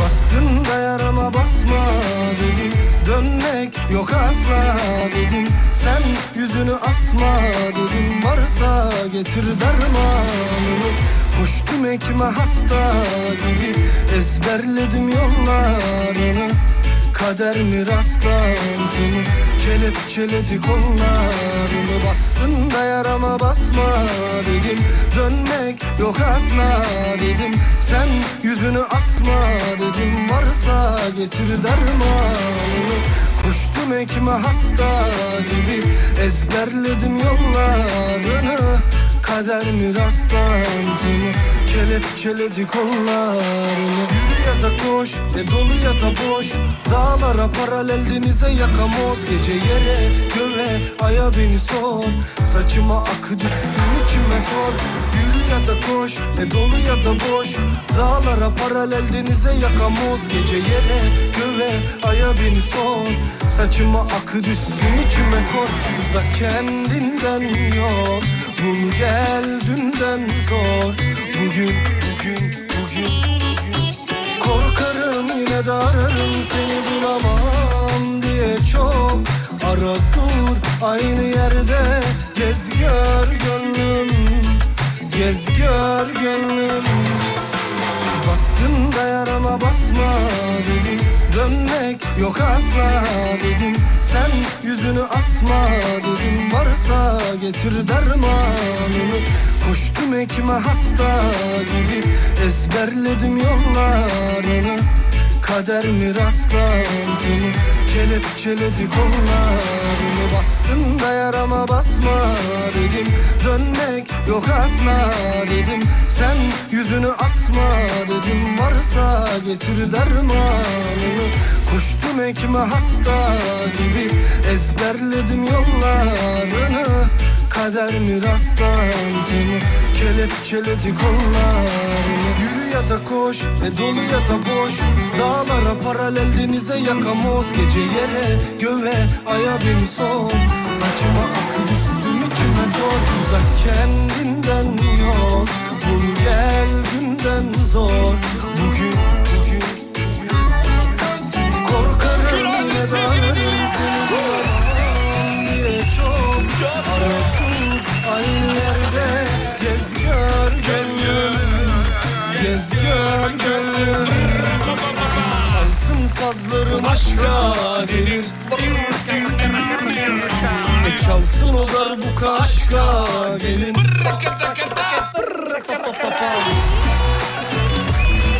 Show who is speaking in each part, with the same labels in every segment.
Speaker 1: Bastın da yarama basma dedim Dönmek yok asla dedim Sen yüzünü asma dedim Varsa getir dermanını Koştum ekme hasta gibi Ezberledim yollarını Kader mi rastlantını Kelepçeledik onlarını Bastın da yarama basma dedim Dönmek yok asla dedim Sen yüzünü asma dedim Varsa getir dermanını Koştum ekme hasta gibi Ezberledim yollarını Kader mi rastlantını Kelepçeledik onlarını Yürü ya da koş ve dolu ya da boş Dağlara paralel denize yakamoz Gece yere göve aya beni son Saçıma akı düşsün içime kor Yürü ya da koş ve dolu ya da boş Dağlara paralel denize yakamoz Gece yere göve aya beni son Saçıma akı düşsün içime kor Uzak kendinden yok Bul gel dünden zor Bugün, bugün, bugün Korkarım yine de ararım seni bulamam diye çok Ara dur aynı yerde gez gör gönlüm Gez gör gönlüm Bastın da yarama basma dedim Dönmek yok asla dedim Sen yüzünü asma dedim Varsa getir dermanını Koştum ekme hasta gibi Ezberledim yollarını Kader mi rastlantını Kelepçeledik onlarını Bastın da yarama basma dedim Dönmek yok asla dedim Sen yüzünü asma dedim Varsa getir dermanını Koştum ekme hasta gibi Ezberledim yollarını Kader mi rastlantını Kelepçeledik onlarını Yürü ya da koş ve dolu ya da boş Dağlara paralel denize yakamoz Gece yere göve aya beni son Saçıma akı düşsün içime dol Uzak kendinden yol Bul gel günden zor Bugün bugün bugün. Korkarım ne zararım seni bulamam diye çok Aradım aynı yerde Gez gör gönlüm Gez gör gönlüm Çalsın sazların aşka denir E çalsın o darbuka aşka gelin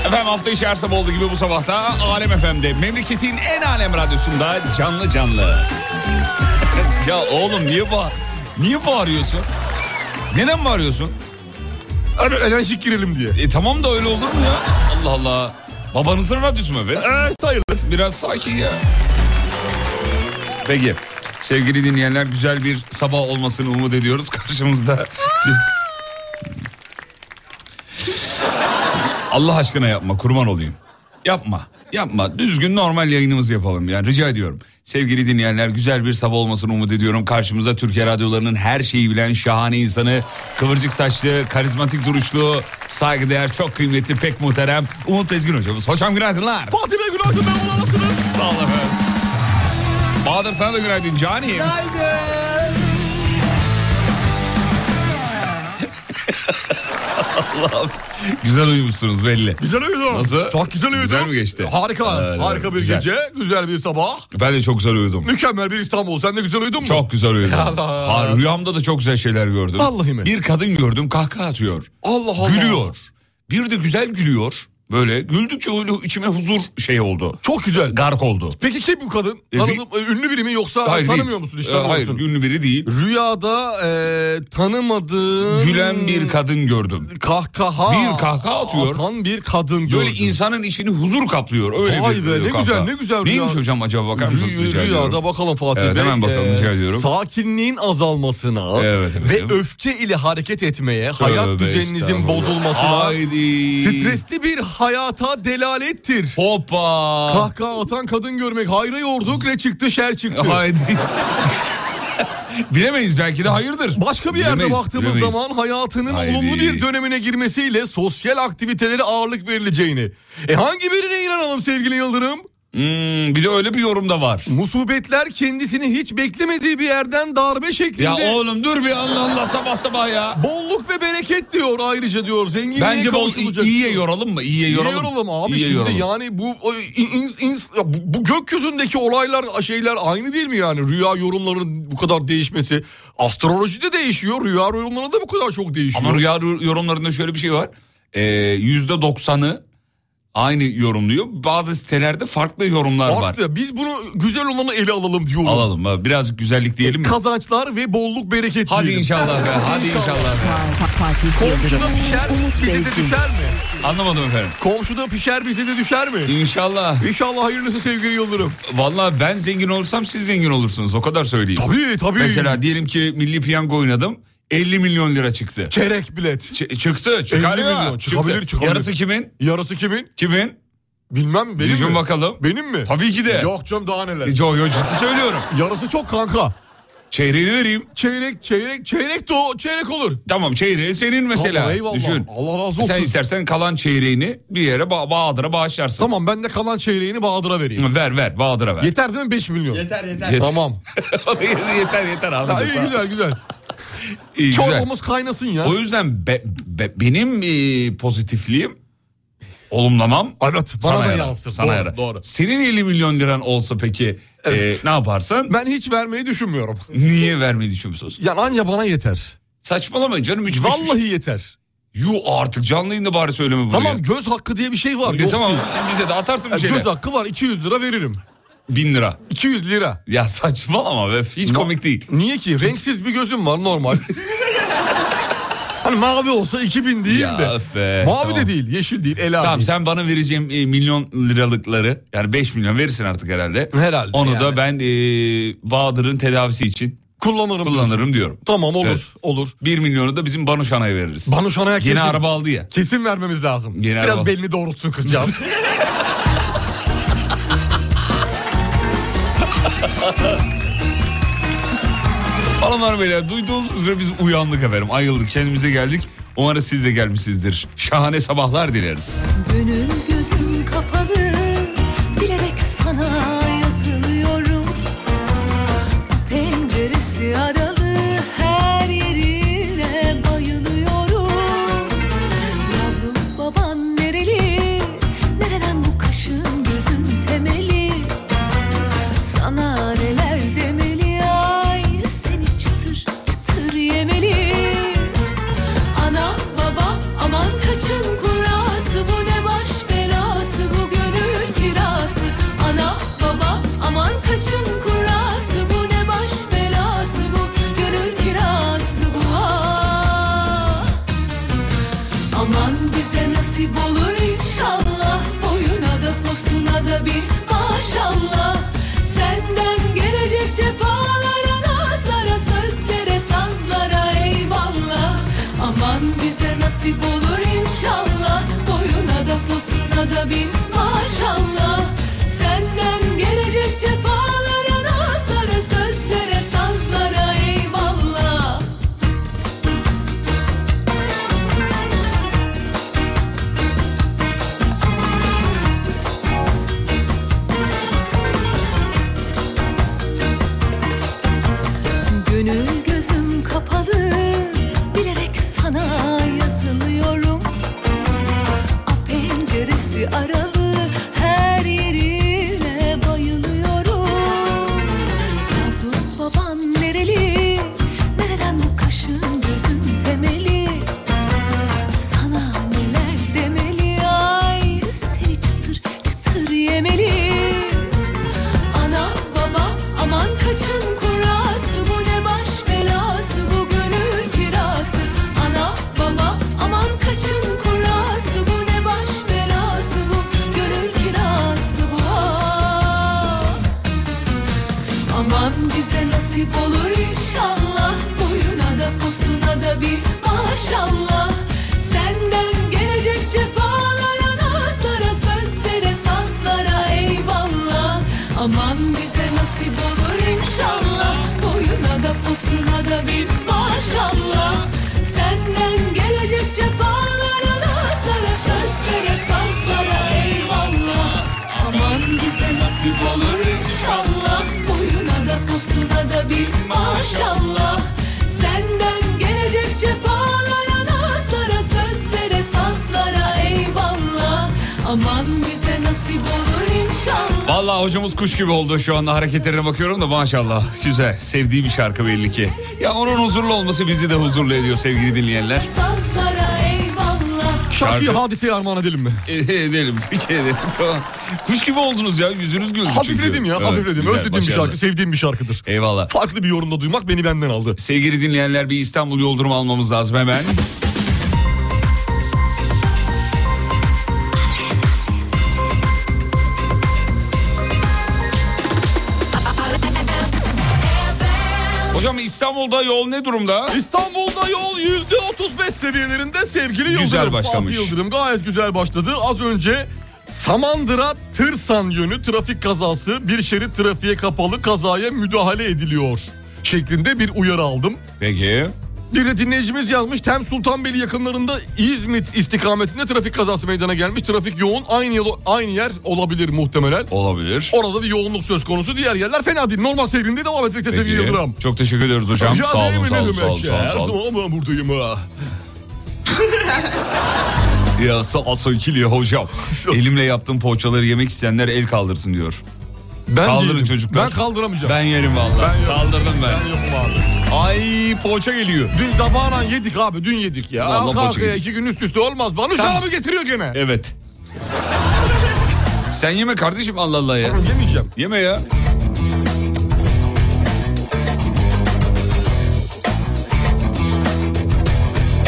Speaker 2: Efendim hafta içi her sabah olduğu gibi bu sabahta Alem FM'de memleketin en alem radyosunda canlı canlı. ya oğlum niye bağ niye bağırıyorsun? Neden bağırıyorsun?
Speaker 3: Abi Hani enerjik girelim diye.
Speaker 2: E tamam da öyle olur mu ya? Allah Allah. Babanızın radyosu mu efendim?
Speaker 3: Ee, sayılır.
Speaker 2: Biraz sakin ya. Peki. Sevgili dinleyenler güzel bir sabah olmasını umut ediyoruz. Karşımızda... Allah aşkına yapma kurban olayım. Yapma. Yapma. Düzgün normal yayınımızı yapalım yani rica ediyorum. Sevgili dinleyenler güzel bir sabah olmasını umut ediyorum. Karşımızda Türkiye radyolarının her şeyi bilen şahane insanı, kıvırcık saçlı, karizmatik duruşlu, saygıdeğer, çok kıymetli, pek muhterem Umut Bezgin hocamız. Hocam günaydınlar.
Speaker 3: Fatih Bey günaydın ben Ulan Aslan'ım.
Speaker 2: Sağ ol efendim. Bahadır sana da günaydın canim. Allah'ım. Güzel uyumuşsunuz belli.
Speaker 3: Güzel uyudum.
Speaker 2: Nasıl?
Speaker 3: Çok güzel uyudum.
Speaker 2: Güzel mi geçti?
Speaker 3: Harika.
Speaker 2: Evet,
Speaker 3: harika bir
Speaker 2: güzel.
Speaker 3: gece. Güzel bir sabah.
Speaker 2: Ben de çok güzel uyudum.
Speaker 3: Mükemmel bir İstanbul. Sen de güzel uyudun mu?
Speaker 2: Çok güzel uyudum.
Speaker 3: Allah.
Speaker 2: Ha, rüyamda da çok güzel şeyler gördüm.
Speaker 3: Vallahi mi?
Speaker 2: Bir kadın gördüm kahkaha atıyor.
Speaker 3: Allah Allah.
Speaker 2: Gülüyor. Bir de güzel gülüyor. Böyle güldükçe öyle içime huzur şey oldu.
Speaker 3: Çok güzel.
Speaker 2: Gark oldu.
Speaker 3: Peki kim bu kadın?
Speaker 2: E,
Speaker 3: Tanıdım, e, ünlü biri mi yoksa
Speaker 2: Hayır,
Speaker 3: tanımıyor
Speaker 2: değil.
Speaker 3: musun? Hiç
Speaker 2: Ee,
Speaker 3: tanımıyor
Speaker 2: hayır
Speaker 3: musun?
Speaker 2: ünlü biri değil.
Speaker 3: Rüyada e, tanımadığın...
Speaker 2: Gülen bir kadın gördüm.
Speaker 3: Kahkaha.
Speaker 2: Bir kahkaha atıyor.
Speaker 3: Atan bir kadın gördüm.
Speaker 2: Böyle insanın içini huzur kaplıyor. Öyle
Speaker 3: Vay
Speaker 2: bir
Speaker 3: be, ne
Speaker 2: kahkaha.
Speaker 3: güzel, ne güzel rüya.
Speaker 2: Neymiş hocam acaba bakar mısınız
Speaker 3: Rü-
Speaker 2: rica
Speaker 3: Rüyada
Speaker 2: ediyorum.
Speaker 3: bakalım Fatih
Speaker 2: Evet,
Speaker 3: Bey.
Speaker 2: hemen bakalım,
Speaker 3: e,
Speaker 2: rica ediyorum.
Speaker 3: Sakinliğin azalmasına
Speaker 2: Evet, efendim.
Speaker 3: ve öfke ile hareket etmeye, hayat
Speaker 2: Tövbe
Speaker 3: düzeninizin
Speaker 2: estağfurullah.
Speaker 3: bozulmasına,
Speaker 2: Haydi.
Speaker 3: stresli bir hayata delalettir.
Speaker 2: Hoppa.
Speaker 3: Kahkaha atan kadın görmek hayra yorduk ne çıktı şer çıktı.
Speaker 2: Haydi. Bilemeyiz belki de hayırdır.
Speaker 3: Başka bir yerde
Speaker 2: Bilemeyiz,
Speaker 3: baktığımız
Speaker 2: bilemeyiz.
Speaker 3: zaman hayatının
Speaker 2: Haydi.
Speaker 3: olumlu bir dönemine girmesiyle sosyal aktivitelere ağırlık verileceğini. E hangi birine inanalım sevgili Yıldırım?
Speaker 2: Hmm, bir de öyle bir yorum da var.
Speaker 3: Musibetler kendisini hiç beklemediği bir yerden darbe şeklinde.
Speaker 2: Ya oğlum dur bir Allah Allah sabah sabah ya.
Speaker 3: Bolluk ve bereket diyor ayrıca diyor. Zenginliğe
Speaker 2: Bence bol
Speaker 3: kavuşulacak.
Speaker 2: iyiye yoralım mı? İyiye
Speaker 3: İyiye
Speaker 2: yoralım.
Speaker 3: yoralım abi
Speaker 2: İyiye
Speaker 3: şimdi
Speaker 2: yoralım.
Speaker 3: yani bu, o, in- ins- ins- ya bu bu gökyüzündeki olaylar şeyler aynı değil mi yani rüya yorumlarının bu kadar değişmesi astrolojide değişiyor rüya yorumları da bu kadar çok değişiyor.
Speaker 2: Ama rüya yor- yorumlarında şöyle bir şey var. Ee, Yüzde doksanı aynı yorumluyor. Bazı sitelerde farklı yorumlar var.
Speaker 3: Farklı. Biz bunu güzel olanı ele alalım diyorum.
Speaker 2: Alalım. ha, Birazcık güzellik diyelim mi?
Speaker 3: Kazançlar ve bolluk bereket
Speaker 2: Hadi
Speaker 3: diyelim.
Speaker 2: inşallah be. Hadi inşallah be.
Speaker 4: Fa- Fatih Yıldırım,
Speaker 3: Komşuda pişer
Speaker 4: Umut
Speaker 3: şey bize de
Speaker 4: Bezgin.
Speaker 3: düşer mi?
Speaker 2: Anlamadım efendim.
Speaker 3: Komşuda pişer bize de düşer mi?
Speaker 2: İnşallah.
Speaker 3: İnşallah hayırlısı sevgili Yıldırım.
Speaker 2: Vallahi ben zengin olursam siz zengin olursunuz. O kadar söyleyeyim.
Speaker 3: Tabii tabii.
Speaker 2: Mesela diyelim ki milli piyango oynadım. 50 milyon lira çıktı.
Speaker 3: çeyrek bilet.
Speaker 2: Ç- çıktı. Çıkar
Speaker 3: 50
Speaker 2: ya.
Speaker 3: milyon,
Speaker 2: Çıktı.
Speaker 3: çıkabilir, çıkabilir.
Speaker 2: Yarısı kimin?
Speaker 3: Yarısı kimin?
Speaker 2: Kimin?
Speaker 3: Bilmem benim
Speaker 2: Düşün
Speaker 3: mi?
Speaker 2: bakalım.
Speaker 3: Benim mi?
Speaker 2: Tabii ki de. E,
Speaker 3: Yok canım daha neler.
Speaker 2: Yo, yo, ciddi söylüyorum.
Speaker 3: Yarısı çok kanka.
Speaker 2: Çeyreğini vereyim.
Speaker 3: Çeyrek çeyrek çeyrek de o çeyrek olur.
Speaker 2: Tamam çeyreği senin mesela.
Speaker 3: Tamam, eyvallah.
Speaker 2: Düşün.
Speaker 3: Allah razı olsun.
Speaker 2: Sen istersen kalan çeyreğini bir yere ba- Bahadır'a bağışlarsın.
Speaker 3: Tamam ben de kalan çeyreğini Bahadır'a vereyim.
Speaker 2: Ver ver Bahadır'a ver.
Speaker 3: Yeter değil mi 5 milyon?
Speaker 5: Yeter yeter.
Speaker 2: Yeter.
Speaker 3: Tamam.
Speaker 2: yeter yeter abi.
Speaker 3: Ya,
Speaker 2: de
Speaker 3: iyi,
Speaker 2: sağ ol.
Speaker 3: güzel güzel.
Speaker 2: İyi, güzel.
Speaker 3: Çorbamız kaynasın ya.
Speaker 2: O yüzden be- be- benim e, pozitifliğim olumlamam
Speaker 3: Evet bana da
Speaker 2: yarar,
Speaker 3: yansır.
Speaker 2: Sana
Speaker 3: doğru,
Speaker 2: yarar.
Speaker 3: doğru.
Speaker 2: Senin 50 milyon liran olsa peki e,
Speaker 3: Evet.
Speaker 2: ne yaparsan
Speaker 3: Ben hiç vermeyi düşünmüyorum.
Speaker 2: niye vermeyi düşünmüyorsun?
Speaker 3: Yani anca bana yeter.
Speaker 2: Saçmalama canım. Üç,
Speaker 3: Vallahi yeter.
Speaker 2: Yu artık canlı yayında bari söyleme bunu
Speaker 3: Tamam
Speaker 2: ya.
Speaker 3: göz hakkı diye bir şey var.
Speaker 2: Ya
Speaker 3: Yok
Speaker 2: tamam e,
Speaker 3: değil.
Speaker 2: bize de atarsın bir
Speaker 3: Ya
Speaker 2: şeyler.
Speaker 3: göz hakkı var 200 lira veririm.
Speaker 2: Bin lira.
Speaker 3: 200 lira.
Speaker 2: Ya saçmalama be hiç komik değil.
Speaker 3: Niye ki? Renksiz bir gözüm var normal. hani mavi olsa 2000 değil
Speaker 2: Ya
Speaker 3: de.
Speaker 2: öf be,
Speaker 3: mavi
Speaker 2: tamam.
Speaker 3: de değil, yeşil değil, el
Speaker 2: Tamam
Speaker 3: abi.
Speaker 2: sen bana vereceğim e, milyon liralıkları yani 5 milyon verirsin artık herhalde.
Speaker 3: Herhalde
Speaker 2: Onu
Speaker 3: yani.
Speaker 2: da ben e, Bahadır'ın tedavisi için
Speaker 3: Kullanırım.
Speaker 2: kullanırım diyorum.
Speaker 3: Tamam olur,
Speaker 2: Evet.
Speaker 3: olur.
Speaker 2: 1 milyonu da bizim Banu Şanay'a veririz.
Speaker 3: Banu Şanay'a
Speaker 2: Yeni
Speaker 3: kesin-
Speaker 2: araba aldı ya.
Speaker 3: Kesin vermemiz lazım.
Speaker 2: Genel
Speaker 3: Biraz
Speaker 2: bak.
Speaker 3: belini doğrultsun kızcağız.
Speaker 2: Hanımlar beyler duyduğunuz üzere biz uyandık efendim. Ayıldık kendimize geldik. Umarım siz de gelmişsinizdir. Şahane sabahlar dileriz.
Speaker 6: Gönül gözüm kapalı Bilerek sana yazılıyorum Penceresi aralı Her yerine bayılıyorum Yavrum baban nereli Nereden bu kaşın gözün temeli Sana neler demeli Ay seni çıtır çıtır yemeli Ana baba aman kaçın kurası bu ne baş belası bu gönül kirası Ana baba aman kaçın kurası bu ne baş belası bu gönül kirası bu ah. Aman bize nasip olur inşallah Boyuna da posuna da bir maşallah Senden gelecek cefalara nazlara Sözlere sazlara eyvallah Aman bize nasip olur inşallah Boyuna da posuna da bir maşallah Senden gelecek cefalara nazlara Sözlere sazlara eyvallah Gönül gözüm kapalı Bilerek sana yazılıyorum A penceresi aralı Her inşallah Senden gelecek cefalara Nazlara, sözlere, sazlara eyvallah Aman bize nasip olur inşallah Koyuna da pusuna da bin maşallah Senden gelecek cefalara Nazlara, sözlere, sazlara eyvallah Aman bize nasip olur inşallah Boyuna da posuna da bir maşallah Senden gelecek cefalara Nazlara, sözlere, sazlara eyvallah Aman bize nasip olur inşallah
Speaker 2: Vallahi hocamız kuş gibi oldu şu anda hareketlerine bakıyorum da maşallah. Güzel sevdiği bir şarkı belli ki. Ya onun huzurlu olması bizi de huzurlu ediyor sevgili dinleyenler.
Speaker 6: Sazlara eyvallah
Speaker 3: Şarkıyı
Speaker 2: Şarkı-
Speaker 3: hadiseye armağan edelim mi?
Speaker 2: E, edelim peki edelim tamam. Kuş gibi oldunuz ya yüzünüz güldü çünkü.
Speaker 3: Hafifledim ya
Speaker 2: Evet,
Speaker 3: hafifledim.
Speaker 2: güzel,
Speaker 3: Özlediğim bir
Speaker 2: başarılı.
Speaker 3: şarkı sevdiğim bir şarkıdır.
Speaker 2: Eyvallah.
Speaker 3: Farklı bir yorumda duymak beni benden aldı.
Speaker 2: Sevgili dinleyenler bir İstanbul yol durumu almamız lazım hemen. Hocam İstanbul'da yol ne durumda?
Speaker 3: İstanbul'da yol %35 seviyelerinde sevgili Yıldırım.
Speaker 2: Güzel
Speaker 3: Fatih
Speaker 2: başlamış.
Speaker 3: Yıldırım gayet güzel başladı. Az önce Samandıra Tırsan yönü trafik kazası bir şerit trafiğe kapalı kazaya müdahale ediliyor şeklinde bir uyarı aldım.
Speaker 2: Peki.
Speaker 3: Bir de dinleyicimiz yazmış Tem Sultanbeyli yakınlarında İzmit istikametinde trafik kazası meydana gelmiş. Trafik yoğun aynı, yol, aynı yer olabilir muhtemelen.
Speaker 2: Olabilir.
Speaker 3: Orada bir yoğunluk söz konusu. Diğer yerler fena değil. Normal seyrinde devam etmekte sevgili
Speaker 2: Peki.
Speaker 3: Yıldırım.
Speaker 2: Çok teşekkür ediyoruz hocam.
Speaker 3: Rica
Speaker 2: sağ
Speaker 3: ederim
Speaker 2: olun, sağ olun,
Speaker 3: ne
Speaker 2: sağ olun,
Speaker 3: demek
Speaker 2: sağ
Speaker 3: ya.
Speaker 2: olun,
Speaker 3: Her
Speaker 2: sağ olun.
Speaker 3: zaman ben buradayım ha.
Speaker 2: Ya sağ olsun ikili hocam. Elimle yaptığım poğaçaları yemek isteyenler el kaldırsın diyor.
Speaker 3: Ben
Speaker 2: Kaldırın
Speaker 3: değilim.
Speaker 2: çocuklar.
Speaker 3: Ben kaldıramayacağım.
Speaker 2: Ben yerim
Speaker 3: Ben
Speaker 2: vallahi.
Speaker 3: yerim.
Speaker 2: Kaldırdım ben.
Speaker 3: Ben yokum abi.
Speaker 2: Ay poğaça geliyor.
Speaker 3: Dün sabahla yedik abi dün yedik ya.
Speaker 2: Vallahi
Speaker 3: Arka arkaya
Speaker 2: boşa
Speaker 3: iki gün üst üste olmaz. Banuş
Speaker 2: Tamam.
Speaker 3: abi getiriyor gene.
Speaker 2: Evet. Sen yeme kardeşim Allah Allah ya.
Speaker 3: Yemeyeceğim.
Speaker 2: Yeme ya.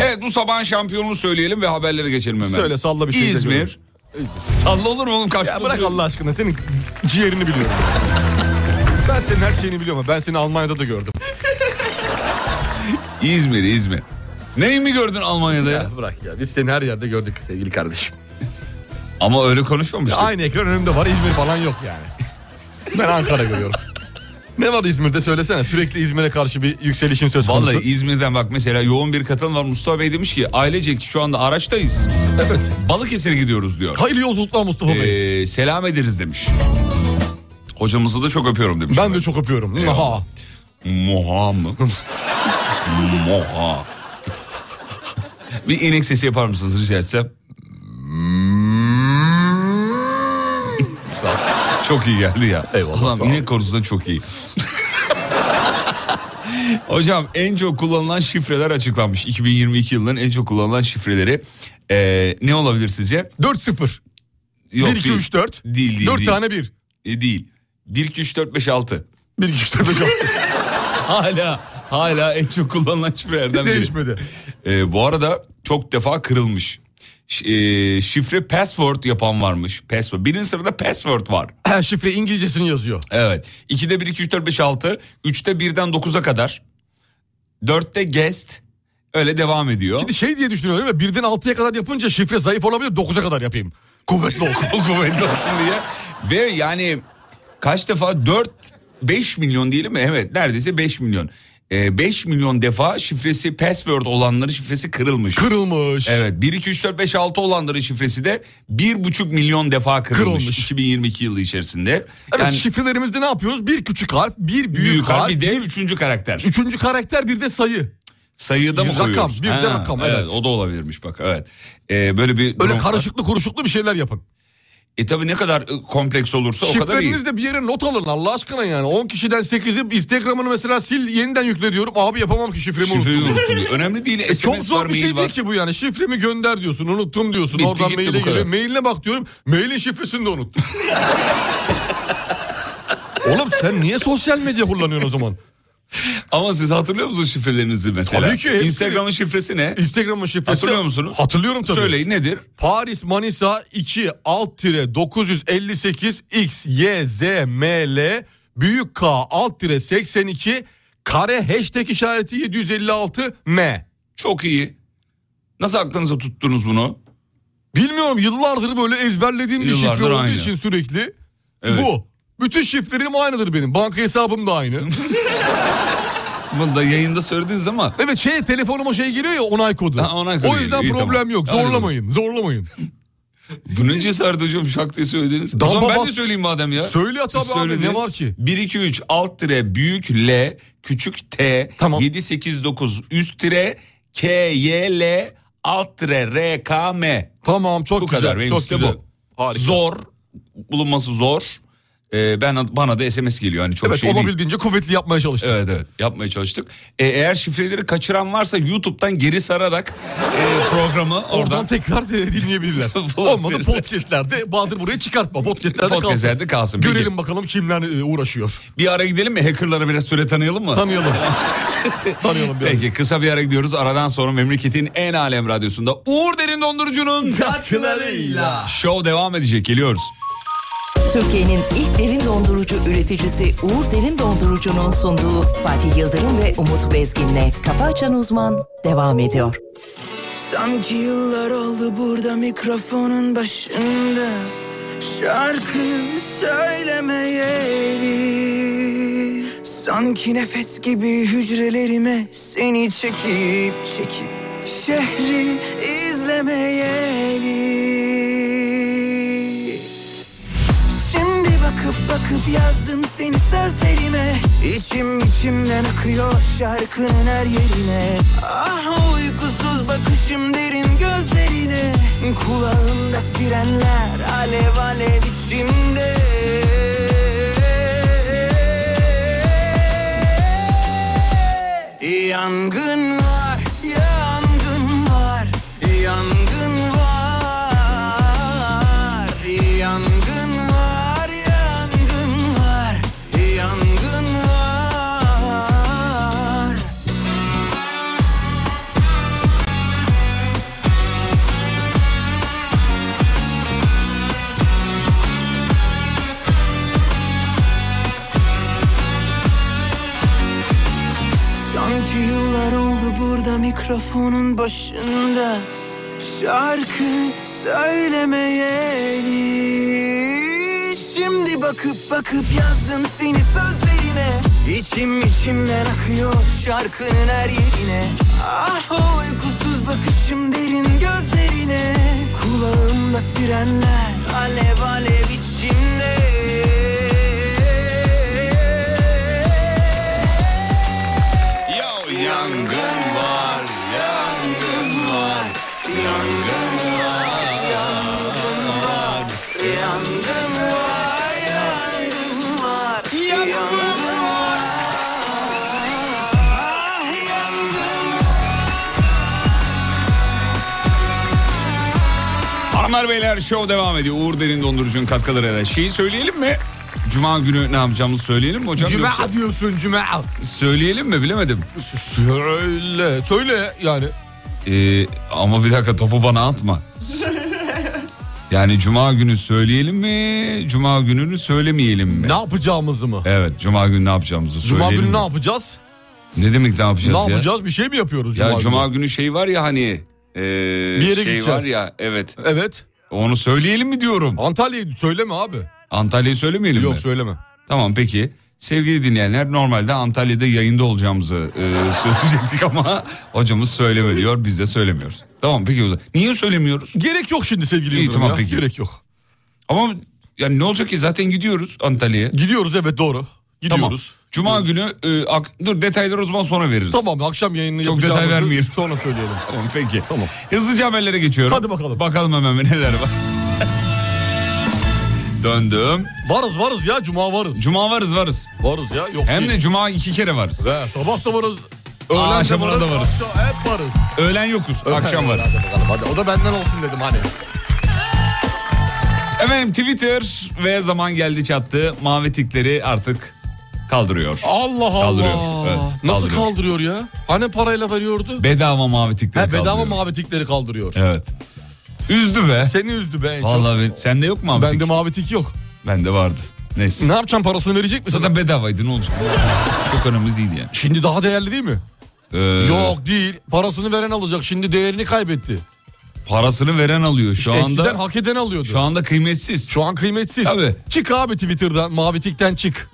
Speaker 2: Evet bu sabahın şampiyonunu söyleyelim ve haberlere geçelim hemen.
Speaker 3: Söyle, salla bir şey de
Speaker 2: İzmir.
Speaker 3: görelim.
Speaker 2: Salla olur mu oğlum karşımda?
Speaker 3: Ya bırak
Speaker 2: duruyor.
Speaker 3: Allah aşkına senin ciğerini biliyorum. ben senin her şeyini biliyorum. ama Ben seni Almanya'da da gördüm.
Speaker 2: İzmir İzmir. Neyi mi gördün Almanya'da ya?
Speaker 3: Ya bırak ya biz seni her yerde gördük sevgili kardeşim.
Speaker 2: Ama öyle konuşmamıştık.
Speaker 3: Aynı ekran önümde var İzmir falan yok yani. Ben Ankara görüyorum. Ne var İzmir'de söylesene. Sürekli İzmir'e karşı bir yükselişin söz konusu.
Speaker 2: Vallahi İzmir'den bak mesela yoğun bir katılım var. Mustafa Bey demiş ki ailecek şu anda araçtayız.
Speaker 3: Evet.
Speaker 2: Balıkesir'e gidiyoruz diyor.
Speaker 3: Hayırlı yolculuklar Mustafa Bey.
Speaker 2: Ee, selam ederiz demiş. Hocamızı da çok öpüyorum demiş.
Speaker 3: Ben de çok öpüyorum. Ha.
Speaker 2: Moha mı? Moha. Bir inek sesi yapar mısınız rica etsem? Sağ ol. Çok iyi geldi ya.
Speaker 3: Eyvallah,
Speaker 2: Ulan
Speaker 3: sağ ol.
Speaker 2: inek konusunda çok iyi. Hocam en çok kullanılan şifreler açıklanmış. 2022 yılının en çok kullanılan şifreleri Ee, ne olabilir sizce?
Speaker 3: 4-0.
Speaker 2: Yok,
Speaker 3: 1 2
Speaker 2: değil.
Speaker 3: 3 4.
Speaker 2: Değil değil.
Speaker 3: 4
Speaker 2: değil.
Speaker 3: tane 1.
Speaker 2: E, değil. 1 2 3 4 5 6.
Speaker 3: 1 2 3 4 5
Speaker 2: Hala hala en çok kullanılan şifrelerden biri.
Speaker 3: değişmedi.
Speaker 2: E, bu arada çok defa kırılmış. Ş- e, şifre password yapan varmış. Password. Birinci sırada password var.
Speaker 3: Ha şifre İngilizcesini yazıyor.
Speaker 2: Evet. 2'de 1, 2, 3, 4, 5, 6. 3'te 1'den 9'a kadar. 4'te guest. Öyle devam ediyor.
Speaker 3: Şimdi şey diye düşünüyorum değil mi? Birden 6'ya kadar yapınca şifre zayıf olabilir 9'a kadar yapayım. Kuvvetli olsun.
Speaker 2: O kuvvetli olsun diye. Ve yani kaç defa 4, 5 milyon diyelim mi? Evet neredeyse 5 milyon. E, 5 milyon defa şifresi password olanların şifresi kırılmış.
Speaker 3: Kırılmış.
Speaker 2: Evet 1 2 3 4 5 6 olanların şifresi de 1,5 milyon defa kırılmış,
Speaker 3: Kırılmış.
Speaker 2: 2022 yılı içerisinde.
Speaker 3: Evet
Speaker 2: yani
Speaker 3: şifrelerimizde ne yapıyoruz? Bir küçük harf, bir büyük,
Speaker 2: büyük
Speaker 3: harf,
Speaker 2: harf bir de üçüncü karakter.
Speaker 3: üçüncü karakter bir de sayı.
Speaker 2: Sayıda mı
Speaker 3: Rakam,
Speaker 2: koyuyoruz?
Speaker 3: bir de rakam, evet.
Speaker 2: O da olabilirmiş bak evet. Ee, böyle bir
Speaker 3: Böyle
Speaker 2: durum var.
Speaker 3: karışıklı kuruşuklu bir şeyler yapın.
Speaker 2: E tabii ne kadar e, kompleks olursa o kadar iyi.
Speaker 3: Şifreniz de bir yere not alın Allah aşkına yani. 10 kişiden 8'i Instagram'ını mesela sil yeniden yükle diyorum. Abi yapamam ki şifremi
Speaker 2: Şifreyi
Speaker 3: unuttum.
Speaker 2: unuttum diyor. Önemli değil. SMS
Speaker 3: Çok zor
Speaker 2: var,
Speaker 3: bir şey
Speaker 2: mail var.
Speaker 3: değil ki bu yani. Şifremi gönder diyorsun, unuttum diyorsun.
Speaker 2: Bitti
Speaker 3: Oradan
Speaker 2: gitti bu
Speaker 3: maile
Speaker 2: kadar.
Speaker 3: geliyor. Mailine bak diyorum. Mailin şifresini de unuttum. Oğlum sen niye sosyal medya kullanıyorsun o zaman?
Speaker 2: Ama siz hatırlıyor musunuz şifrelerinizi mesela?
Speaker 3: Tabii ki, hepsi-
Speaker 2: Instagram'ın şifresi ne?
Speaker 3: Instagram'ın şifresi.
Speaker 2: Hatırlıyor musunuz?
Speaker 3: Hatırlıyorum tabii.
Speaker 2: Söyleyin nedir?
Speaker 3: Paris Manisa 2 alt tire 958 X Y Z M L büyük K alt tire 82 kare hashtag işareti 756 M.
Speaker 2: Çok iyi. Nasıl aklınıza tuttunuz bunu?
Speaker 3: Bilmiyorum yıllardır böyle ezberlediğim bir
Speaker 2: Yıllardır
Speaker 3: şifre olduğu
Speaker 2: aynı.
Speaker 3: için sürekli
Speaker 2: Evet.
Speaker 3: bu. Bütün şifrelerim aynıdır benim. Banka hesabım da aynı.
Speaker 2: Bunu da yayında söylediniz ama
Speaker 3: evet şey telefonuma şey geliyor ya onay kodu.
Speaker 2: Ha, onay kodu
Speaker 3: o yüzden
Speaker 2: geliyor, iyi,
Speaker 3: problem
Speaker 2: tamam.
Speaker 3: yok.
Speaker 2: Hadi bakalım.
Speaker 3: Zorlamayın. Zorlamayın.
Speaker 2: bunu ne cesaret hocam şak diye söylediniz.
Speaker 3: Daha
Speaker 2: o zaman ben
Speaker 3: babas-
Speaker 2: de söyleyeyim madem ya.
Speaker 3: Söyle ya
Speaker 2: Siz
Speaker 3: tabii abi, ne
Speaker 2: söylediniz.
Speaker 3: var ki?
Speaker 2: 1 2 3 alt tire büyük L küçük T
Speaker 3: Tamam.
Speaker 2: 7 8 9 üst tire K Y L alt tire R K M.
Speaker 3: Tamam çok
Speaker 2: Bu
Speaker 3: güzel.
Speaker 2: kadar benim
Speaker 3: çok
Speaker 2: işte
Speaker 3: güzel.
Speaker 2: bu.
Speaker 3: Harika.
Speaker 2: Zor bulunması zor. Ee, ben bana da SMS geliyor hani çok
Speaker 3: evet
Speaker 2: şey değil.
Speaker 3: olabildiğince kuvvetli yapmaya çalıştım.
Speaker 2: Evet evet yapmaya çalıştık. Ee, eğer şifreleri kaçıran varsa YouTube'dan geri sararak e, programı oradan,
Speaker 3: Oradan tekrar de- dinleyebilirler. Olmadı
Speaker 2: Bulabilirler.
Speaker 3: podcastlerde. Bahadır buraya çıkartma. Podcastlerde kalsın.
Speaker 2: Podcastlerde kalsın, peki.
Speaker 3: Görelim bakalım kimler e, uğraşıyor.
Speaker 2: bir ara gidelim mi? Hackerlara biraz süre tanıyalım mı?
Speaker 3: Tanıyalım. Tanıyalım biraz.
Speaker 2: Peki kısa bir ara gidiyoruz. Aradan sonra memleketin en alem radyosunda Uğur Derin Dondurucu'nun
Speaker 3: Katkılarıyla.
Speaker 2: şov devam edecek. Geliyoruz.
Speaker 4: Türkiye'nin ilk derin dondurucu üreticisi Uğur Derin Dondurucu'nun sunduğu Fatih Yıldırım ve Umut Bezgin'le Kafa Açan Uzman devam ediyor.
Speaker 5: Sanki yıllar oldu burada mikrofonun başında Şarkı söylemeyeli Sanki nefes gibi hücrelerime seni çekip çekip Şehri izlemeyeli Şimdi bakıp bakıp yazdım seni sözlerime İçim içimden akıyor şarkının her yerine Ah o uykusuz bakışım derin gözlerine Kulağımda sirenler alev alev içimde Yangın var, yangın var, yangın var, yangın var, yangın var, yangın var. Sanki yıllar oldu burada mikrofonun başında Şarkı söylemeyeli Şimdi bakıp bakıp yazdım seni sözlerine İçim içimden akıyor şarkının her yerine Ah o uykusuz bakışım derin gözlerine Kulağımda sirenler alev alev içimde
Speaker 2: Ya yangın var, yangın var, yangın var, yangın var.
Speaker 5: Ah yangın
Speaker 2: Hanımlar beyler şov devam ediyor. Uğur Derin Dondurucu'nun katkılarıyla. Şeyi söyleyelim mi? Cuma günü ne yapacağımızı söyleyelim mi hocam?
Speaker 3: Cuma
Speaker 2: Yoksa
Speaker 3: diyorsun cuma.
Speaker 2: söyleyelim mi bilemedim.
Speaker 3: Söyle. Söyle yani.
Speaker 2: Ee, ama bir dakika topu bana atma. Yani cuma günü söyleyelim mi? Cuma gününü söylemeyelim mi?
Speaker 3: Ne yapacağımızı mı?
Speaker 2: Evet cuma günü ne yapacağımızı söyleyelim.
Speaker 3: Cuma günü
Speaker 2: mi?
Speaker 3: ne yapacağız?
Speaker 2: Ne demek ne yapacağız
Speaker 3: ne
Speaker 2: ya?
Speaker 3: yapacağız? Bir şey mi yapıyoruz
Speaker 2: Ya
Speaker 3: cuma,
Speaker 2: cuma
Speaker 3: günü?
Speaker 2: günü şey var ya hani e,
Speaker 3: yere
Speaker 2: şey
Speaker 3: gideceğiz.
Speaker 2: var ya evet
Speaker 3: Evet.
Speaker 2: onu söyleyelim mi diyorum.
Speaker 3: Antalya'yı söyleme abi.
Speaker 2: Antalya'yı söylemeyelim
Speaker 3: Yok
Speaker 2: mi?
Speaker 3: söyleme.
Speaker 2: Tamam peki. Sevgili dinleyenler normalde Antalya'da yayında olacağımızı e, söyleyecektik ama hocamız söyleme diyor biz de söylemiyoruz. Tamam peki o zaman. Niye söylemiyoruz?
Speaker 3: Gerek yok şimdi sevgili
Speaker 2: İyi,
Speaker 3: Yıldırım
Speaker 2: tamam,
Speaker 3: ya.
Speaker 2: peki.
Speaker 3: Gerek yok.
Speaker 2: Ama yani ne olacak ki zaten gidiyoruz Antalya'ya.
Speaker 3: Gidiyoruz evet doğru.
Speaker 2: Tamam.
Speaker 3: Gidiyoruz.
Speaker 2: Cuma günü e, ak- dur detayları o zaman sonra veririz.
Speaker 3: Tamam akşam yayını
Speaker 2: Çok detay
Speaker 3: yapacağımızı
Speaker 2: vermeyelim.
Speaker 3: Sonra söyleyelim.
Speaker 2: Tamam peki.
Speaker 3: Tamam.
Speaker 2: Hızlıca haberlere geçiyorum.
Speaker 3: Hadi bakalım.
Speaker 2: Bakalım hemen neler var. Döndüm.
Speaker 3: varız varız ya cuma varız.
Speaker 2: Cuma varız varız.
Speaker 3: Varız ya yok
Speaker 2: Hem
Speaker 3: değil.
Speaker 2: de cuma iki kere varız.
Speaker 3: Ha, sabah da varız. Öğlen de
Speaker 2: Akşamına
Speaker 3: varız.
Speaker 2: da varız.
Speaker 3: akşam- hep varız.
Speaker 2: Öğlen yokuz, akşam varız.
Speaker 3: Hadi bakalım hadi. O da benden olsun dedim hani.
Speaker 2: Efendim Twitter ve zaman geldi çattı. Mavi tikleri artık kaldırıyor.
Speaker 3: Allah Allah.
Speaker 2: Kaldırıyor, evet,
Speaker 3: Nasıl
Speaker 2: kaldırıyor.
Speaker 3: kaldırıyor ya? Hani parayla veriyordu?
Speaker 2: Bedava mavi tikleri
Speaker 3: Ha, bedava
Speaker 2: kaldırıyor.
Speaker 3: mavitikleri kaldırıyor.
Speaker 2: Evet. Üzdü be.
Speaker 3: Seni üzdü be en çok.
Speaker 2: Vallahi ben, sende yok mu mavi tik?
Speaker 3: Bende mavitik yok.
Speaker 2: Bende vardı. Neyse.
Speaker 3: Ne yapacağım parasını verecek misin?
Speaker 2: Zaten bedavaydı ne olacak? Çok önemli değil yani.
Speaker 3: Şimdi daha değerli değil mi?
Speaker 2: Ee,
Speaker 3: Yok değil. Parasını veren alacak. Şimdi değerini kaybetti.
Speaker 2: Parasını veren alıyor şu
Speaker 3: Eskiden
Speaker 2: anda.
Speaker 3: hak eden alıyordu.
Speaker 2: Şu anda kıymetsiz.
Speaker 3: Şu an kıymetsiz.
Speaker 2: Tabii.
Speaker 3: Çık abi Twitter'dan, Mavitik'ten çık.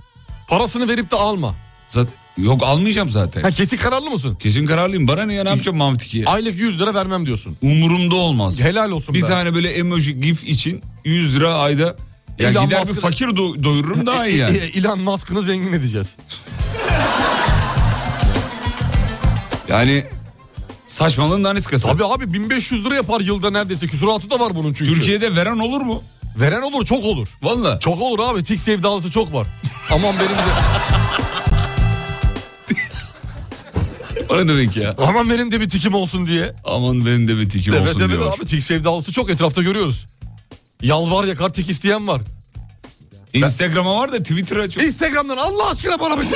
Speaker 3: Parasını verip de alma.
Speaker 2: Zat- Yok almayacağım
Speaker 3: Ha,
Speaker 2: zaten.
Speaker 3: kesin kararlı mısın?
Speaker 2: Kesin kararlıyım. Bana ne ya ne yapacağım Mavtiki'ye?
Speaker 3: Aylık 100 lira vermem diyorsun.
Speaker 2: Umurumda olmaz.
Speaker 3: Helal olsun
Speaker 2: Bir
Speaker 3: be.
Speaker 2: tane böyle emoji gif için 100 lira ayda. Ya
Speaker 3: İlla
Speaker 2: gider bir
Speaker 3: maskara-
Speaker 2: fakir do- doyururum daha iyi yani.
Speaker 3: İlan Musk'ını zengin edeceğiz.
Speaker 2: Yani saçmalığın daniskası.
Speaker 3: Tabii abi 1500 lira yapar yılda neredeyse. Küsuratı da var bunun çünkü.
Speaker 2: Türkiye'de veren olur mu?
Speaker 3: Veren olur çok olur.
Speaker 2: Valla.
Speaker 3: Çok olur abi. Tik sevdalısı çok var. Aman benim de
Speaker 2: Bana demek ya.
Speaker 3: aman benim de bir tikim olsun diye.
Speaker 2: Aman benim de bir tikim
Speaker 3: Evet
Speaker 2: olsun
Speaker 3: evet
Speaker 2: diyor.
Speaker 3: abi tik sevdalısı çok etrafta görüyoruz. Yalvar yakar tik isteyen var.
Speaker 2: Instagram'a var da Twitter'a çok.
Speaker 3: Instagram'dan Allah aşkına bana bir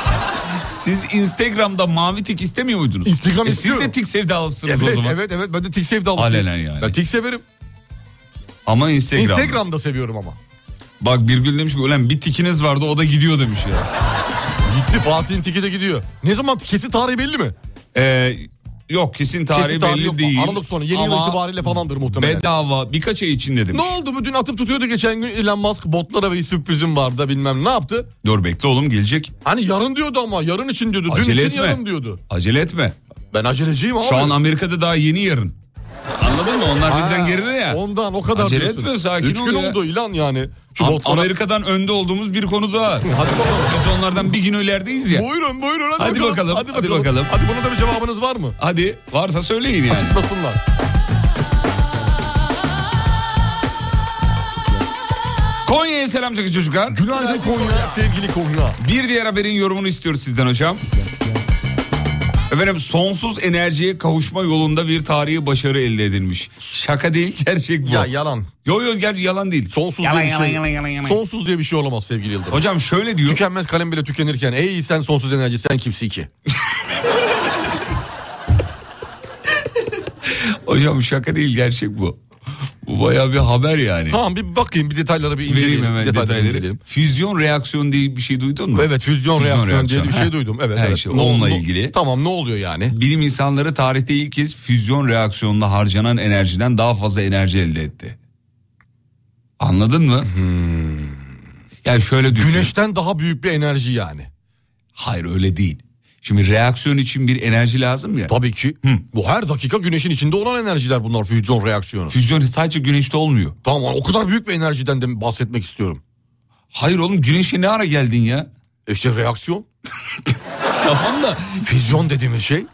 Speaker 2: Siz Instagram'da mavi tik istemiyor muydunuz?
Speaker 3: Instagram
Speaker 2: E siz
Speaker 3: istiyorum.
Speaker 2: de tik sevdalısınız
Speaker 3: Evet
Speaker 2: o zaman.
Speaker 3: evet evet ben de tik sevdalısıyım.
Speaker 2: Alenen yani.
Speaker 3: Ben tik severim.
Speaker 2: Ama Instagram.
Speaker 3: Instagram'da seviyorum ama.
Speaker 2: Bak Birgül demiş ki ulan bir tikiniz vardı o da gidiyor demiş ya.
Speaker 3: Gitti Fatih'in tiki de gidiyor. Ne zaman kesin tarihi belli mi?
Speaker 2: Ee, yok kesin tarihi
Speaker 3: kesin
Speaker 2: belli
Speaker 3: yok mu?
Speaker 2: değil.
Speaker 3: Aralık sonu yeni yıl
Speaker 2: Ama
Speaker 3: itibariyle falandır muhtemelen.
Speaker 2: Bedava birkaç ay içinde
Speaker 3: Ne
Speaker 2: demiş.
Speaker 3: oldu bu dün atıp tutuyordu geçen gün Elon Musk botlara bir sürprizim vardı da bilmem ne yaptı.
Speaker 2: Dur bekle oğlum gelecek.
Speaker 3: Hani yarın diyordu ama yarın için diyordu. Dün
Speaker 2: Acele
Speaker 3: için
Speaker 2: etme.
Speaker 3: yarın diyordu.
Speaker 2: Acele etme.
Speaker 3: Ben aceleciyim abi.
Speaker 2: Şu an Amerika'da daha yeni yarın. Anladın mı? Onlar bizden
Speaker 3: Ha,
Speaker 2: geride ya.
Speaker 3: Ondan o kadar
Speaker 2: Acele
Speaker 3: diyorsun.
Speaker 2: etme, sakin
Speaker 3: Üç
Speaker 2: ol
Speaker 3: gün
Speaker 2: ya.
Speaker 3: oldu ilan yani. Şu
Speaker 2: Am-
Speaker 3: botlara-
Speaker 2: Amerika'dan önde olduğumuz bir konu daha.
Speaker 3: Hadi bakalım.
Speaker 2: Biz onlardan bir gün ilerideyiz ya.
Speaker 3: Buyurun buyurun hadi,
Speaker 2: Hadi bakalım,
Speaker 3: Hadi
Speaker 2: hadi
Speaker 3: bakalım.
Speaker 2: bakalım.
Speaker 3: Hadi bunun da bir cevabınız var mı?
Speaker 2: Hadi varsa söyleyin yani.
Speaker 3: Açıklasınlar.
Speaker 2: Konya'ya selam çakın çocuklar.
Speaker 3: Günaydın Konya sevgili Konya.
Speaker 2: Bir diğer haberin yorumunu istiyoruz sizden hocam. Efendim sonsuz enerjiye kavuşma yolunda bir tarihi başarı elde edilmiş. Şaka değil gerçek bu.
Speaker 3: Ya yalan.
Speaker 2: Yo yo gel yalan değil.
Speaker 3: Sonsuz
Speaker 2: yalan,
Speaker 3: diye bir
Speaker 2: yalan,
Speaker 3: şey.
Speaker 2: yalan yalan yalan.
Speaker 3: Sonsuz diye bir şey olamaz sevgili Yıldırım.
Speaker 2: Hocam şöyle diyor.
Speaker 3: Tükenmez kalem bile tükenirken ey sen sonsuz enerji sen kimsin ki?
Speaker 2: Hocam şaka değil gerçek bu. Bu bayağı bir haber yani.
Speaker 3: Tamam bir bakayım bir detaylara bir inceleyelim.
Speaker 2: Vereyim hemen
Speaker 3: Detayları
Speaker 2: detayları.
Speaker 3: inceleyelim.
Speaker 2: Füzyon reaksiyonu diye bir şey duydun mu?
Speaker 3: Evet füzyon, reaksiyon, diye bir
Speaker 2: reaksiyonu.
Speaker 3: şey duydum. Evet,
Speaker 2: Her
Speaker 3: evet.
Speaker 2: şey
Speaker 3: Ne-
Speaker 2: onunla
Speaker 3: ne-
Speaker 2: ilgili.
Speaker 3: Tamam ne oluyor yani?
Speaker 2: Bilim insanları tarihte ilk kez füzyon reaksiyonunda harcanan enerjiden daha fazla enerji elde etti. Anladın mı? Yani şöyle düşün.
Speaker 3: Hmm. Güneşten daha büyük bir enerji yani.
Speaker 2: Hayır öyle değil. Şimdi reaksiyon için bir enerji lazım ya.
Speaker 3: Tabii ki. Bu her dakika güneşin içinde olan enerjiler bunlar füzyon reaksiyonu.
Speaker 2: Füzyon sadece güneşte olmuyor.
Speaker 3: Tamam o kadar büyük bir enerjiden de bahsetmek istiyorum.
Speaker 2: Hayır oğlum güneşe ne ara geldin ya?
Speaker 3: E İşte reaksiyon,
Speaker 2: tamam da.
Speaker 3: füzyon dediğimiz şey.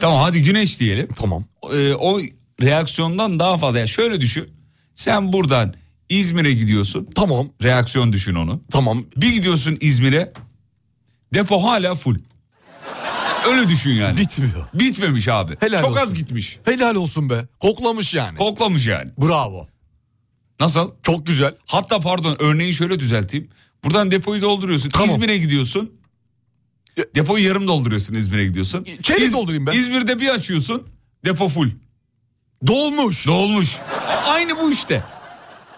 Speaker 2: Tamam hadi güneş diyelim.
Speaker 3: Tamam.
Speaker 2: Ee, o reaksiyondan daha fazla. Yani şöyle düşün. Sen buradan İzmir'e gidiyorsun.
Speaker 3: Tamam.
Speaker 2: Reaksiyon düşün onu.
Speaker 3: Tamam.
Speaker 2: Bir gidiyorsun İzmir'e. Depo hala full. Öyle düşün yani.
Speaker 3: Bitmiyor.
Speaker 2: Bitmemiş abi.
Speaker 3: Helal
Speaker 2: Çok az
Speaker 3: olsun.
Speaker 2: gitmiş.
Speaker 3: Helal olsun be. Koklamış yani.
Speaker 2: Koklamış yani.
Speaker 3: Bravo.
Speaker 2: Nasıl?
Speaker 3: Çok güzel.
Speaker 2: Hatta pardon örneği şöyle düzelteyim. Buradan depoyu dolduruyorsun.
Speaker 3: Tamam.
Speaker 2: İzmir'e gidiyorsun.
Speaker 3: Ya-
Speaker 2: Depoyu yarım dolduruyorsun İzmir'e gidiyorsun.
Speaker 3: Çeyrek doldurayım ben.
Speaker 2: İzmir'de bir açıyorsun. Depo full.
Speaker 3: Dolmuş.
Speaker 2: Dolmuş. Aynı bu işte.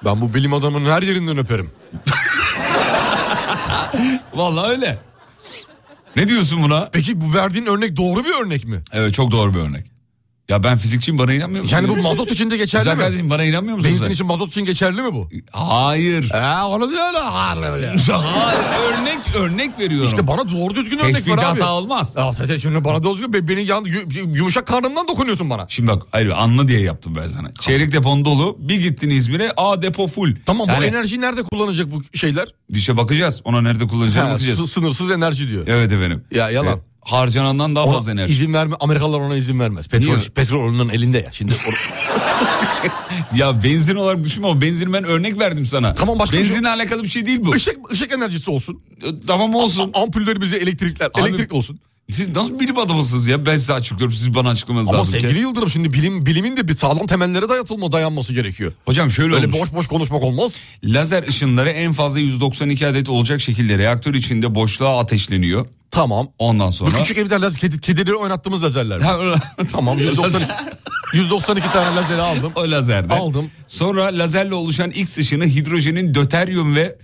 Speaker 3: Ben bu bilim adamının her yerinden öperim.
Speaker 2: Vallahi öyle. Ne diyorsun buna?
Speaker 3: Peki bu verdiğin örnek doğru bir örnek mi?
Speaker 2: Evet çok doğru bir örnek. Ya ben fizikçiyim bana inanmıyor musun?
Speaker 3: Yani bu
Speaker 2: Ya?
Speaker 3: mazot için de geçerli
Speaker 2: Güzel
Speaker 3: mi?
Speaker 2: kardeşim bana inanmıyor musun?
Speaker 3: Benzin
Speaker 2: sen?
Speaker 3: için mazot için geçerli mi bu?
Speaker 2: Hayır.
Speaker 3: Ee, onu diyor öyle.
Speaker 2: Hayır. Örnek örnek veriyorum.
Speaker 3: İşte bana doğru düzgün örnek ver
Speaker 2: Teşbihde
Speaker 3: abi.
Speaker 2: hata olmaz.
Speaker 3: Ya sen- sen şimdi bana doğru düzgün be- benim yan, yu- yumuşak karnımdan dokunuyorsun bana.
Speaker 2: Şimdi bak hayır anla diye yaptım ben sana. Çeyrek depon dolu. Bir gittin İzmir'e. Aa depo full.
Speaker 3: Tamam bu
Speaker 2: Yani
Speaker 3: enerjiyi nerede kullanacak bu şeyler?
Speaker 2: dişe bakacağız. Ona nerede kullanacağını
Speaker 3: Ha,
Speaker 2: bakacağız.
Speaker 3: sı- sınırsız enerji diyor.
Speaker 2: Evet efendim.
Speaker 3: Ya yalan.
Speaker 2: Evet, harcanandan daha
Speaker 3: Ona
Speaker 2: fazla enerji.
Speaker 3: izin verme Amerikalılar ona izin vermez. Petrol
Speaker 2: Niye?
Speaker 3: petrol onun elinde ya. Şimdi or-
Speaker 2: Ya benzin olarak düşünme ama benzin ben örnek verdim sana.
Speaker 3: Tamam, başka bir şey
Speaker 2: Benzinle alakalı bir şey değil bu. E,
Speaker 3: ışık ışık enerjisi olsun.
Speaker 2: Tamam olsun.
Speaker 3: Ampulleri bize elektrikler
Speaker 2: Abi-
Speaker 3: elektrik olsun.
Speaker 2: Siz nasıl bilim adamısınız ya? Ben size açıklıyorum. Siz bana açıklamanız
Speaker 3: Ama
Speaker 2: lazım. ki.
Speaker 3: sevgili Yıldırım şimdi bilim bilimin de bir sağlam temellere dayatılma dayanması gerekiyor.
Speaker 2: Hocam şöyle
Speaker 3: Öyle
Speaker 2: olmuş.
Speaker 3: boş boş konuşmak olmaz.
Speaker 2: Lazer ışınları en fazla 192 adet olacak şekilde reaktör içinde boşluğa ateşleniyor.
Speaker 3: Tamam.
Speaker 2: Ondan
Speaker 3: Bu
Speaker 2: sonra...
Speaker 3: küçük evlerde kedi, kedileri oynattığımız lazerler.
Speaker 2: Ha, o-
Speaker 3: Tamam 190, 192 tane lazeri aldım.
Speaker 2: o lazerden.
Speaker 3: Aldım.
Speaker 2: Sonra lazerle oluşan X ışını hidrojenin döteryum ve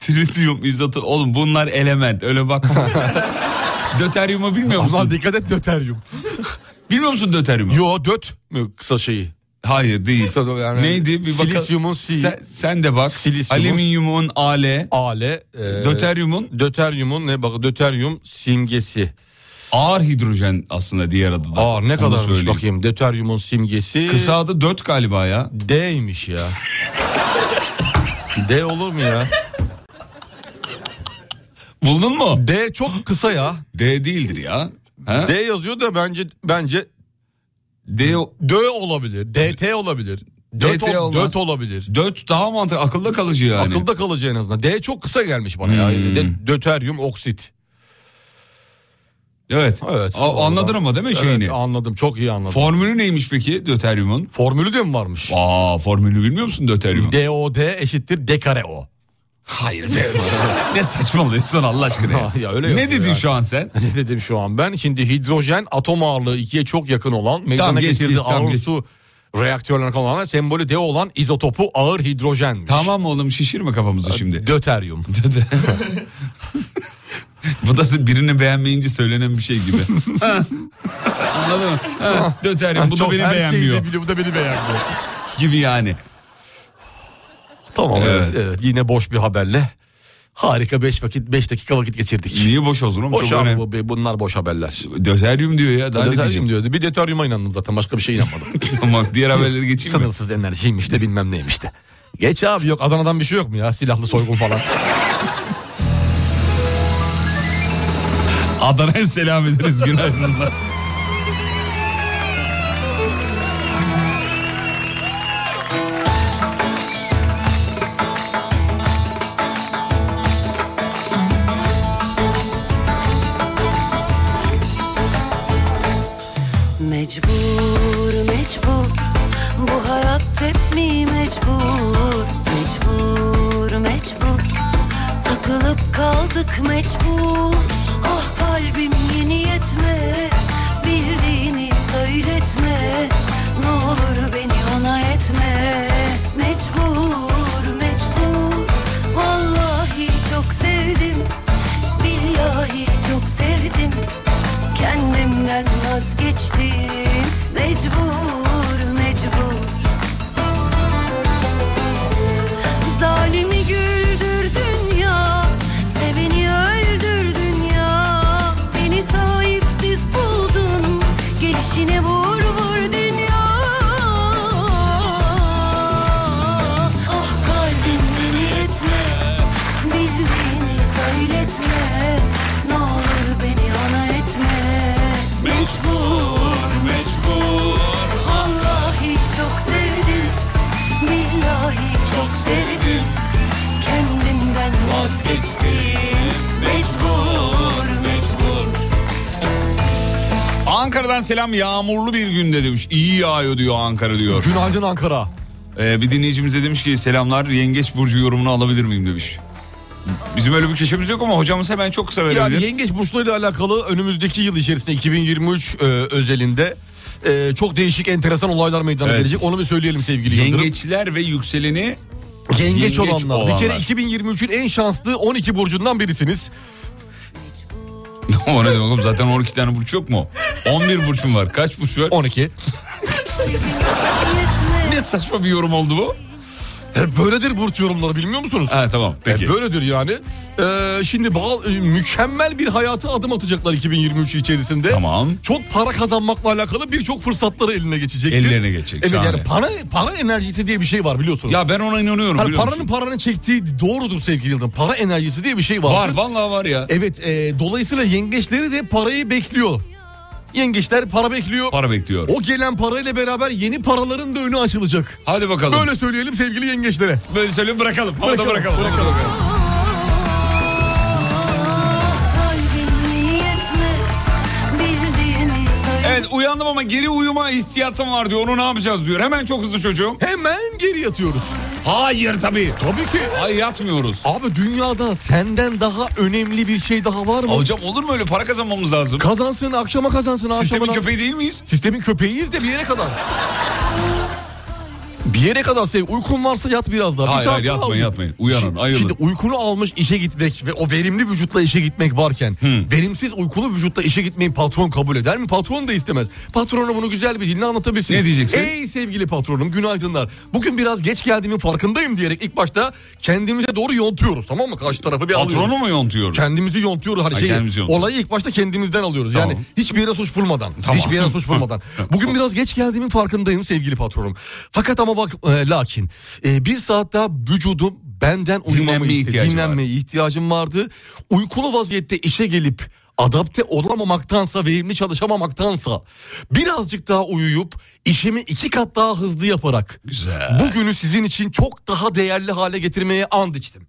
Speaker 2: tritium izotop. Oğlum bunlar element öyle bakma. Döteryumu bilmiyor
Speaker 3: Ulan
Speaker 2: musun?
Speaker 3: dikkat et döteryum.
Speaker 2: Bilmiyor musun döteryumu?
Speaker 3: Yo döt mü kısa şeyi?
Speaker 2: Hayır değil.
Speaker 3: Kısa da yani-
Speaker 2: Neydi bir bakalım.
Speaker 3: Silisyumun si-
Speaker 2: Sen, sen de bak.
Speaker 3: Silisyumun-
Speaker 2: Alüminyumun ale.
Speaker 3: Ale. e,
Speaker 2: Döteryumun
Speaker 3: Döteryumun ne bak döteryum simgesi.
Speaker 2: ağır hidrojen aslında diğer adı da.
Speaker 3: Aa ne
Speaker 2: Onu
Speaker 3: kadarmış
Speaker 2: söyleyeyim.
Speaker 3: bakayım döteryumun simgesi.
Speaker 2: Kısa adı 4 galiba ya.
Speaker 3: D'ymiş ya. D olur mu ya?
Speaker 2: Buldun mu?
Speaker 3: D çok kısa ya.
Speaker 2: D değildir ya. Ha?
Speaker 3: D
Speaker 2: D,
Speaker 3: yazıyor da bence bence D olabilir. DT olabilir. Döt,
Speaker 2: DT olmaz.
Speaker 3: döt olabilir.
Speaker 2: 4 daha mantıklı akılda kalıcı yani.
Speaker 3: Akılda kalıcı en azından. D çok kısa gelmiş bana ya.
Speaker 2: Hmm.
Speaker 3: Dö- döteryum oksit.
Speaker 2: Evet.
Speaker 3: Evet.
Speaker 2: A- anladın ama değil mi
Speaker 3: Evet,
Speaker 2: şeyini?
Speaker 3: anladım. Çok iyi anladım.
Speaker 2: Formülü neymiş peki döteryumun?
Speaker 3: Formülü de mi varmış?
Speaker 2: Aa formülü bilmiyor musun döteryumun?
Speaker 3: DOD eşittir D kare O.
Speaker 2: Hayır be. ne saçmalıyorsun Allah aşkına ya.
Speaker 3: Ya öyle
Speaker 2: ne
Speaker 3: yok
Speaker 2: dedin
Speaker 3: yani.
Speaker 2: şu an sen?
Speaker 3: Ne dedim şu an ben? Şimdi hidrojen atom ağırlığı 2'ye çok yakın olan meydana
Speaker 2: Tamam, geç,
Speaker 3: getirdiği
Speaker 2: geç, tamam,
Speaker 3: ağır
Speaker 2: geç.
Speaker 3: su reaktörlerine kalan olan sembolü D olan izotopu ağır hidrojenmiş.
Speaker 2: Tamam oğlum şişirme kafamızı şimdi.
Speaker 3: Döteryum.
Speaker 2: Bu da birini beğenmeyince söylenen bir şey gibi. Anladın mı? Ha, Döteryum bu da
Speaker 3: Çok
Speaker 2: beni
Speaker 3: her şeyi de
Speaker 2: beğenmiyor
Speaker 3: biliyor, bu da beni beğenmiyor.
Speaker 2: gibi yani.
Speaker 3: Tamam evet.
Speaker 2: Evet.
Speaker 3: evet, Yine boş bir haberle. Harika 5 vakit 5 dakika vakit geçirdik.
Speaker 2: Niye boş olsun oğlum?
Speaker 3: Boş
Speaker 2: Çok
Speaker 3: abi
Speaker 2: önemli.
Speaker 3: bu, bunlar boş haberler.
Speaker 2: Döteryum diyor ya. Daha ne
Speaker 3: Döteryum
Speaker 2: diyeceğim?
Speaker 3: diyordu. Bir döteryuma inandım zaten başka bir şey inanmadım.
Speaker 2: Tamam diğer haberleri geçeyim mi?
Speaker 3: Sınırsız enerjiymiş de bilmem neymiş de. Geç abi yok Adana'dan bir şey yok mu ya? Silahlı soygun falan.
Speaker 2: Adana'ya selam ederiz günaydınlar.
Speaker 7: Mecbur mecbur bu hayat hep mi mecbur Mecbur mecbur takılıp kaldık mecbur Ah kalbim yeni yetme bildiğini söyletme Ne olur beni ona etme Mecbur mecbur vallahi çok sevdim Billahi çok sevdim Kendimden vazgeçtim Mecbur mecbur Zalimi güldür dünya Seveni öldür dünya Beni sahipsiz buldun Gelişine vur vur dünya Ah kalbim beni etme Bildiğini söyletme Ne olur beni ona etme Mecbur mecbur Vallahi çok sevdim Billahi çok sevdim Kendimden vazgeçtim Mecbur mecbur
Speaker 2: Ankara'dan selam yağmurlu bir günde demiş. İyi yağıyor diyor Ankara diyor.
Speaker 3: Günaydın Ankara.
Speaker 2: Ee, bir dinleyicimiz de demiş ki selamlar yengeç burcu yorumunu alabilir miyim demiş. Bizim öyle bir köşemiz yok ama hocamız hemen çok kısa verebilir.
Speaker 3: Yani yengeç burçlarıyla alakalı önümüzdeki yıl içerisinde 2023 e, özelinde e, çok değişik enteresan olaylar meydana
Speaker 2: Evet.
Speaker 3: gelecek. Onu bir söyleyelim sevgili Yıldırım.
Speaker 2: Yengeçler ve yükseleni
Speaker 3: Yengeç,
Speaker 2: yengeç
Speaker 3: olanlar.
Speaker 2: olanlar.
Speaker 3: Bir kere 2023'ün en şanslı 12 burcundan birisiniz.
Speaker 2: o ne demek oğlum zaten 12 tane burç yok mu? 11 burçum var. Kaç burç var?
Speaker 3: 12.
Speaker 2: Ne saçma bir yorum oldu bu?
Speaker 3: E, böyledir burç yorumları bilmiyor musunuz?
Speaker 2: Ha tamam
Speaker 3: E,
Speaker 2: peki.
Speaker 3: böyledir yani. E, şimdi bazı- e, mükemmel bir hayata adım atacaklar 2023 içerisinde.
Speaker 2: Tamam.
Speaker 3: Çok para kazanmakla alakalı birçok fırsatları eline geçecek.
Speaker 2: Ellerine geçecek,
Speaker 3: Evet
Speaker 2: şahane.
Speaker 3: yani para, para enerjisi diye bir şey var biliyorsunuz.
Speaker 2: Ya ben ona inanıyorum.
Speaker 3: Hani
Speaker 2: biliyor
Speaker 3: paranın
Speaker 2: musun?
Speaker 3: paranın çektiği doğrudur sevgili Yıldırım. Para enerjisi diye bir şey vardır.
Speaker 2: Var vallahi var ya.
Speaker 3: Evet e, dolayısıyla yengeçleri de parayı bekliyor. Yengeçler para bekliyor.
Speaker 2: Para bekliyor.
Speaker 3: O gelen parayla beraber yeni paraların da önü açılacak.
Speaker 2: Hadi bakalım. Böyle,
Speaker 3: Böyle söyleyelim sevgili yengeçlere.
Speaker 2: söyleyeyim bırakalım. Havada
Speaker 3: Bırakalım,
Speaker 2: bırakalım.
Speaker 3: bırakalım.
Speaker 7: Kalbim yetme Bildiğini söyle
Speaker 2: Evet uyandım ama geri uyuma hissiyatım var diyor. Onu ne yapacağız diyor. Hemen çok hızlı çocuğum.
Speaker 3: Hemen geri yatıyoruz.
Speaker 2: Hayır tabii.
Speaker 3: Tabii ki.
Speaker 2: Hayır yatmıyoruz.
Speaker 3: Abi dünyada senden daha önemli bir şey daha var mı?
Speaker 2: Aa, Hocam olur mu öyle para kazanmamız lazım?
Speaker 3: Kazansın akşama kazansın akşamına.
Speaker 2: Sistemin köpeği değil miyiz?
Speaker 3: Sistemin köpeğiyiz de bir yere kadar. Bir yere kadar sev. Uykun varsa yat biraz daha. Bir
Speaker 2: Hayır,
Speaker 3: saat
Speaker 2: hayır,
Speaker 3: daha
Speaker 2: yatmayın,
Speaker 3: uyu.
Speaker 2: yatmayın. Uyanın,
Speaker 3: Şimdi-
Speaker 2: ayılın.
Speaker 3: Şimdi uykunu almış işe gitmek ve o verimli vücutla işe gitmek varken verimsiz uykulu vücutla işe gitmeyi patron kabul eder mi? Patron da istemez. Patrona bunu güzel bir dille anlatabilirsin.
Speaker 2: Ne diyeceksin?
Speaker 3: Ey sevgili patronum günaydınlar. Bugün biraz geç geldiğimin farkındayım diyerek ilk başta kendimize doğru yontuyoruz tamam mı? Karşı tarafı bir alıyoruz.
Speaker 2: Patronu mu yontuyoruz?
Speaker 3: Kendimizi yontuyoruz. Hani
Speaker 2: Ha,
Speaker 3: şey,
Speaker 2: kendimizi yontuyoruz.
Speaker 3: olayı ilk başta kendimizden alıyoruz. Yani
Speaker 2: Tamam.
Speaker 3: hiçbir yere suç bulmadan.
Speaker 2: Tamam.
Speaker 3: Hiçbir yere suç bulmadan. Bugün biraz geç geldiğimin farkındayım sevgili patronum. Fakat ama bak e, lakin e, bir saat daha vücudum benden uyumamı
Speaker 2: Dinlenmeye
Speaker 3: istedi.
Speaker 2: ihtiyacı
Speaker 3: Dinlenmeye ihtiyacım vardı. Uykulu vaziyette işe gelip adapte olamamaktansa, verimli çalışamamaktansa birazcık daha uyuyup işimi iki kat daha hızlı yaparak
Speaker 2: Güzel.
Speaker 3: bugünü sizin için çok daha değerli hale getirmeye and içtim.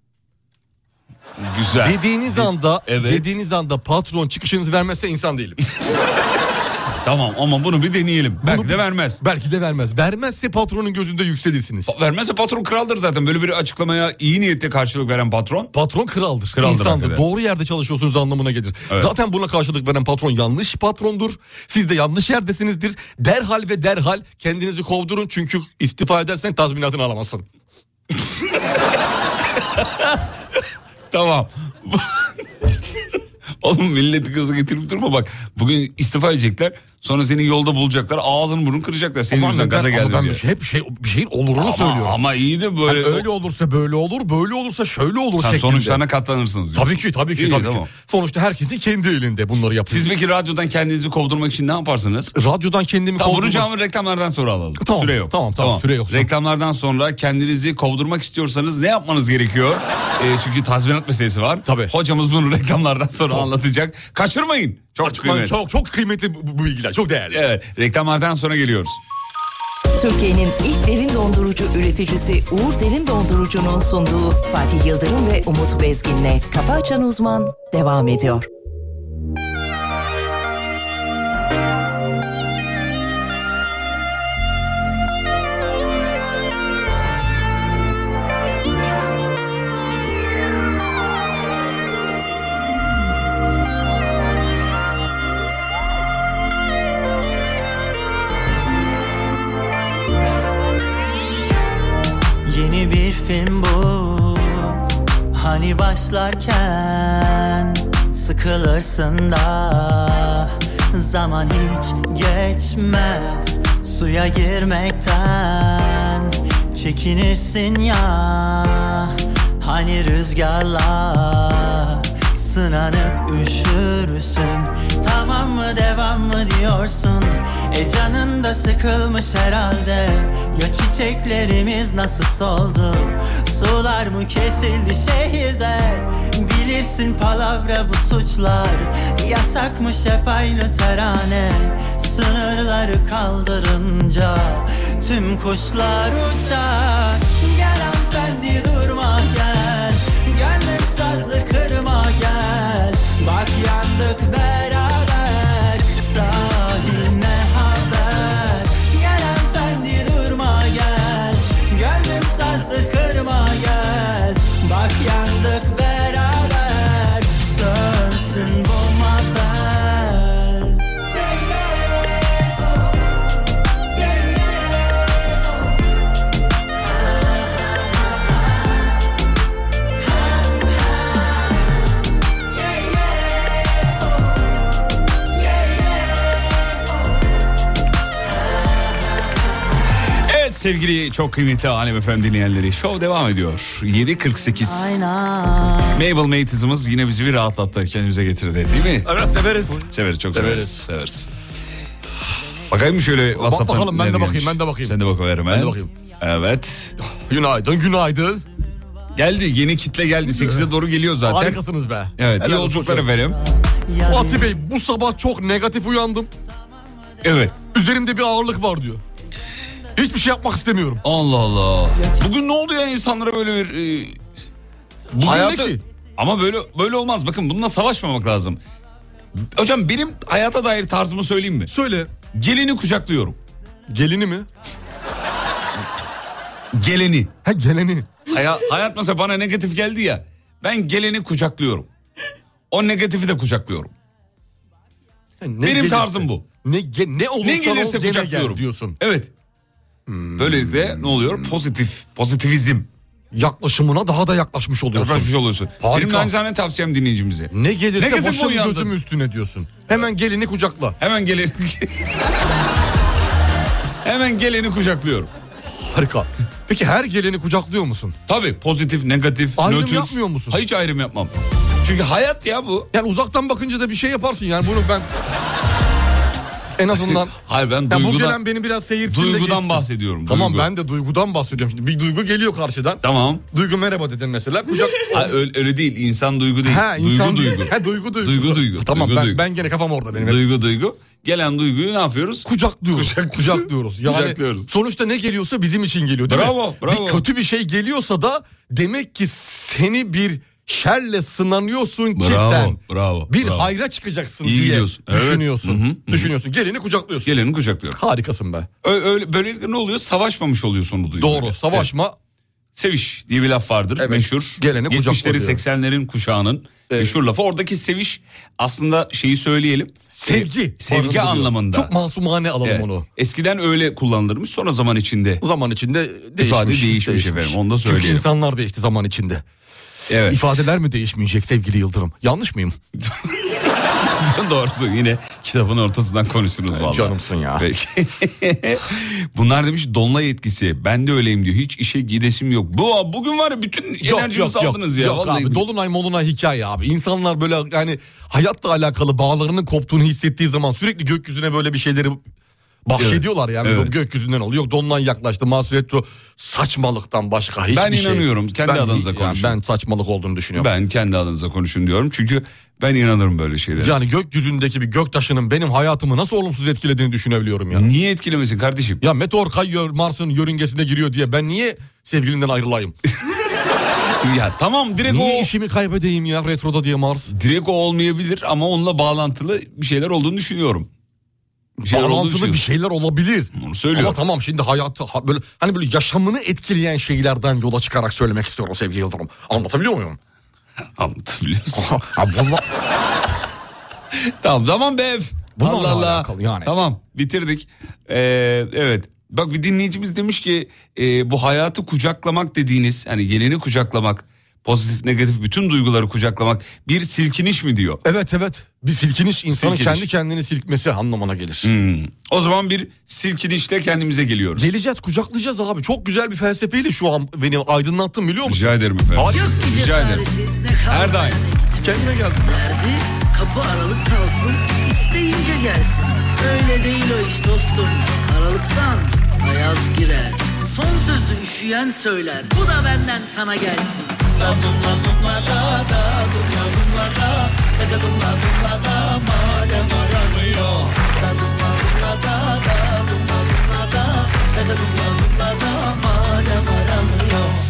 Speaker 2: Güzel.
Speaker 3: Dediğiniz anda
Speaker 2: evet.
Speaker 3: dediğiniz anda patron çıkışınızı vermezse insan değilim.
Speaker 2: Tamam ama bunu bir deneyelim. Belki de vermez.
Speaker 3: Belki de vermez. Vermezse patronun gözünde yükselirsiniz.
Speaker 2: Pa- Vermezse patron kraldır zaten. Böyle bir açıklamaya iyi niyetle karşılık veren patron.
Speaker 3: Patron kraldır.
Speaker 2: Kraldır
Speaker 3: insandır.
Speaker 2: hakikaten.
Speaker 3: Doğru yerde çalışıyorsunuz anlamına gelir.
Speaker 2: Evet.
Speaker 3: Zaten buna karşılık veren patron yanlış patrondur. Siz de yanlış yerdesinizdir. Derhal ve derhal kendinizi kovdurun çünkü istifa edersen tazminatını alamazsın.
Speaker 2: Tamam. Oğlum milleti kızı getirip durma bak. Bugün istifa edecekler. Sonra seni yolda bulacaklar. Ağzını burnunu kıracaklar. Senin
Speaker 3: Aman
Speaker 2: yüzünden
Speaker 3: ben-
Speaker 2: gaza
Speaker 3: ama
Speaker 2: geldim
Speaker 3: ben
Speaker 2: diye.
Speaker 3: bir şey- hep şey, bir şeyin olurunu
Speaker 2: Ama,
Speaker 3: söylüyorum.
Speaker 2: ama iyi de
Speaker 3: Yani
Speaker 2: böyle.
Speaker 3: öyle olursa böyle olur, böyle olursa şöyle olur
Speaker 2: Ha,
Speaker 3: şeklinde.
Speaker 2: sonuçlarına katlanırsınız. diyor.
Speaker 3: Tabii ki tabii ki.
Speaker 2: İyi,
Speaker 3: tabii ki.
Speaker 2: tamam.
Speaker 3: Sonuçta herkesin kendi elinde bunları yapıyor.
Speaker 2: Siz peki radyodan kendinizi kovdurmak için ne yaparsınız?
Speaker 3: Radyodan kendimi
Speaker 2: Tamam
Speaker 3: kovdurmak-
Speaker 2: vuracağımı reklamlardan sonra alalım.
Speaker 3: Tamam,
Speaker 2: süre yok.
Speaker 3: tamam, tamam, süre yok.
Speaker 2: Reklamlardan sonra kendinizi kovdurmak istiyorsanız ne yapmanız gerekiyor? Ee, çünkü tazminat meselesi var.
Speaker 3: Tabii.
Speaker 2: Hocamız bunu reklamlardan sonra anlatacak. Kaçırmayın. Çok
Speaker 3: Lan
Speaker 2: kıymetli.
Speaker 3: çok çok kıymetli bu, bu bilgiler. Çok değerli.
Speaker 2: Evet reklamlardan sonra geliyoruz.
Speaker 4: Türkiye'nin ilk derin dondurucu üreticisi Uğur Derin Dondurucu'nun sunduğu Fatih Yıldırım ve Umut Bezgin'le Kafa Açan Uzman devam ediyor.
Speaker 8: Yeni bir film bu Hani başlarken Sıkılırsın da Zaman hiç geçmez Suya girmekten Çekinirsin ya Hani rüzgarla Sınanıp üşürsün Tamam mı devam mı diyorsun E canın da sıkılmış herhalde Ya çiçeklerimiz nasıl soldu Sular mı kesildi şehirde Bilirsin palavra bu suçlar Yasakmış hep aynı terane Sınırları kaldırınca Tüm kuşlar uçar Gel hanımefendi durma gel Gönlüm sazlı kırma gel Bak yandık beraber Sahil ne haber Gel hanımefendi durma gel Gönlüm sazlı kırma gel Bak yandık beraber Sönsün bu mabel
Speaker 2: Evet sevgili çok kıymetli Alem Efem dinleyenleri. Show devam ediyor. 7.48.
Speaker 8: Aynen
Speaker 2: Mabel Matiz'imiz yine bizi bir rahatlattı. Kendimize getirdi değil mi?
Speaker 3: Evet severiz.
Speaker 2: Severiz çok severiz.
Speaker 3: Severiz.
Speaker 2: Severiz. Bakayım mı şöyle WhatsApp'tan?
Speaker 3: bakalım, ben de
Speaker 2: neler
Speaker 3: bakayım,
Speaker 2: gelmiş?
Speaker 3: ben de bakayım.
Speaker 2: Sen de bakıver hemen.
Speaker 3: Ben de bakayım.
Speaker 2: Evet.
Speaker 3: Günaydın günaydın. Ee,
Speaker 2: Geldi yeni kitle geldi. 8'e doğru geliyor zaten.
Speaker 3: Harikasınız be.
Speaker 2: Evet iyi
Speaker 3: Helal olsun
Speaker 2: yolculuklar
Speaker 3: hocam.
Speaker 2: efendim.
Speaker 3: Fatih Bey bu sabah çok negatif uyandım.
Speaker 2: Evet.
Speaker 3: Üzerimde bir ağırlık var diyor. Hiçbir şey yapmak istemiyorum.
Speaker 2: Allah Allah. Bugün ne oldu ya insanlara böyle bir... e,
Speaker 3: Bugün ne
Speaker 2: hayatı...
Speaker 3: ki?
Speaker 2: Ama böyle böyle olmaz. Bakın bununla savaşmamak lazım. Hocam benim hayata dair tarzımı söyleyeyim mi?
Speaker 3: Söyle.
Speaker 2: Gelini kucaklıyorum.
Speaker 3: Gelini mi?
Speaker 2: Geleni.
Speaker 3: Ha geleni.
Speaker 2: Haya- hayat mesela bana negatif geldi ya. Ben geleni kucaklıyorum. O negatifi de kucaklıyorum.
Speaker 3: Ha, ne
Speaker 2: Benim tarzım bu.
Speaker 3: Ne, ge- ne olursa
Speaker 2: Ne
Speaker 3: ol,
Speaker 2: gelirse
Speaker 3: gene gel
Speaker 2: kucaklıyorum.
Speaker 3: diyorsun.
Speaker 2: Evet. Böylelikle ne oluyor? Pozitif, pozitivizm
Speaker 3: Yaklaşımına daha da yaklaşmış oluyorsun.
Speaker 2: yaklaşmış oluyorsun.
Speaker 3: Harika.
Speaker 2: Benim naçizane tavsiyem dinleyicimize.
Speaker 3: Ne gelirse
Speaker 2: Ne kızım bu
Speaker 3: başım
Speaker 2: yandın?
Speaker 3: gözüm üstüne diyorsun. Hemen gelini kucakla.
Speaker 2: Hemen geleni... Hemen geleni kucaklıyorum.
Speaker 3: Harika. Peki her geleni kucaklıyor musun?
Speaker 2: Tabii pozitif, negatif,
Speaker 3: Ayrım
Speaker 2: nötr.
Speaker 3: yapmıyor musun?
Speaker 2: Hayır, Hiç ayrım yapmam. Çünkü hayat ya bu.
Speaker 3: Yani uzaktan bakınca da bir şey yaparsın yani bunu ben... en azından...
Speaker 2: Hayır ben
Speaker 3: Ya bu
Speaker 2: duygudan,
Speaker 3: gelen beni biraz seyirtsin de
Speaker 2: duygudan
Speaker 3: geçsin.
Speaker 2: bahsediyorum.
Speaker 3: Tamam
Speaker 2: duygu.
Speaker 3: ben de duygudan bahsediyorum şimdi. Bir duygu geliyor karşıdan.
Speaker 2: Tamam.
Speaker 3: Duygu merhaba dedin mesela. Kucak...
Speaker 2: Ha, öyle, öyle değil. İnsan duygu değil.
Speaker 3: ha,
Speaker 2: duygu
Speaker 3: insan...
Speaker 2: duygu.
Speaker 3: Ha, duygu duygu.
Speaker 2: Duygu duygu.
Speaker 3: Tamam
Speaker 2: Duygu
Speaker 3: ben,
Speaker 2: duygu.
Speaker 3: ben gene kafam orada benim.
Speaker 2: Duygu duygu. Gelen duyguyu ne yapıyoruz?
Speaker 3: kucaklıyoruz.
Speaker 2: Kucak-
Speaker 3: kucaklıyoruz. Yani
Speaker 2: Kucaklıyoruz.
Speaker 3: sonuçta ne geliyorsa bizim için geliyor değil
Speaker 2: Bravo,
Speaker 3: mi?
Speaker 2: bravo.
Speaker 3: Bir kötü bir şey geliyorsa da demek ki seni bir şerle sınanıyorsun ki
Speaker 2: Bravo,
Speaker 3: sen
Speaker 2: bravo,
Speaker 3: bir
Speaker 2: bravo.
Speaker 3: hayra çıkacaksın
Speaker 2: İyi
Speaker 3: diye
Speaker 2: gidiyorsun. Evet.
Speaker 3: düşünüyorsun.
Speaker 2: Hı hı, hı.
Speaker 3: Düşünüyorsun. Gelini kucaklıyorsun.
Speaker 2: Geleni kucaklıyorum.
Speaker 3: Harikasın be.
Speaker 2: Ö- öyle, böylelikle ne oluyor? Savaşmamış oluyorsun bu duyguyla.
Speaker 3: Doğru.
Speaker 2: Evet.
Speaker 3: Savaşma.
Speaker 2: Seviş diye bir laf vardır
Speaker 3: Evet,
Speaker 2: meşhur.
Speaker 3: geleni
Speaker 2: 70'leri
Speaker 3: kucaklıyor.
Speaker 2: 80'lerin kuşağının
Speaker 3: Evet.
Speaker 2: meşhur lafı. Oradaki seviş aslında şeyi söyleyelim.
Speaker 3: Sevgi.
Speaker 2: Ee, sevgi
Speaker 3: barındırıyor.
Speaker 2: anlamında.
Speaker 3: Çok masumane alalım
Speaker 2: Evet.
Speaker 3: onu.
Speaker 2: Eskiden öyle kullanılırmış sonra zaman içinde.
Speaker 3: Zaman içinde değişmiş.
Speaker 2: İfade değişmiş efendim, onu da
Speaker 3: Çünkü
Speaker 2: söyleyelim.
Speaker 3: insanlar değişti zaman içinde.
Speaker 2: Evet.
Speaker 3: İfadeler mi değişmeyecek sevgili Yıldırım? Yanlış mıyım?
Speaker 2: Doğrusu yine kitabın ortasından konuştunuz vallahi.
Speaker 3: canımsın ya.
Speaker 2: Peki. Bunlar demiş dolunay etkisi. Ben de öyleyim diyor. Hiç işe gidesim yok. Bu bugün var ya bütün enerjimizi aldınız ya.
Speaker 3: Yok
Speaker 2: vallahi
Speaker 3: abi
Speaker 2: billahi.
Speaker 3: dolunay molunay hikaye abi. İnsanlar böyle yani hayatla alakalı bağlarının koptuğunu hissettiği zaman sürekli gökyüzüne böyle bir şeyleri bahşediyorlar yani.
Speaker 2: Evet.
Speaker 3: Yok gökyüzünden oluyor. Yok dolunay yaklaştı. Mars retro saçmalıktan başka hiçbir
Speaker 2: Ben
Speaker 3: şey.
Speaker 2: inanıyorum. Kendi
Speaker 3: Ben-
Speaker 2: adınıza
Speaker 3: yani
Speaker 2: konuşun.
Speaker 3: ben saçmalık olduğunu düşünüyorum.
Speaker 2: Ben kendi adınıza konuşun diyorum. Çünkü ben inanırım böyle şeylere.
Speaker 3: Yani gökyüzündeki bir göktaşının benim hayatımı nasıl olumsuz etkilediğini düşünebiliyorum ya.
Speaker 2: Niye etkilemesin kardeşim?
Speaker 3: Ya meteor kayıyor Mars'ın yörüngesine giriyor diye ben niye sevgilimden ayrılayım?
Speaker 2: Ya tamam direkt
Speaker 3: niye
Speaker 2: o
Speaker 3: işimi kaybedeyim ya retroda diye Mars?
Speaker 2: direkt o olmayabilir ama onunla bağlantılı bir şeyler olduğunu düşünüyorum. Bir şeyler olduğunu
Speaker 3: Bağlantılı bir
Speaker 2: düşünüyorum.
Speaker 3: şeyler olabilir.
Speaker 2: Onu söylüyorum.
Speaker 3: Ama tamam şimdi hayatı ha- böyle hani böyle yaşamını etkileyen şeylerden yola çıkarak söylemek istiyorum sevgili Yıldırım. Anlatabiliyor muyum?
Speaker 2: Anlatabiliyorsun.
Speaker 3: Ha, vallahi-
Speaker 2: tamam tamam be.
Speaker 3: Bunlarla
Speaker 2: Allah Allah.
Speaker 3: alakalı yani.
Speaker 2: Tamam bitirdik. Ee, evet. Bak bir dinleyicimiz demiş ki e, bu hayatı kucaklamak dediğiniz hani geleni kucaklamak pozitif negatif bütün duyguları kucaklamak bir silkiniş mi diyor.
Speaker 3: evet evet. Bir silkiniş insanın
Speaker 2: Silkiniş.
Speaker 3: kendi kendini silkmesi anlamına gelir.
Speaker 2: Hmm. O zaman bir silkinişle kendimize geliyoruz.
Speaker 3: Geleceğiz kucaklayacağız abi. Çok güzel bir felsefeyle şu an beni aydınlattın biliyor musun?
Speaker 2: Rica ederim efendim.
Speaker 3: Harikasın.
Speaker 2: Rica ederim. Her daim.
Speaker 3: Kendime geldim.
Speaker 5: Verdi, kapı aralık kalsın, isteyince gelsin. Öyle değil o iş dostum, aralıktan ayaz girer. Son sözü üşüyen söyler, bu da benden sana gelsin.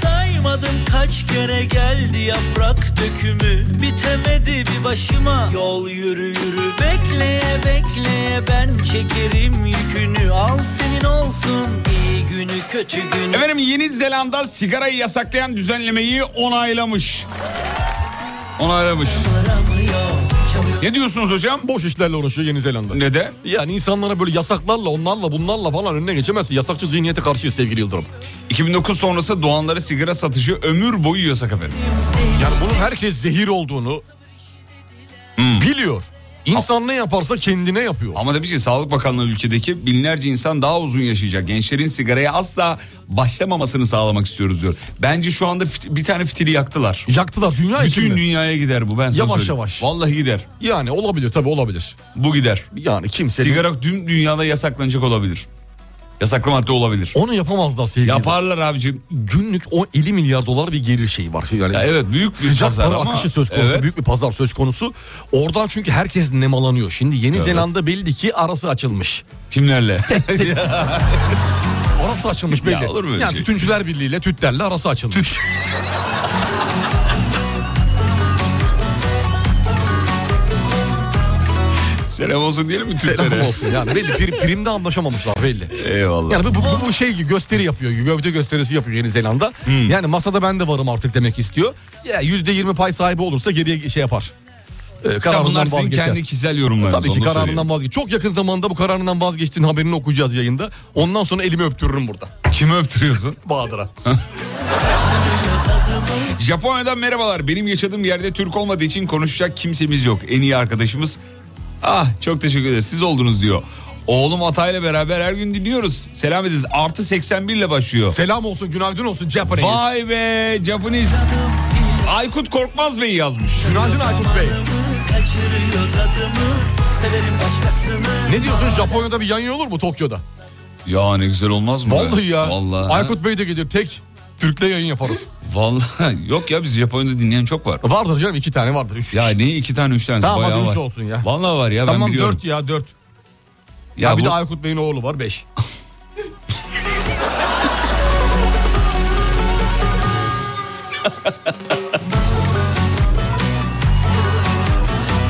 Speaker 8: Saymadım kaç kere geldi yaprak dökümü Bitemedi bir başıma yol yürü yürü Bekleye bekleye ben çekerim yükünü Al senin olsun iyi günü kötü günü
Speaker 2: Efendim Yeni Zelanda sigarayı yasaklayan düzenlemeyi onaylamış. Onaylamış. Ne diyorsunuz hocam?
Speaker 3: Boş işlerle uğraşıyor Yeni Zelanda.
Speaker 2: Neden?
Speaker 3: Yani insanlara böyle yasaklarla onlarla bunlarla falan önüne geçemezsin. Yasakçı zihniyete karşıyız sevgili Yıldırım.
Speaker 2: 2009 sonrası doğanlara sigara satışı ömür boyu yasak efendim.
Speaker 3: Yani bunun herkes zehir olduğunu biliyor. İnsan ne yaparsa kendine yapıyor.
Speaker 2: Hmm. Ama tabii ki Sağlık Bakanlığı ülkedeki binlerce insan daha uzun yaşayacak. Gençlerin sigaraya asla başlamamasını sağlamak istiyoruz diyor. Bence şu anda fit- bir tane fitili yaktılar.
Speaker 3: Yaktılar dünya
Speaker 2: Bütün
Speaker 3: içinde.
Speaker 2: dünyaya gider bu ben sana
Speaker 3: Yavaş
Speaker 2: söyleyeyim.
Speaker 3: yavaş.
Speaker 2: Vallahi gider.
Speaker 3: Yani olabilir tabii olabilir.
Speaker 2: Bu gider.
Speaker 3: Yani kimse
Speaker 2: Sigara tüm dünyada yasaklanacak olabilir. Yasaklı madde olabilir.
Speaker 3: onu yapamazlar sevgili.
Speaker 2: Yaparlar abicim.
Speaker 3: Günlük o 50 milyar dolar bir gelir şeyi var. Yani
Speaker 2: Ya evet büyük bir
Speaker 3: Sıcak
Speaker 2: pazar
Speaker 3: para
Speaker 2: ama.
Speaker 3: akışı söz konusu,
Speaker 2: Evet.
Speaker 3: büyük bir pazar söz konusu. Oradan çünkü herkes nemalanıyor. Şimdi Yeni Zelanda belli ki arası açılmış.
Speaker 2: Kimlerle?
Speaker 3: Arası açılmış belli.
Speaker 2: olur mu öyle
Speaker 3: yani
Speaker 2: şey?
Speaker 3: Tütüncüler Birliği ile tütlerle arası açılmış.
Speaker 2: Selam olsun diyelim mi Türklere?
Speaker 3: Selam olsun yani belli Pri- primde anlaşamamışlar belli.
Speaker 2: Eyvallah.
Speaker 3: Yani bu, bu, bu şey gösteri yapıyor. Gövde gösterisi yapıyor Yeni Zelanda.
Speaker 2: Hmm.
Speaker 3: Yani masada ben de varım artık demek istiyor. Ya %20 pay sahibi olursa geriye şey yapar. e,
Speaker 2: Ya bunlar
Speaker 3: kararından
Speaker 2: sizin
Speaker 3: vazgeçer.
Speaker 2: kendi kişisel yorumlarınız.
Speaker 3: Tabii ki
Speaker 2: onu da söyleyeyim.
Speaker 3: kararından vazgeç. Çok yakın zamanda bu kararından vazgeçtiğin haberini okuyacağız yayında. Ondan sonra elimi öptürürüm burada.
Speaker 2: Kimi öptürüyorsun?
Speaker 3: Bahadır'a.
Speaker 2: Japonya'dan merhabalar. Benim yaşadığım yerde Türk olmadığı için konuşacak kimsemiz yok. En iyi arkadaşımız ah çok teşekkür ederiz siz oldunuz diyor. Oğlum Atay'la beraber her gün dinliyoruz. Selam ediniz. Artı 81 ile başlıyor.
Speaker 3: Selam olsun, günaydın olsun Japanese.
Speaker 2: Vay be Japanese. Aykut Korkmaz Bey yazmış.
Speaker 3: Günaydın Aykut Bey.
Speaker 9: Kaçırıyor tadımı Severim başkasını
Speaker 3: Ne diyorsun Japonya'da bir yayın olur mu Tokyo'da?
Speaker 2: Ya ne güzel olmaz mı? be?
Speaker 3: Vallahi ya.
Speaker 2: Vallahi.
Speaker 3: Aykut Bey de gelir tek. Türk'le yayın yaparız.
Speaker 2: Vallahi yok ya biz Japonya'da dinleyen çok var.
Speaker 3: Vardır canım iki tane vardır. Üç.
Speaker 2: Ya ne iki tane üç tane
Speaker 3: Tamam,
Speaker 2: bayağı
Speaker 3: hadi
Speaker 2: var.
Speaker 3: üç olsun ya.
Speaker 2: Vallahi var ya ben
Speaker 3: tamam
Speaker 2: biliyorum.
Speaker 3: dört ya dört.
Speaker 2: Ya,
Speaker 3: Ya, bir
Speaker 2: bu-
Speaker 3: de Aykut Bey'in oğlu var beş.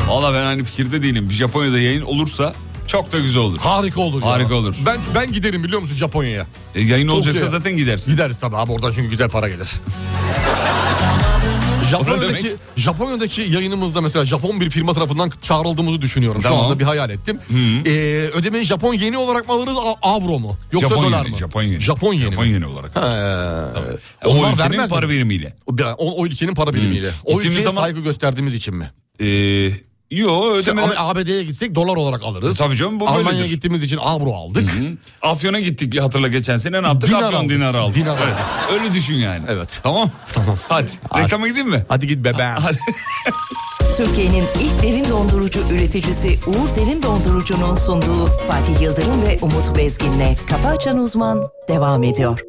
Speaker 2: Valla ben aynı fikirde değilim. Bir Japonya'da yayın olursa çok da güzel olur.
Speaker 3: Harika olur ya.
Speaker 2: Harika olur.
Speaker 3: Ben ben giderim biliyor musun Japonya'ya?
Speaker 2: E, yayın
Speaker 3: Çok
Speaker 2: olacaksa
Speaker 3: güzel.
Speaker 2: zaten gidersin.
Speaker 3: Gideriz tabii abi oradan çünkü güzel para gelir. Japonya'daki,
Speaker 2: demek?
Speaker 3: Japonya'daki yayınımızda mesela Japon bir firma tarafından çağrıldığımızı düşünüyorum.
Speaker 2: Tamam.
Speaker 3: Şu anda bir hayal ettim. Ee, ödemeyi Japon yeni olarak mı alırız a- avro mu? Yoksa
Speaker 2: Japon
Speaker 3: dolar
Speaker 2: yeni,
Speaker 3: mı?
Speaker 2: Japon yeni.
Speaker 3: Japon yeni.
Speaker 2: Japon
Speaker 3: mi?
Speaker 2: yeni olarak alırsın.
Speaker 3: Ee,
Speaker 2: Tabii. E,
Speaker 3: onlar
Speaker 2: O ülkenin
Speaker 3: vermez
Speaker 2: para
Speaker 3: mi?
Speaker 2: birimiyle.
Speaker 3: O, bir- o, o ülkenin para birimiyle. O
Speaker 2: Gittiğimiz
Speaker 3: ülkeye
Speaker 2: zaman-
Speaker 3: saygı gösterdiğimiz için mi?
Speaker 2: Ee, yo
Speaker 3: İşte
Speaker 2: ödeme.
Speaker 3: A- ABD'ye gitsek dolar olarak alırız.
Speaker 2: E, tabii canım, bu
Speaker 3: Almanya'ya
Speaker 2: böyledir.
Speaker 3: gittiğimiz için avro aldık.
Speaker 2: Hı? Afyon'a gittik ya hatırla geçen sene ne yaptık?
Speaker 3: Dinar
Speaker 2: Afyon
Speaker 3: aldık.
Speaker 2: dinarı aldık.
Speaker 3: Dinar
Speaker 2: Evet.
Speaker 3: aldık.
Speaker 2: Öyle düşün yani.
Speaker 3: Evet.
Speaker 2: Tamam. Tamam. Hadi. Reklama gideyim mi?
Speaker 3: Hadi git bebeğim.
Speaker 2: Hadi.
Speaker 4: Türkiye'nin ilk derin dondurucu üreticisi Uğur Derin Dondurucu'nun sunduğu Fatih Yıldırım ve Umut Bezgin'le Kafa Açan Uzman devam ediyor.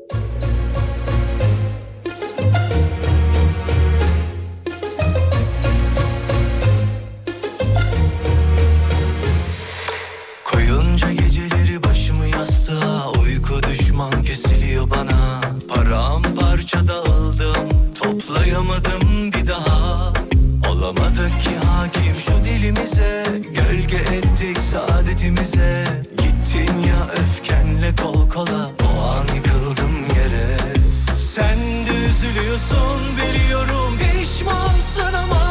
Speaker 10: Koyunca geceleri başımı yastığa Uyku düşman kesiliyor bana Paramparça dağıldım Toplayamadım bir daha Olamadık ki hakim şu dilimize Gölge ettik saadetimize Gittin ya öfkenle kol kola O an yıkıldım yere Sen de üzülüyorsun biliyorum Pişmansın ama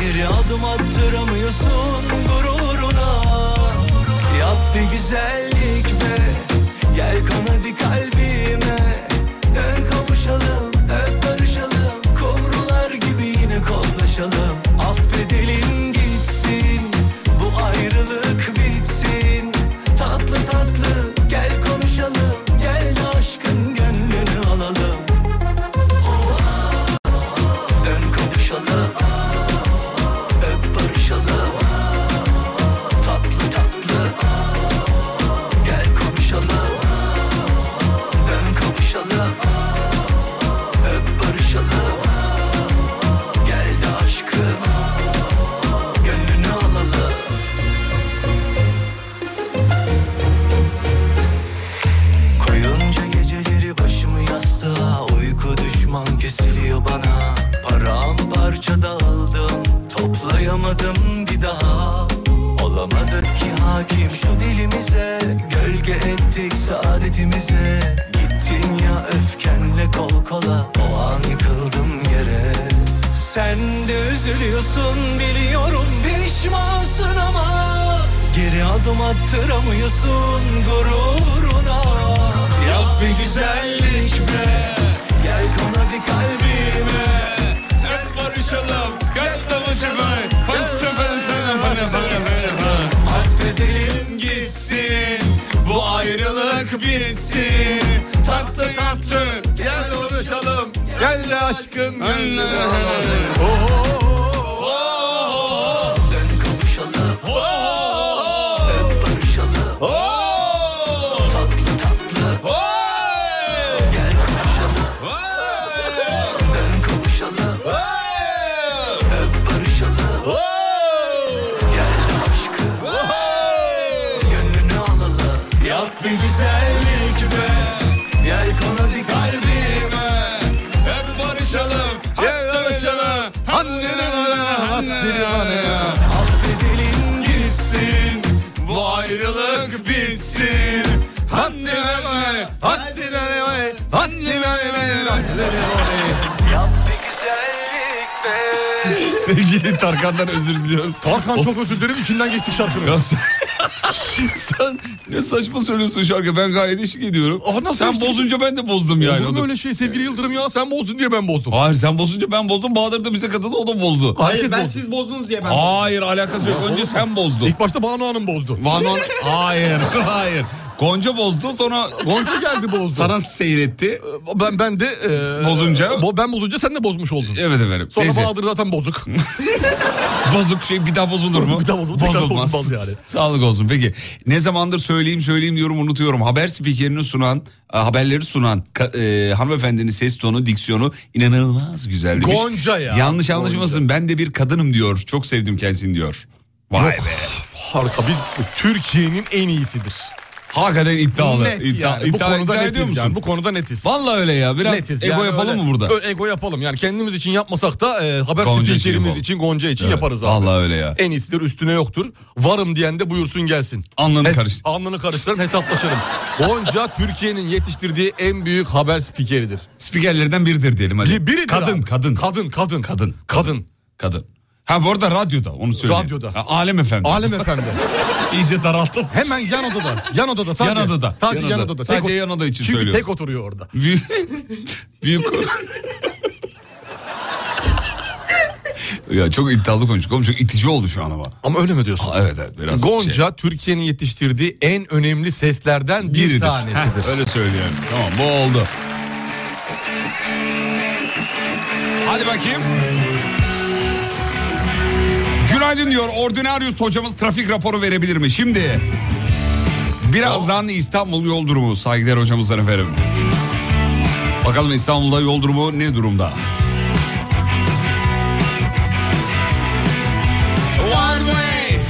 Speaker 10: Geri adım attıramıyorsun gururuna Yap bir güzellik be Gel kan hadi kalbime Dön kavuşalım öp barışalım Kumrular gibi yine kollaşalım Affedelim gitsin Bu ayrılık bitsin Tatlı tatlı gel konuşalım Gel de aşkın gönlünü alalım Dön kavuşalım Öp barışalım Tatlı tatlı Gel kavuşalım Dön kavuşalım Öp barışalım Gel de aşkım Gönlünü alalım Koyunca geceleri başımı yastığa Uyku düşman kesiliyor bana Paramparça dağıldım Toplayamadım bir daha Olamadık ki hakim şu dilimize Gölge ettik saadetimize Gittin ya öfkenle kol kola O an yıkıldım yere Sen de üzülüyorsun biliyorum Pişmansın ama Geri adım attıramıyorsun gururuna
Speaker 9: Ah,
Speaker 10: Yap bir güzellik be Gel kan hadi kalbime
Speaker 2: Hep barışalım. Hep tanışalım. Fırça fırça fırça fırça fırça.
Speaker 10: Affedelim
Speaker 2: gitsin Bu ayrılık bitsin Tatlı tatlı
Speaker 3: Gel konuşalım. Gel de aşkın gönlünü
Speaker 10: Dön kavuşalım barışalım Tatlı tatlı Gel konuşalım Dön kavuşalım Öp barışalım Gel de aşkı Gönlünü alalım Yap bir güzellik be Gel kon hadi kalbime
Speaker 2: Hep barışalım Hep tanışalım
Speaker 10: Affedelim
Speaker 2: Gitsin Bu ayrılık bitsin
Speaker 10: Yap bir güzellik be
Speaker 2: Sevgili Tarkan'dan özür diliyoruz.
Speaker 3: Tarkan çok özür dilerim içinden geçti şarkının.
Speaker 2: Ya sen, sen ne saçma söylüyorsun şarkı ben gayet eşlik ediyorum.
Speaker 3: Aa, nasıl
Speaker 2: sen
Speaker 3: eşlik-
Speaker 2: bozunca ben de bozdum yani.
Speaker 3: Olur mu
Speaker 2: O da-
Speaker 3: öyle şey sevgili Yıldırım ya sen bozdun diye ben bozdum.
Speaker 2: Hayır sen bozunca ben bozdum Bahadır da bize katıldı o da bozdu.
Speaker 9: Hayır ben
Speaker 3: bozdu.
Speaker 9: siz bozdunuz diye ben.
Speaker 2: Hayır alakası yok önce sen bozdun.
Speaker 3: İlk başta Banu Hanım bozdu.
Speaker 2: Vanon hayır hayır. Gonca bozdu sonra
Speaker 3: Gonca geldi bozdu.
Speaker 2: sana seyretti.
Speaker 3: Ben, ben de... e,
Speaker 2: Bozunca?
Speaker 3: bo- ben bozunca sen de bozmuş oldun.
Speaker 2: Evet efendim.
Speaker 3: Sonra
Speaker 2: Neyse.
Speaker 3: Bahadır zaten bozuk.
Speaker 2: Bozuk şey bir daha bozulur mu?
Speaker 3: Bir daha bozulur, tekrar
Speaker 2: Bozulmaz.
Speaker 3: bozulmaz yani.
Speaker 2: Sağlık olsun. Peki ne zamandır söyleyeyim söyleyeyim diyorum unutuyorum. Haber spikerini sunan, e, haberleri sunan ka- e, hanımefendinin ses tonu, diksiyonu inanılmaz güzel demiş.
Speaker 3: Gonca ya.
Speaker 2: Yanlış anlaşılmasın ben de bir kadınım diyor. Çok sevdim kendisini diyor. Vay be.
Speaker 3: Harika biz Türkiye'nin en iyisidir.
Speaker 2: Hakikaten iddialı.
Speaker 3: Net
Speaker 2: İddia,
Speaker 3: yani. bu
Speaker 2: iddia-
Speaker 3: konuda
Speaker 2: iddia
Speaker 3: netiz
Speaker 2: ediyor musun?
Speaker 3: yani. Bu konuda netiz.
Speaker 2: Vallahi öyle ya. Biraz
Speaker 3: Netiz.
Speaker 2: ego
Speaker 3: Yani
Speaker 2: yapalım
Speaker 3: öyle-
Speaker 2: mı burada?
Speaker 3: Ö- Ego yapalım yani kendimiz için yapmasak da e, haber
Speaker 2: Gonca için
Speaker 3: spikerimiz
Speaker 2: yapalım.
Speaker 3: için Gonca için
Speaker 2: Evet,
Speaker 3: yaparız abi.
Speaker 2: Vallahi öyle ya.
Speaker 3: En iyisidir üstüne yoktur. Varım diyen de buyursun gelsin.
Speaker 2: Anlını
Speaker 3: Hes-
Speaker 2: karıştı.
Speaker 3: Alnını karıştırın hesaplaşalım. Gonca Türkiye'nin yetiştirdiği en büyük haber spikeridir.
Speaker 2: Spikerlerden biridir diyelim hadi.
Speaker 3: Bir, biridir
Speaker 2: kadın,
Speaker 3: abi.
Speaker 2: kadın, kadın,
Speaker 3: Kadın kadın.
Speaker 2: Kadın.
Speaker 3: Kadın.
Speaker 2: kadın. Ha bu arada radyoda onu söyleyeyim.
Speaker 3: Radyoda.
Speaker 2: Ha, Alem efendim.
Speaker 3: Alem efendi.
Speaker 2: İyice daralttım.
Speaker 3: Hemen yan odada. Yan odada. Sadece,
Speaker 2: Yan odada.
Speaker 3: Sadece
Speaker 2: Yan
Speaker 3: yan,
Speaker 2: odada.
Speaker 3: odada. Tek
Speaker 2: Sadece
Speaker 3: o-
Speaker 2: yan oda için
Speaker 3: Çünkü
Speaker 2: söylüyorsun.
Speaker 3: tek oturuyor orada.
Speaker 2: Büyük... Büyük... ya çok iddialı konuştuk oğlum çok itici oldu şu an ama.
Speaker 3: Ama öyle mi diyorsun?
Speaker 2: Ha, evet evet biraz
Speaker 3: Gonca
Speaker 2: şey.
Speaker 3: Türkiye'nin yetiştirdiği en önemli seslerden bir
Speaker 2: Biridir.
Speaker 3: tanesidir.
Speaker 2: Heh, öyle söylüyorum. Tamam bu oldu. Hadi bakayım. Günaydın diyor. Ordinaryus hocamız trafik raporu verebilir mi? Şimdi. Birazdan İstanbul yol durumu. Saygılar hocamızdan efendim. Bakalım İstanbul'da yol durumu ne durumda? One way.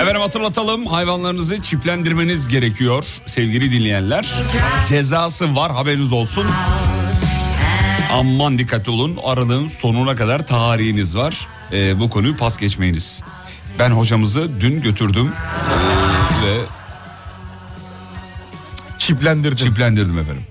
Speaker 2: Efendim hatırlatalım hayvanlarınızı çiplendirmeniz gerekiyor sevgili dinleyenler. Cezası var haberiniz olsun. Aman dikkat olun aralığın sonuna kadar tarihiniz var. Ee, bu konuyu pas geçmeyiniz. Ben hocamızı dün götürdüm ee, ve
Speaker 3: Çiplendirdin.
Speaker 2: çiplendirdim efendim.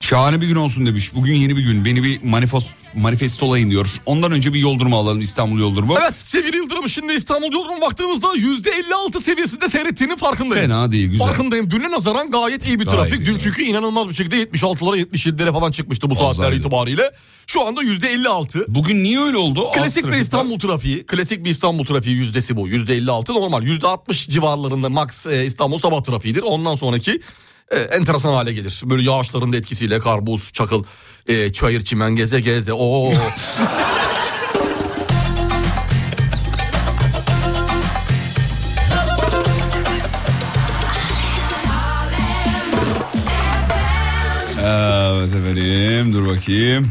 Speaker 2: Şahane bir gün olsun demiş. Bugün yeni bir gün. Beni bir manifest, manifestolayın diyor. Ondan önce bir yoldurumu alalım İstanbul yoldurumu.
Speaker 3: Evet sevgili Yıldırım şimdi İstanbul yoluna baktığımızda %56 seviyesinde seyrettiğinin farkındayım.
Speaker 2: Fena değil güzel.
Speaker 3: Farkındayım. Düne nazaran gayet iyi bir
Speaker 2: Gayet
Speaker 3: trafik.
Speaker 2: iyi,
Speaker 3: Dün
Speaker 2: evet.
Speaker 3: çünkü inanılmaz bir şekilde 76'lara 77'lere falan çıkmıştı bu saatler
Speaker 2: Azaydı.
Speaker 3: itibariyle. Şu anda %56.
Speaker 2: Bugün niye öyle oldu? Az
Speaker 3: Klasik bir
Speaker 2: trafik var.
Speaker 3: İstanbul trafiği, klasik bir İstanbul trafiği yüzdesi bu. Yüzde 56 normal. Yüzde 60 civarlarında max e, İstanbul sabah trafiğidir. Ondan sonraki e, enteresan hale gelir. Böyle yağışların da etkisiyle kar, buz, çakıl, e, çayır, çimen geze geze. Oo.
Speaker 2: Evet efendim dur bakayım.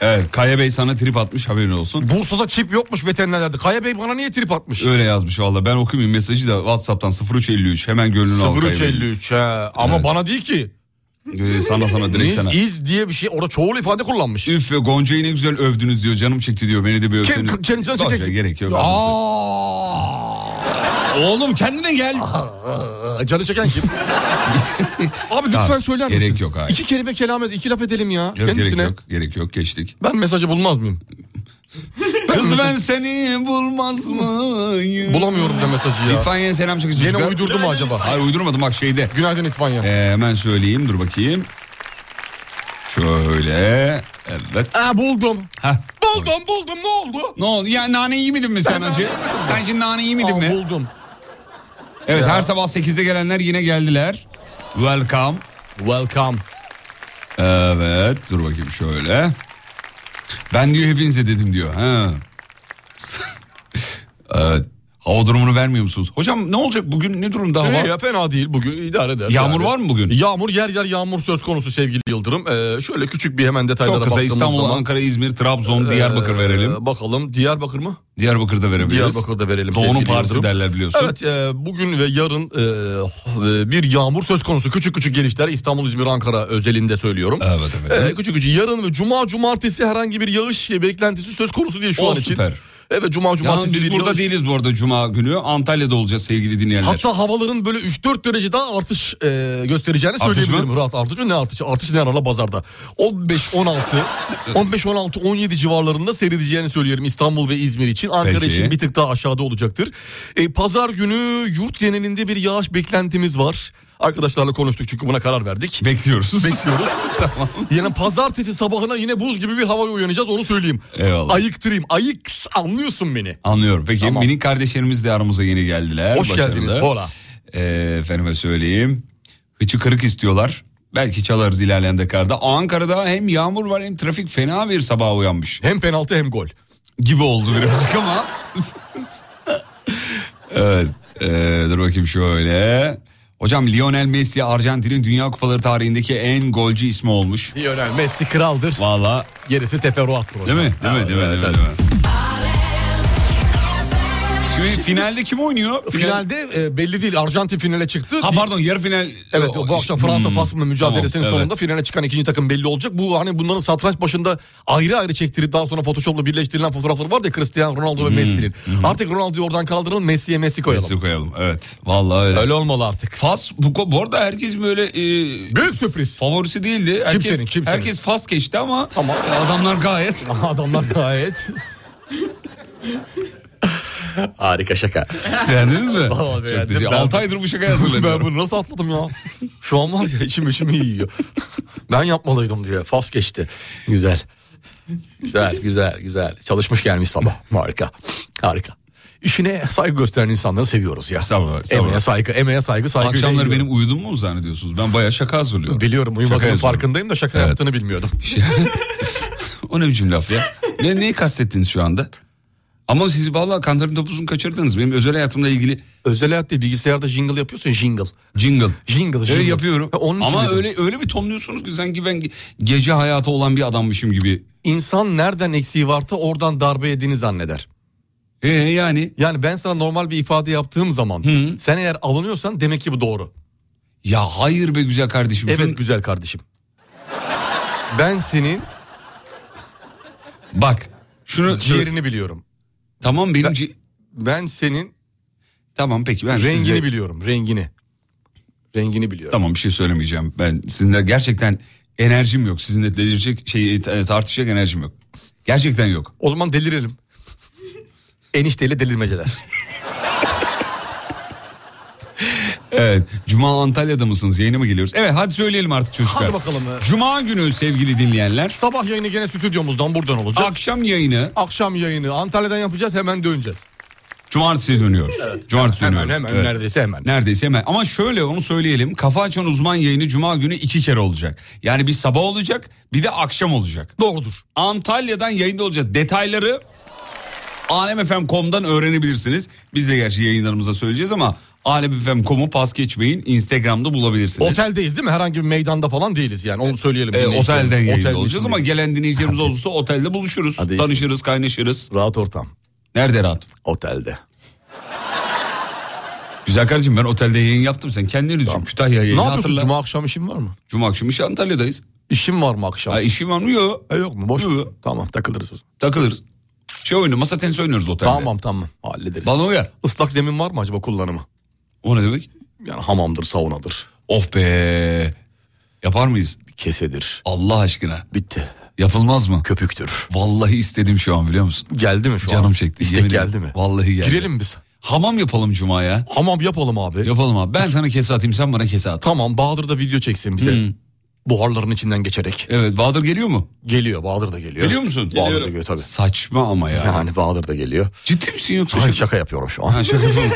Speaker 2: Evet Kaya Bey sana trip atmış haberin olsun.
Speaker 3: Bursa'da çip yokmuş veterinerlerde. Kaya Bey bana niye trip atmış?
Speaker 2: Öyle yazmış valla ben okumayayım mesajı da Whatsapp'tan 0353 hemen gönlünü al Kaya Bey'in.
Speaker 3: 0353 he. Ama
Speaker 2: Evet.
Speaker 3: bana değil ki.
Speaker 2: Ee, sana sana direkt
Speaker 3: Biz
Speaker 2: sana.
Speaker 3: iz diye bir şey. Orada çoğul ifade kullanmış.
Speaker 2: Üf ve Gonca'yı ne güzel övdünüz diyor canım çekti diyor beni de bir
Speaker 3: Kim,
Speaker 2: övseniz.
Speaker 3: kim, kim, kim-
Speaker 2: Boş ver, gerek yok.
Speaker 3: Aa!
Speaker 2: Oğlum kendine gel.
Speaker 3: Canı çeken kim? Abi lütfen
Speaker 2: Tamam,
Speaker 3: söyler
Speaker 2: gerek
Speaker 3: misin?
Speaker 2: yok, hayır.
Speaker 3: İki kelime kelam et, iki laf edelim ya.
Speaker 2: Yok gerek
Speaker 3: Kendisine.
Speaker 2: yok gerek yok geçtik.
Speaker 3: Ben mesajı bulmaz mıyım?
Speaker 2: Kız ben seni bulmaz mıyım?
Speaker 3: Bulamıyorum da mesajı ya.
Speaker 2: İtfaiye'ye selam çakıcı
Speaker 3: Yine
Speaker 2: çocuklar.
Speaker 3: uydurdu mu acaba?
Speaker 2: Hayır uydurmadım bak şeyde.
Speaker 3: Günaydın İtfanya.
Speaker 2: Ee, hemen söyleyeyim dur bakayım. Şöyle. Evet.
Speaker 3: Aa, buldum.
Speaker 2: Heh.
Speaker 3: Buldum buldum ne oldu?
Speaker 2: Ne oldu? Ya nane yemedin mi sen acı? Sen şimdi nane yemedin
Speaker 3: Aa,
Speaker 2: mi?
Speaker 3: buldum.
Speaker 2: Evet
Speaker 3: Ya.
Speaker 2: her sabah 8'de gelenler yine geldiler. Welcome.
Speaker 3: Welcome.
Speaker 2: Evet dur bakayım şöyle. Ben diyor hepinize dedim diyor. Ha. evet. Hava durumunu vermiyor musunuz? Hocam ne olacak bugün ne durumda hava?
Speaker 3: İyi ya fena değil bugün idare eder.
Speaker 2: Yağmur
Speaker 3: yani.
Speaker 2: var mı bugün?
Speaker 3: Yağmur yer yer yağmur söz konusu sevgili Yıldırım. Ee, şöyle küçük bir hemen detaylara
Speaker 2: Çok kısa
Speaker 3: baktığımız
Speaker 2: İstanbul,
Speaker 3: zaman.
Speaker 2: Ankara, İzmir, Trabzon, Diyarbakır
Speaker 3: Ee,
Speaker 2: verelim.
Speaker 3: Bakalım Diyarbakır mı?
Speaker 2: Diyarbakır'da verebiliriz.
Speaker 3: Diyarbakır'da verelim.
Speaker 2: Doğu'nun
Speaker 3: sevgili
Speaker 2: Paris'i
Speaker 3: Yıldırım.
Speaker 2: derler biliyorsun.
Speaker 3: Evet e, bugün ve yarın e, e, bir yağmur söz konusu. Küçük küçük gelişler İstanbul, İzmir, Ankara özelinde söylüyorum.
Speaker 2: Evet evet.
Speaker 3: E, küçük küçük yarın ve cuma cumartesi herhangi bir yağış beklentisi söz konusu değil şu
Speaker 2: O
Speaker 3: an için.
Speaker 2: süper.
Speaker 3: Evet cuma
Speaker 2: Yalnız
Speaker 3: cumartesi
Speaker 2: biz
Speaker 3: bir
Speaker 2: burada
Speaker 3: yağış-
Speaker 2: değiliz bu arada cuma günü. Antalya'da olacağız sevgili dinleyenler.
Speaker 3: Hatta havaların böyle 3-4 derece daha artış e, göstereceğini
Speaker 2: Artış
Speaker 3: söyleyebilirim.
Speaker 2: mı?
Speaker 3: Rahat artış mı? Ne artışı? Artış ne arada pazarda? 15 16 15 16 17 civarlarında seyredeceğini söyleyelim İstanbul ve İzmir için. Ankara
Speaker 2: Peki.
Speaker 3: için bir tık daha aşağıda olacaktır. E, pazar günü yurt genelinde bir yağış beklentimiz var. Arkadaşlarla konuştuk çünkü buna karar verdik.
Speaker 2: Bekliyoruz. Bekliyoruz. tamam.
Speaker 3: Yani pazartesi sabahına yine buz gibi bir havaya uyanacağız onu söyleyeyim.
Speaker 2: Eyvallah.
Speaker 3: Ayıktırayım. Ayık anlıyorsun beni.
Speaker 2: Anlıyorum. Peki
Speaker 3: Tamam.
Speaker 2: minik kardeşlerimiz de aramıza yeni geldiler.
Speaker 3: Hoş
Speaker 2: Başarılı.
Speaker 3: geldiniz. Hola.
Speaker 2: Ee, efendime söyleyeyim. Hıçı kırık istiyorlar. Belki çalarız ilerleyen dakikada. Ankara'da hem yağmur var hem trafik fena bir sabaha uyanmış.
Speaker 3: Hem penaltı hem gol.
Speaker 2: Gibi oldu birazcık ama. evet. ee, dur bakayım şöyle. Hocam Lionel Messi Arjantin'in Dünya Kupaları tarihindeki en golcü ismi olmuş.
Speaker 3: Lionel Messi kraldır.
Speaker 2: Valla
Speaker 3: Gerisi teferruattır. hocam.
Speaker 2: değil mi? Değil mi?
Speaker 3: Evet,
Speaker 2: Değil mi?
Speaker 3: evet,
Speaker 2: Değil mi?
Speaker 3: evet.
Speaker 2: Değil mi? Şimdi finalde kim oynuyor? Final-
Speaker 3: Finalde e, belli değil. Arjantin finale çıktı.
Speaker 2: Ha
Speaker 3: Bir-
Speaker 2: pardon yarı final.
Speaker 3: Evet bu akşam Fransa
Speaker 2: Hmm,
Speaker 3: Fas mücadelesinin
Speaker 2: tamam,
Speaker 3: sonunda finale çıkan ikinci takım belli olacak. Bu hani bunların satranç başında ayrı ayrı çektirip daha sonra Photoshop'la birleştirilen fotoğraflar var ya Cristiano Ronaldo ve Messi'nin. Artık Ronaldo'yu oradan kaldıralım Messi'ye Messi
Speaker 2: Evet.
Speaker 3: koyalım.
Speaker 2: Hmm, Messi koyalım evet. Vallahi öyle.
Speaker 3: Öyle olmalı artık.
Speaker 2: Fas bu, bu arada herkes böyle e,
Speaker 3: Büyük sürpriz.
Speaker 2: favorisi değildi. Herkes,
Speaker 3: Kimsenin, kimsenin.
Speaker 2: herkes Fas geçti ama
Speaker 3: Ama-
Speaker 2: e, adamlar gayet.
Speaker 3: Adamlar gayet. Harika şaka.
Speaker 2: Beğendiniz mi?
Speaker 3: Vallahi
Speaker 2: Çok
Speaker 3: beğendim.
Speaker 2: teşekkür-
Speaker 3: Ben-
Speaker 2: Altı aydır bu şakayı
Speaker 3: ben
Speaker 2: hazırlanıyorum.
Speaker 3: bunu nasıl atladım ya? Şu an var ya içim içimi yiyor. ben yapmalıydım diyor. Fas geçti. Güzel. Güzel, güzel, güzel. Çalışmış gelmiş sabah. Harika. Harika. İşine saygı gösteren insanları seviyoruz ya.
Speaker 2: Estağfurullah, estağfurullah.
Speaker 3: Emeğe saygı, emeğe saygı, saygı.
Speaker 2: Akşamları benim uyudum mu zannediyorsunuz? Ben bayağı şaka hazırlıyorum.
Speaker 3: Biliyorum uyumadığının
Speaker 2: Şaka
Speaker 3: farkındayım da şaka
Speaker 2: Evet. Şey-
Speaker 3: yaptığını bilmiyordum.
Speaker 2: O ne biçim laf ya? ne, neyi kastettiniz şu anda? Ama siz vallahi kantarın topuzunu kaçırdınız. Benim özel hayatımla ilgili
Speaker 3: Özel hayat değil bilgisayarda jingle yapıyorsun jingle.
Speaker 2: jingle.
Speaker 3: Jingle, jingle.
Speaker 2: Öyle yapıyorum.
Speaker 3: Ha, onun için
Speaker 2: Ama
Speaker 3: dedim.
Speaker 2: öyle öyle bir tomluyorsunuz ki sanki ben ge- gece hayatı olan bir adammışım gibi.
Speaker 3: İnsan nereden eksiği varsa oradan darbe yediğini zanneder.
Speaker 2: Ee yani
Speaker 3: Yani ben sana normal bir ifade yaptığım zaman sen eğer alınıyorsan demek ki bu doğru.
Speaker 2: ya hayır be güzel kardeşim.
Speaker 3: Evet
Speaker 2: Sen-
Speaker 3: güzel kardeşim. Ben senin
Speaker 2: Bak şunu
Speaker 3: ciğerini biliyorum.
Speaker 2: tamam benim ci-
Speaker 3: Ben senin
Speaker 2: tamam peki ben
Speaker 3: rengini
Speaker 2: size-
Speaker 3: biliyorum. Rengini. Rengini biliyorum.
Speaker 2: Tamam bir şey söylemeyeceğim. Ben sizinle gerçekten enerjim yok. Sizinle delirecek şey tartışacak enerjim yok. Gerçekten yok.
Speaker 3: O zaman delirelim. Enişteyle delirmeceler.
Speaker 2: Evet. Cuma Antalya'da mısınız? Yayına mı geliyoruz? Evet hadi söyleyelim artık çocuklar.
Speaker 3: Hadi bakalım.
Speaker 2: Cuma günü sevgili dinleyenler.
Speaker 3: Sabah yayını gene stüdyomuzdan buradan olacak.
Speaker 2: Akşam yayını
Speaker 3: Akşam yayını Antalya'dan yapacağız hemen döneceğiz.
Speaker 2: cumartesi dönüyoruz. Cumartesi
Speaker 3: Hemen
Speaker 2: dönüyoruz.
Speaker 3: hemen
Speaker 2: Evet.
Speaker 3: neredeyse hemen.
Speaker 2: Neredeyse hemen. Ama şöyle onu söyleyelim. Kafa açan uzman yayını cuma günü iki kere olacak. Yani bir sabah olacak bir de akşam olacak.
Speaker 3: Doğrudur.
Speaker 2: Antalya'dan yayında olacağız. Detayları alemfm.com'dan öğrenebilirsiniz. Biz de gerçi yayınlarımıza söyleyeceğiz ama alemfm.com'u pas geçmeyin. Instagram'da bulabilirsiniz.
Speaker 3: Oteldeyiz değil mi? Herhangi bir meydanda falan değiliz yani. Onu söyleyelim.
Speaker 2: Ee,
Speaker 3: dinleyicilerimize.
Speaker 2: otelden yayında
Speaker 3: Otelin
Speaker 2: olacağız ama
Speaker 3: içindeyiz.
Speaker 2: gelen dinleyicilerimiz olursa otelde buluşuruz.
Speaker 3: Hadi
Speaker 2: Tanışırız, kaynaşırız.
Speaker 3: rahat ortam.
Speaker 2: Nerede rahat?
Speaker 3: Otelde.
Speaker 2: Güzel kardeşim ben otelde yayın yaptım. Sen kendini düşün. Kütahya yayını
Speaker 3: ne yapıyorsun?
Speaker 2: hatırla. Cuma,
Speaker 3: Cuma akşam işin var mı?
Speaker 2: akşamı işte Antalya'dayız.
Speaker 3: İşin var mı akşam?
Speaker 2: Ha, işim var mı? Yok.
Speaker 3: E yok mu? Boş mu?
Speaker 2: Yok.
Speaker 3: Tamam takılırız. o zaman.
Speaker 2: Takılırız. Şey oynuyor, masa tenisi oynuyoruz otelde.
Speaker 3: Tamam tamam hallederiz.
Speaker 2: Bana uyar.
Speaker 3: Islak zemin var mı acaba kullanımı?
Speaker 2: O ne demek?
Speaker 3: Yani hamamdır, saunadır,
Speaker 2: Of be. Yapar mıyız?
Speaker 3: bir kesedir.
Speaker 2: Allah aşkına.
Speaker 3: Bitti.
Speaker 2: Yapılmaz mı?
Speaker 3: Köpüktür.
Speaker 2: Vallahi istedim şu an biliyor musun?
Speaker 3: Geldi mi şu an?
Speaker 2: Canım çekti.
Speaker 3: İstek
Speaker 2: yemin
Speaker 3: geldi
Speaker 2: ederim.
Speaker 3: mi?
Speaker 2: Vallahi geldi.
Speaker 3: Girelim biz.
Speaker 2: Hamam yapalım Cuma'ya.
Speaker 3: Hamam yapalım abi.
Speaker 2: Yapalım abi. Ben sana kese atayım sen bana kese at. Hmm.
Speaker 3: Tamam Bahadır da video çeksin bize. Buharların içinden geçerek.
Speaker 2: Evet Bahadır geliyor mu?
Speaker 3: Geliyor Bahadır da geliyor.
Speaker 2: Geliyor musun?
Speaker 3: Bahadır da geliyor tabii.
Speaker 2: Saçma ama ya.
Speaker 3: Yani Bahadır da geliyor.
Speaker 2: Ciddi misin yoksa?
Speaker 3: Hayır
Speaker 2: şaka-
Speaker 3: şaka yapıyorum şu an.
Speaker 2: Ha, şaka yapıyorum.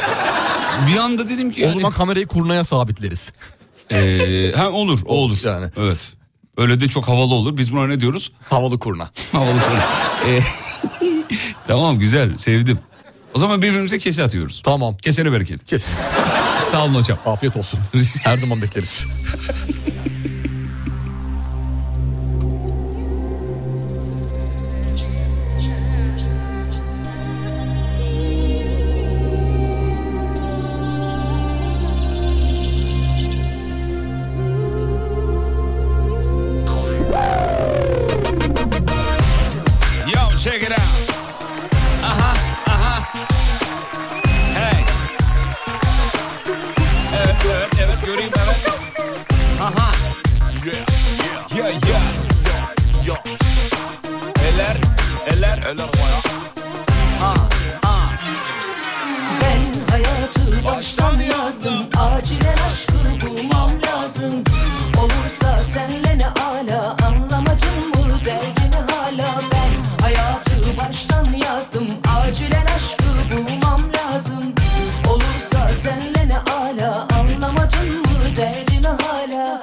Speaker 2: Bir anda dedim ki.
Speaker 3: O
Speaker 2: yani-
Speaker 3: zaman kamerayı kurnaya sabitleriz.
Speaker 2: Ee, ha, olur o olur.
Speaker 3: Yani.
Speaker 2: Evet. Öyle de çok havalı olur. Biz buna ne diyoruz?
Speaker 3: Havalı kurna.
Speaker 2: Havalı olur. Ee, tamam güzel sevdim. O zaman birbirimize kese atıyoruz.
Speaker 3: Tamam.
Speaker 2: Kesene bereket.
Speaker 3: Kes.
Speaker 2: Sağ olun hocam.
Speaker 3: Afiyet olsun. Her zaman bekleriz.
Speaker 2: Yo, check it out. Aha, aha. Hey. Evet, evet, evet, göreyim, evet. Aha. Uh-huh. Yeah, yeah, yeah, yeah. yeah. Eller, eller, eller.
Speaker 11: Ben hayatı baştan yazdım Acilen aşkı bulmam lazım Olursa senle ne ala Anlamacım bu derdimi hala Ben hayatı baştan yazdım Acilen aşkı bulmam lazım Olursa senle ne ala Anlamacım bu derdimi hala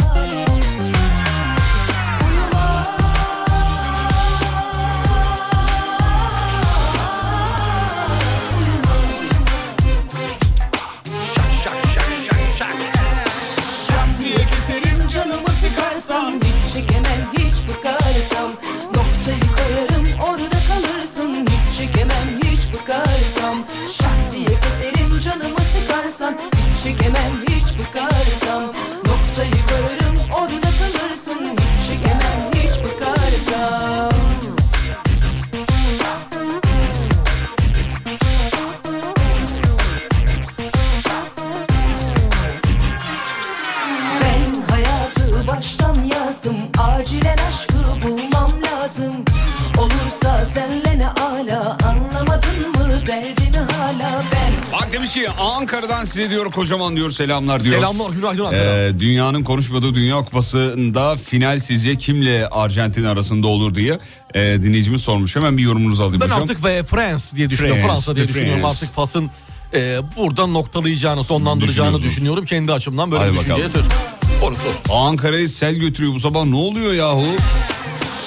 Speaker 11: Canımı sıkarsam Hiç çekemem hiç bıkarsam Noktayı koyarım orada kalırsın Hiç çekemem hiç bıkarsam Şak diye keserim canımı sıkarsam Hiç çekemem hiç bıkarsam Noktayı koyarım orada kalırsın Hiç çekemem hiç bıkarsam Ben hayatı baştan yazdım Acilen aşkı bulmam lazım Olursa senle ne ala Anlamadın mı derdini hala ben
Speaker 2: Bak demiş ki Ankara'dan size diyor kocaman diyor selamlar diyor.
Speaker 3: Selamlar, günaydın Ankara.
Speaker 2: Ee, dünyanın konuşmadığı Dünya Kupası'nda final sizce kimle Arjantin arasında olur diye e, dinleyicimiz sormuş. Hemen bir yorumunuzu alayım
Speaker 3: Ben
Speaker 2: hocam.
Speaker 3: artık ve France diye düşünüyorum.
Speaker 2: France,
Speaker 3: Fransa diye
Speaker 2: the
Speaker 3: düşünüyorum.
Speaker 2: France.
Speaker 3: Artık Fas'ın e, burada noktalayacağını, sonlandıracağını
Speaker 2: Düşünüyorsunuz.
Speaker 3: düşünüyorum. Kendi açımdan böyle
Speaker 2: Hadi
Speaker 3: bir düşünceye söz
Speaker 2: bakalım.
Speaker 3: konusu.
Speaker 2: Ankara'yı sel götürüyor bu sabah ne oluyor yahu?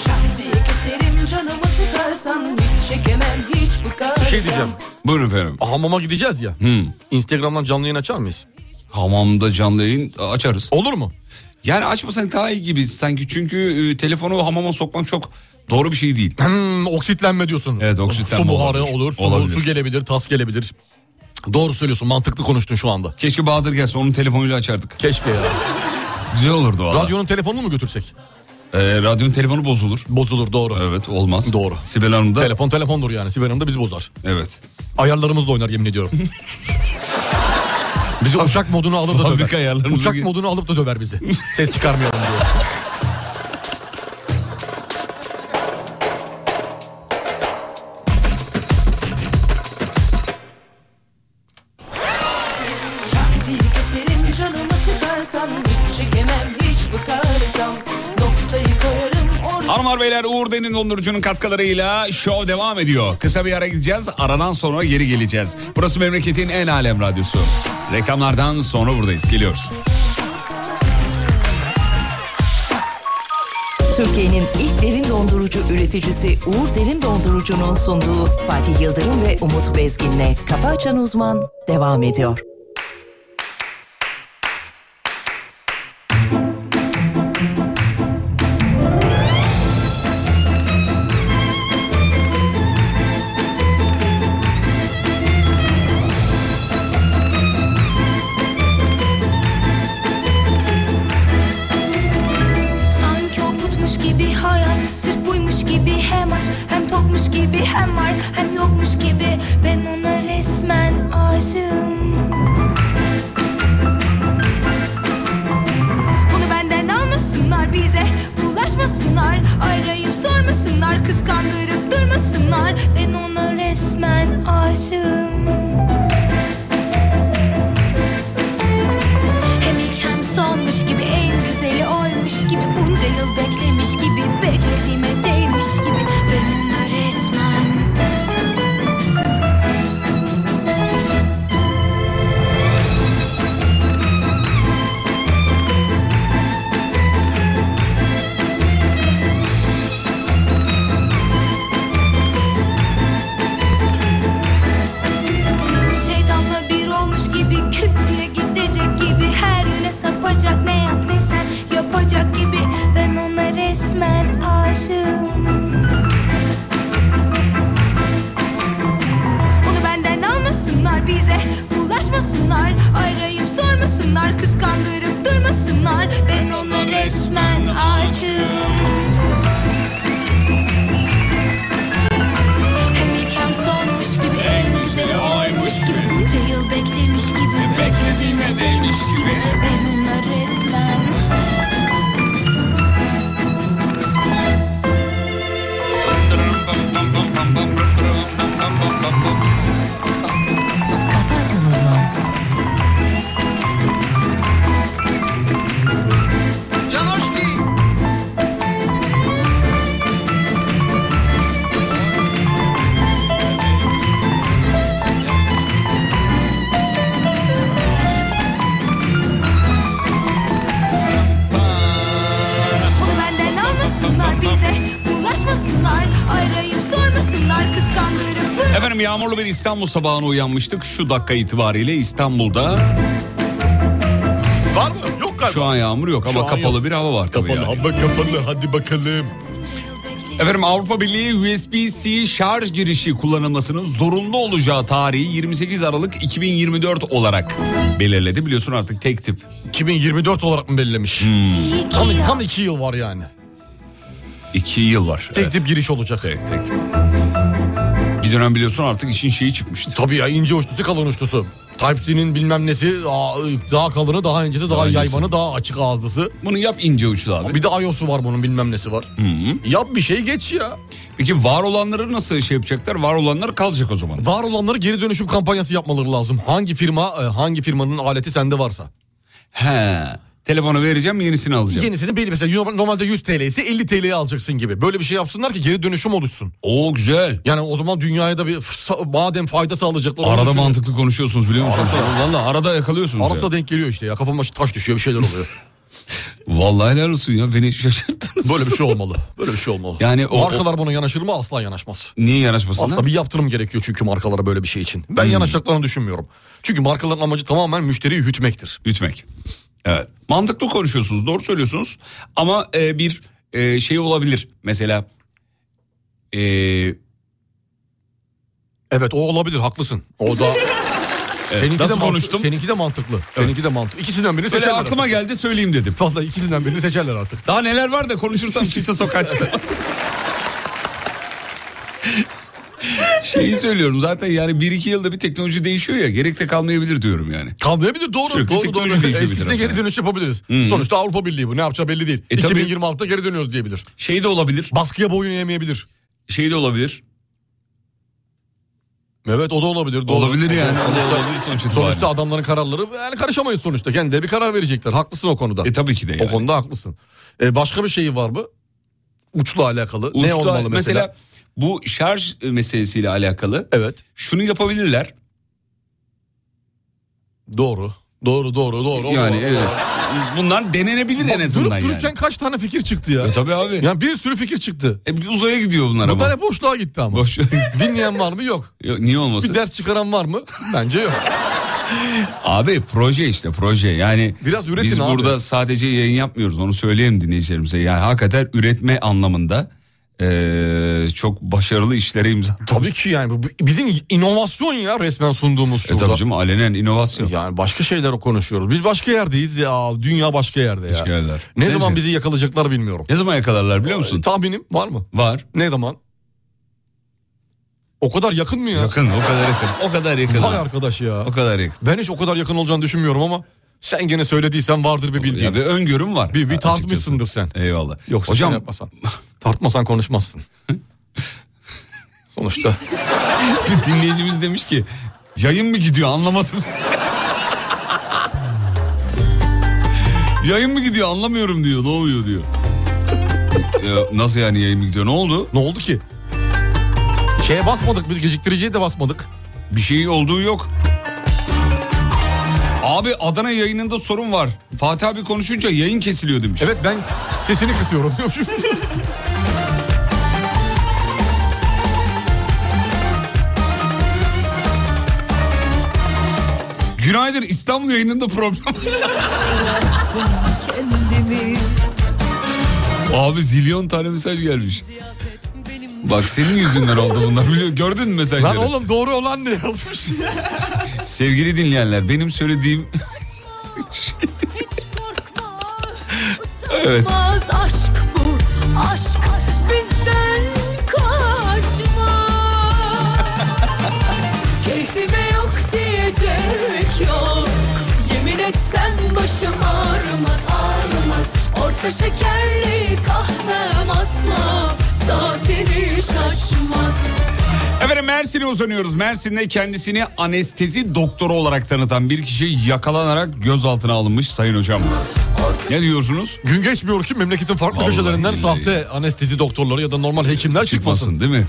Speaker 11: Şak diye keserim canımı sıkarsan Hiç çekemem hiç bıkarsam
Speaker 3: Bir şey diyeceğim.
Speaker 2: Buyurun efendim.
Speaker 3: Hamama gideceğiz ya. Instagram'dan canlı yayın açar mıyız?
Speaker 2: Hamamda canlı yayın açarız.
Speaker 3: Olur mu?
Speaker 2: Yani açmasak daha iyi gibi sanki çünkü e, telefonu hamama sokmak çok doğru bir şey değil.
Speaker 3: Hmm, oksitlenme diyorsun.
Speaker 2: Evet, oksitlenme
Speaker 3: Su buharı
Speaker 2: olabilir.
Speaker 3: olur, su,
Speaker 2: Olabilir.
Speaker 3: su gelebilir, tas gelebilir. Cık, Doğru söylüyorsun, mantıklı konuştun şu anda.
Speaker 2: Keşke Bahadır gelse onun telefonuyla açardık.
Speaker 3: Keşke ya.
Speaker 2: Güzel olurdu valla.
Speaker 3: Radyonun telefonunu mu götürsek?
Speaker 2: Ee, radyonun telefonu bozulur.
Speaker 3: Bozulur doğru.
Speaker 2: Evet olmaz.
Speaker 3: Doğru.
Speaker 2: Sibel Hanım da
Speaker 3: Telefon telefondur yani. Sibel Hanım da bizi bozar.
Speaker 2: evet.
Speaker 3: Ayarlarımızla oynar yemin ediyorum. bizi uçak modunu alır da
Speaker 2: Fabrika
Speaker 3: döver.
Speaker 2: ayarlarımızı-
Speaker 3: Uçak modunu alıp da döver bizi. Ses çıkarmayalım diyor.
Speaker 11: Diye keserim canımı sıkarsam Hiç çekemem hiç bıkarsam Noktayı koyarım orada
Speaker 2: Hanımlar beyler Uğur Derin Dondurucu'nun katkılarıyla show devam ediyor. Kısa bir ara gideceğiz. Aradan sonra geri geleceğiz. Burası memleketin en alem radyosu. Reklamlardan sonra buradayız. Geliyoruz.
Speaker 4: Türkiye'nin ilk derin dondurucu üreticisi Uğur Derin Dondurucu'nun sunduğu Fatih Yıldırım ve Umut Bezgin'le Kafa Açan Uzman devam ediyor.
Speaker 11: Sanki oputmuş gibi hayat Sırf buymuş gibi hem aç Hem tokmuş gibi hem var Hem yokmuş gibi Ben ona resmen aşığım
Speaker 12: Bulaşmasınlar bize bulaşmasınlar Arayıp sormasınlar kıskandırıp durmasınlar Ben ona resmen aşığım Hem ilk hem sonmuş gibi En güzeli oymuş gibi Bunca yıl beklemiş gibi Beklediğime değmiş gibi Ben ona resmen
Speaker 4: Kafa Açan Uzman.
Speaker 12: Bunu benden almasınlar bize Bulaşmasınlar Arayıp sormasınlar Kıskandırıp durmasınlar
Speaker 2: Efendim yağmurlu bir İstanbul sabahına uyanmıştık. Şu dakika itibariyle İstanbul'da
Speaker 3: Var mı? Yok galiba.
Speaker 2: şu an yağmur yok ama
Speaker 3: Şu an
Speaker 2: kapalı
Speaker 3: yok.
Speaker 2: bir hava var tabii
Speaker 3: Kapalı,
Speaker 2: yani.
Speaker 3: hava kapalı hadi bakalım.
Speaker 2: Efendim Avrupa Birliği USB-C şarj girişi kullanılmasının zorunlu olacağı tarihi 28 Aralık 2024 olarak belirledi. Biliyorsun artık tek tip. Hmm,
Speaker 3: 2024 olarak mı belirlemiş?
Speaker 12: İyi ki
Speaker 3: Tam,
Speaker 12: ya.
Speaker 3: tam iki yıl var yani.
Speaker 2: 2 yıl var.
Speaker 3: Tek
Speaker 2: Evet.
Speaker 3: tip giriş olacak.
Speaker 2: Tek, tek tip. Bir dönem biliyorsun artık işin şeyi çıkmıştı.
Speaker 3: Tabii ya ince uçlusu kalın uçlusu. Type-C'nin bilmem nesi aa, daha kalını daha incesi daha,
Speaker 2: incesi.
Speaker 3: yayvanı daha açık ağızlısı.
Speaker 2: Bunu yap ince uçlu abi.
Speaker 3: Bir de iOS'u var bunun bilmem nesi var. Yap bir şey geç ya.
Speaker 2: Peki var olanları nasıl şey yapacaklar? Var olanlar kalacak o zaman.
Speaker 3: Var olanları geri dönüşüm kampanyası yapmaları lazım. Hangi firma e, hangi firmanın aleti sende varsa.
Speaker 2: He. Telefonu vereceğim yenisini alacağım.
Speaker 3: Yenisini belli mesela normalde 100 TL ise 50 TL'ye alacaksın gibi. Böyle bir şey yapsınlar ki geri dönüşüm oluşsun.
Speaker 2: Oo güzel.
Speaker 3: Yani o zaman dünyaya da bir fısa- madem fayda sağlayacaklar. onu
Speaker 2: Arada
Speaker 3: düşünün.
Speaker 2: mantıklı konuşuyorsunuz biliyor musunuz? Valla arada yakalıyorsunuz. ya.
Speaker 3: Arasına denk geliyor işte ya kafama taş düşüyor bir şeyler oluyor.
Speaker 2: Vallahi helal olsun ya beni şaşırttınız.
Speaker 3: Böyle bir şey olmalı. Böyle bir şey olmalı.
Speaker 2: Yani o-
Speaker 3: Markalar buna yanaşır mı asla yanaşmaz.
Speaker 2: Niye yanaşmasınlar? Hmm.
Speaker 3: Asla bir yaptırım gerekiyor çünkü markalara böyle bir şey için. Ben yanaşacaklarını düşünmüyorum. Çünkü markaların amacı tamamen müşteriyi hütmektir.
Speaker 2: Ütmek. Evet. Mantıklı konuşuyorsunuz. Doğru söylüyorsunuz. Ama e, bir e, şey olabilir. Mesela e,
Speaker 3: Evet o olabilir haklısın. O da Seninki
Speaker 2: nasıl
Speaker 3: de mantıklı-
Speaker 2: konuştum?
Speaker 3: Seninki de mantıklı. Seninki de mantıklı. İkisinden birini
Speaker 2: böyle
Speaker 3: seçerler.
Speaker 2: aklıma
Speaker 3: artık.
Speaker 2: geldi söyleyeyim dedim.
Speaker 3: Vallahi ikisinden birini seçerler artık.
Speaker 2: Daha neler var da konuşursam kimse sokağa çıkamaz. Şeyi söylüyorum zaten yani bir iki yılda bir teknoloji değişiyor ya gerek de kalmayabilir diyorum yani.
Speaker 3: Kalmayabilir doğru.
Speaker 2: Sürekli
Speaker 3: doğru
Speaker 2: teknoloji
Speaker 3: doğru.
Speaker 2: değişebilir
Speaker 3: Eskisine
Speaker 2: hakikaten.
Speaker 3: geri dönüş yapabiliriz. Sonuçta Avrupa Birliği bu. Ne yapacağı belli değil.
Speaker 2: E, tabii.
Speaker 3: 2026'da geri dönüyoruz diyebilir.
Speaker 2: Şey de olabilir.
Speaker 3: Baskıya boyun eğmeyebilir.
Speaker 2: Şey de olabilir.
Speaker 3: Evet o da olabilir. Doğru.
Speaker 2: Olabilir yani. O da
Speaker 3: Sonuçta,
Speaker 2: olabilir sonuç itibariyle.
Speaker 3: sonuçta adamların kararları yani karışamayız sonuçta. Kendi de bir karar verecekler. Haklısın o konuda.
Speaker 2: E tabii ki de yani.
Speaker 3: O konuda haklısın. E, başka bir şey var mı? Uçla alakalı. ne
Speaker 2: Uçla-
Speaker 3: olmalı mesela?
Speaker 2: Mesela bu şarj meselesiyle alakalı
Speaker 3: Evet.
Speaker 2: şunu yapabilirler.
Speaker 3: Doğru. Doğru doğru doğru. o
Speaker 2: yani
Speaker 3: doğru,
Speaker 2: evet. Bunlar denenebilir
Speaker 3: doğru.
Speaker 2: en azından
Speaker 3: Durup dururken
Speaker 2: yani.
Speaker 3: kaç tane fikir çıktı ya?
Speaker 2: E tabii abi.
Speaker 3: Yani bir sürü fikir çıktı.
Speaker 2: E, uzaya gidiyor bunlar
Speaker 3: Bunlar
Speaker 2: ama.
Speaker 3: hep boşluğa gitti ama.
Speaker 2: Boş.
Speaker 3: Dinleyen var mı? Yok.
Speaker 2: Yok, Niye
Speaker 3: Bir
Speaker 2: olmasın?
Speaker 3: ders çıkaran var mı? Bence yok.
Speaker 2: Abi proje işte proje. Yani
Speaker 3: Biraz üretin
Speaker 2: biz
Speaker 3: abi.
Speaker 2: burada sadece yayın yapmıyoruz. Onu söyleyelim dinleyicilerimize. Yani hakikaten üretme anlamında eee, çok başarılı işlere imza attık.
Speaker 3: Tabii ki yani bu bizim inovasyon ya resmen sunduğumuz
Speaker 2: E
Speaker 3: şurada.
Speaker 2: tabii canım alenen inovasyon.
Speaker 3: yani başka şeyler konuşuyoruz. Biz başka yerdeyiz ya. Dünya başka yerde ya.
Speaker 2: Başka yerler.
Speaker 3: Ne
Speaker 2: Neyse.
Speaker 3: zaman bizi yakalayacaklar bilmiyorum.
Speaker 2: Ne zaman yakalarlar biliyor musun?
Speaker 3: Tahminim var mı?
Speaker 2: Var.
Speaker 3: Ne zaman? O kadar yakın mı ya?
Speaker 2: Yakın o kadar yakın. O kadar yakın.
Speaker 3: Vay arkadaş ya.
Speaker 2: O kadar yakın.
Speaker 3: Ben hiç o kadar yakın olacağını düşünmüyorum ama sen gene söylediysen vardır bir bildiğin.
Speaker 2: Ya bir öngörüm var.
Speaker 3: bir bir
Speaker 2: açıkçası.
Speaker 3: tartmışsındır sen.
Speaker 2: Eyvallah.
Speaker 3: Yoksa
Speaker 2: Hocam
Speaker 3: şey yapmasan. Tartmasan konuşmazsın. Sonuçta.
Speaker 2: bir dinleyicimiz demiş ki yayın mı gidiyor anlamadım. yayın mı gidiyor anlamıyorum diyor ne oluyor diyor. Ya nasıl yani yayın mı gidiyor ne oldu?
Speaker 3: Ne oldu ki? Şeye basmadık biz geciktiriciye de basmadık.
Speaker 2: Bir şey olduğu yok. Abi Adana yayınında sorun var. Fatih abi konuşunca yayın kesiliyor demiş.
Speaker 3: Evet ben sesini kısıyorum.
Speaker 2: Günaydın İstanbul yayınında problem. Abi zilyon tane mesaj gelmiş. Bak senin yüzünden oldu bunlar. Biliyor- Gördün mü mesajları?
Speaker 3: Lan oğlum doğru olan ne yazmış?
Speaker 2: Sevgili dinleyenler benim söylediğim... evet.
Speaker 12: Olmaz aşk bu aşk, aşk bizden kaçmaz Keyfime yok diyecek yok Yemin etsem başım ağrımaz ağrımaz Orta şekerli kahvem asla Saatini şaşmaz
Speaker 2: Efendim Mersin'e uzanıyoruz. Mersin'de kendisini anestezi doktoru olarak tanıtan bir kişi yakalanarak gözaltına alınmış sayın hocam. Ne diyorsunuz?
Speaker 3: Gün geçmiyor ki memleketin farklı
Speaker 2: Vallahi
Speaker 3: köşelerinden
Speaker 2: billahi.
Speaker 3: sahte anestezi doktorları ya da normal hekimler çıkmasın.
Speaker 2: Çıkmasın değil mi?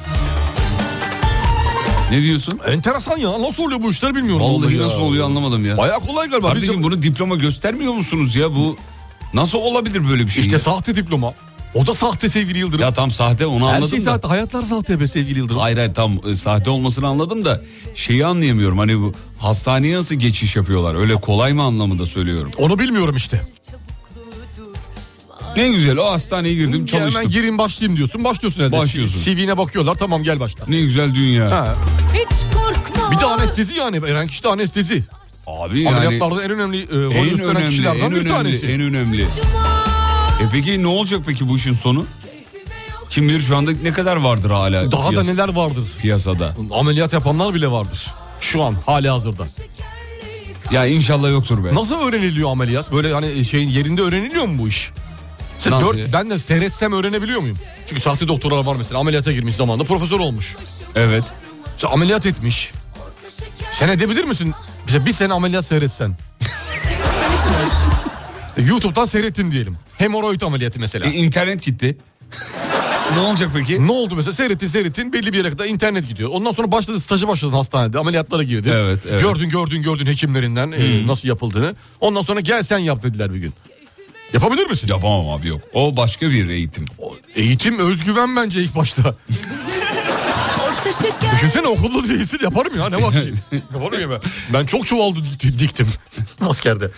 Speaker 2: Ne diyorsun?
Speaker 3: Enteresan ya nasıl oluyor bu işler bilmiyorum.
Speaker 2: Vallahi
Speaker 3: ya.
Speaker 2: nasıl oluyor anlamadım ya.
Speaker 3: Baya kolay galiba.
Speaker 2: Kardeşim
Speaker 3: Bizim-
Speaker 2: bunu diploma göstermiyor musunuz ya bu? Nasıl olabilir böyle bir şey?
Speaker 3: İşte
Speaker 2: ya?
Speaker 3: sahte diploma. O da sahte sevgili Yıldırım.
Speaker 2: Ya tam sahte onu
Speaker 3: Her
Speaker 2: anladım
Speaker 3: şey
Speaker 2: da.
Speaker 3: sahte. Hayatlar sahte be sevgili Yıldırım.
Speaker 2: Hayır hayır tam e, sahte olmasını anladım da şeyi anlayamıyorum. Hani bu hastaneye nasıl geçiş yapıyorlar? Öyle kolay mı anlamında söylüyorum.
Speaker 3: Onu bilmiyorum işte.
Speaker 2: Ne güzel o hastaneye girdim
Speaker 3: Ya Hemen
Speaker 2: çalıştım.
Speaker 3: gireyim başlayayım diyorsun. Başlıyorsun herhalde.
Speaker 2: Başlıyorsun.
Speaker 3: CV'ne bakıyorlar tamam gel başla.
Speaker 2: Ne güzel dünya.
Speaker 3: Ha.
Speaker 12: Hiç korkma
Speaker 3: Bir de anestezi yani. Eren kişi de anestezi.
Speaker 2: Abi yani
Speaker 3: Ameliyatlarda en önemli e, rol
Speaker 2: en
Speaker 3: üstlenen
Speaker 2: önemli,
Speaker 3: kişilerden
Speaker 2: en
Speaker 3: bir tanesi.
Speaker 2: önemli, en önemli. E peki ne olacak peki bu işin sonu? Kim bilir şu anda ne kadar vardır hala
Speaker 3: Daha
Speaker 2: piyas-
Speaker 3: da neler vardır.
Speaker 2: piyasada.
Speaker 3: Ameliyat yapanlar bile vardır. Şu an hali hazırda.
Speaker 2: Ya inşallah yoktur be.
Speaker 3: Nasıl öğreniliyor ameliyat? Böyle hani şeyin yerinde öğreniliyor mu bu iş? Mesela
Speaker 2: Nasıl
Speaker 3: dört-
Speaker 2: ya?
Speaker 3: ben de seyretsem öğrenebiliyor muyum? Çünkü sahte doktorlar var mesela ameliyata girmiş zamanında profesör olmuş.
Speaker 2: Evet.
Speaker 3: Mesela ameliyat etmiş. Sen edebilir misin? Bize bir sene ameliyat seyretsen. YouTube'dan seyrettin diyelim. Hemoroid ameliyatı mesela.
Speaker 2: E, internet gitti. ne olacak peki?
Speaker 3: ne oldu mesela seyrettin seyrettin belli bir yere kadar internet gidiyor. Ondan sonra başladı stajı başladın hastanede ameliyatlara girdin.
Speaker 2: Evet, evet. Hmm.
Speaker 3: Gördün gördün gördün hekimlerinden e, nasıl yapıldığını. Ondan sonra gel sen yap dediler bir gün. Yapabilir misin?
Speaker 2: Yapamam abi yok. O başka bir eğitim.
Speaker 3: Eğitim özgüven bence ilk başta.
Speaker 12: Orta şeker
Speaker 3: Düşünsene okulda değilsin yaparım ya ne var ki? yaparım ya ben. Ben çok çuval dik- diktim askerde.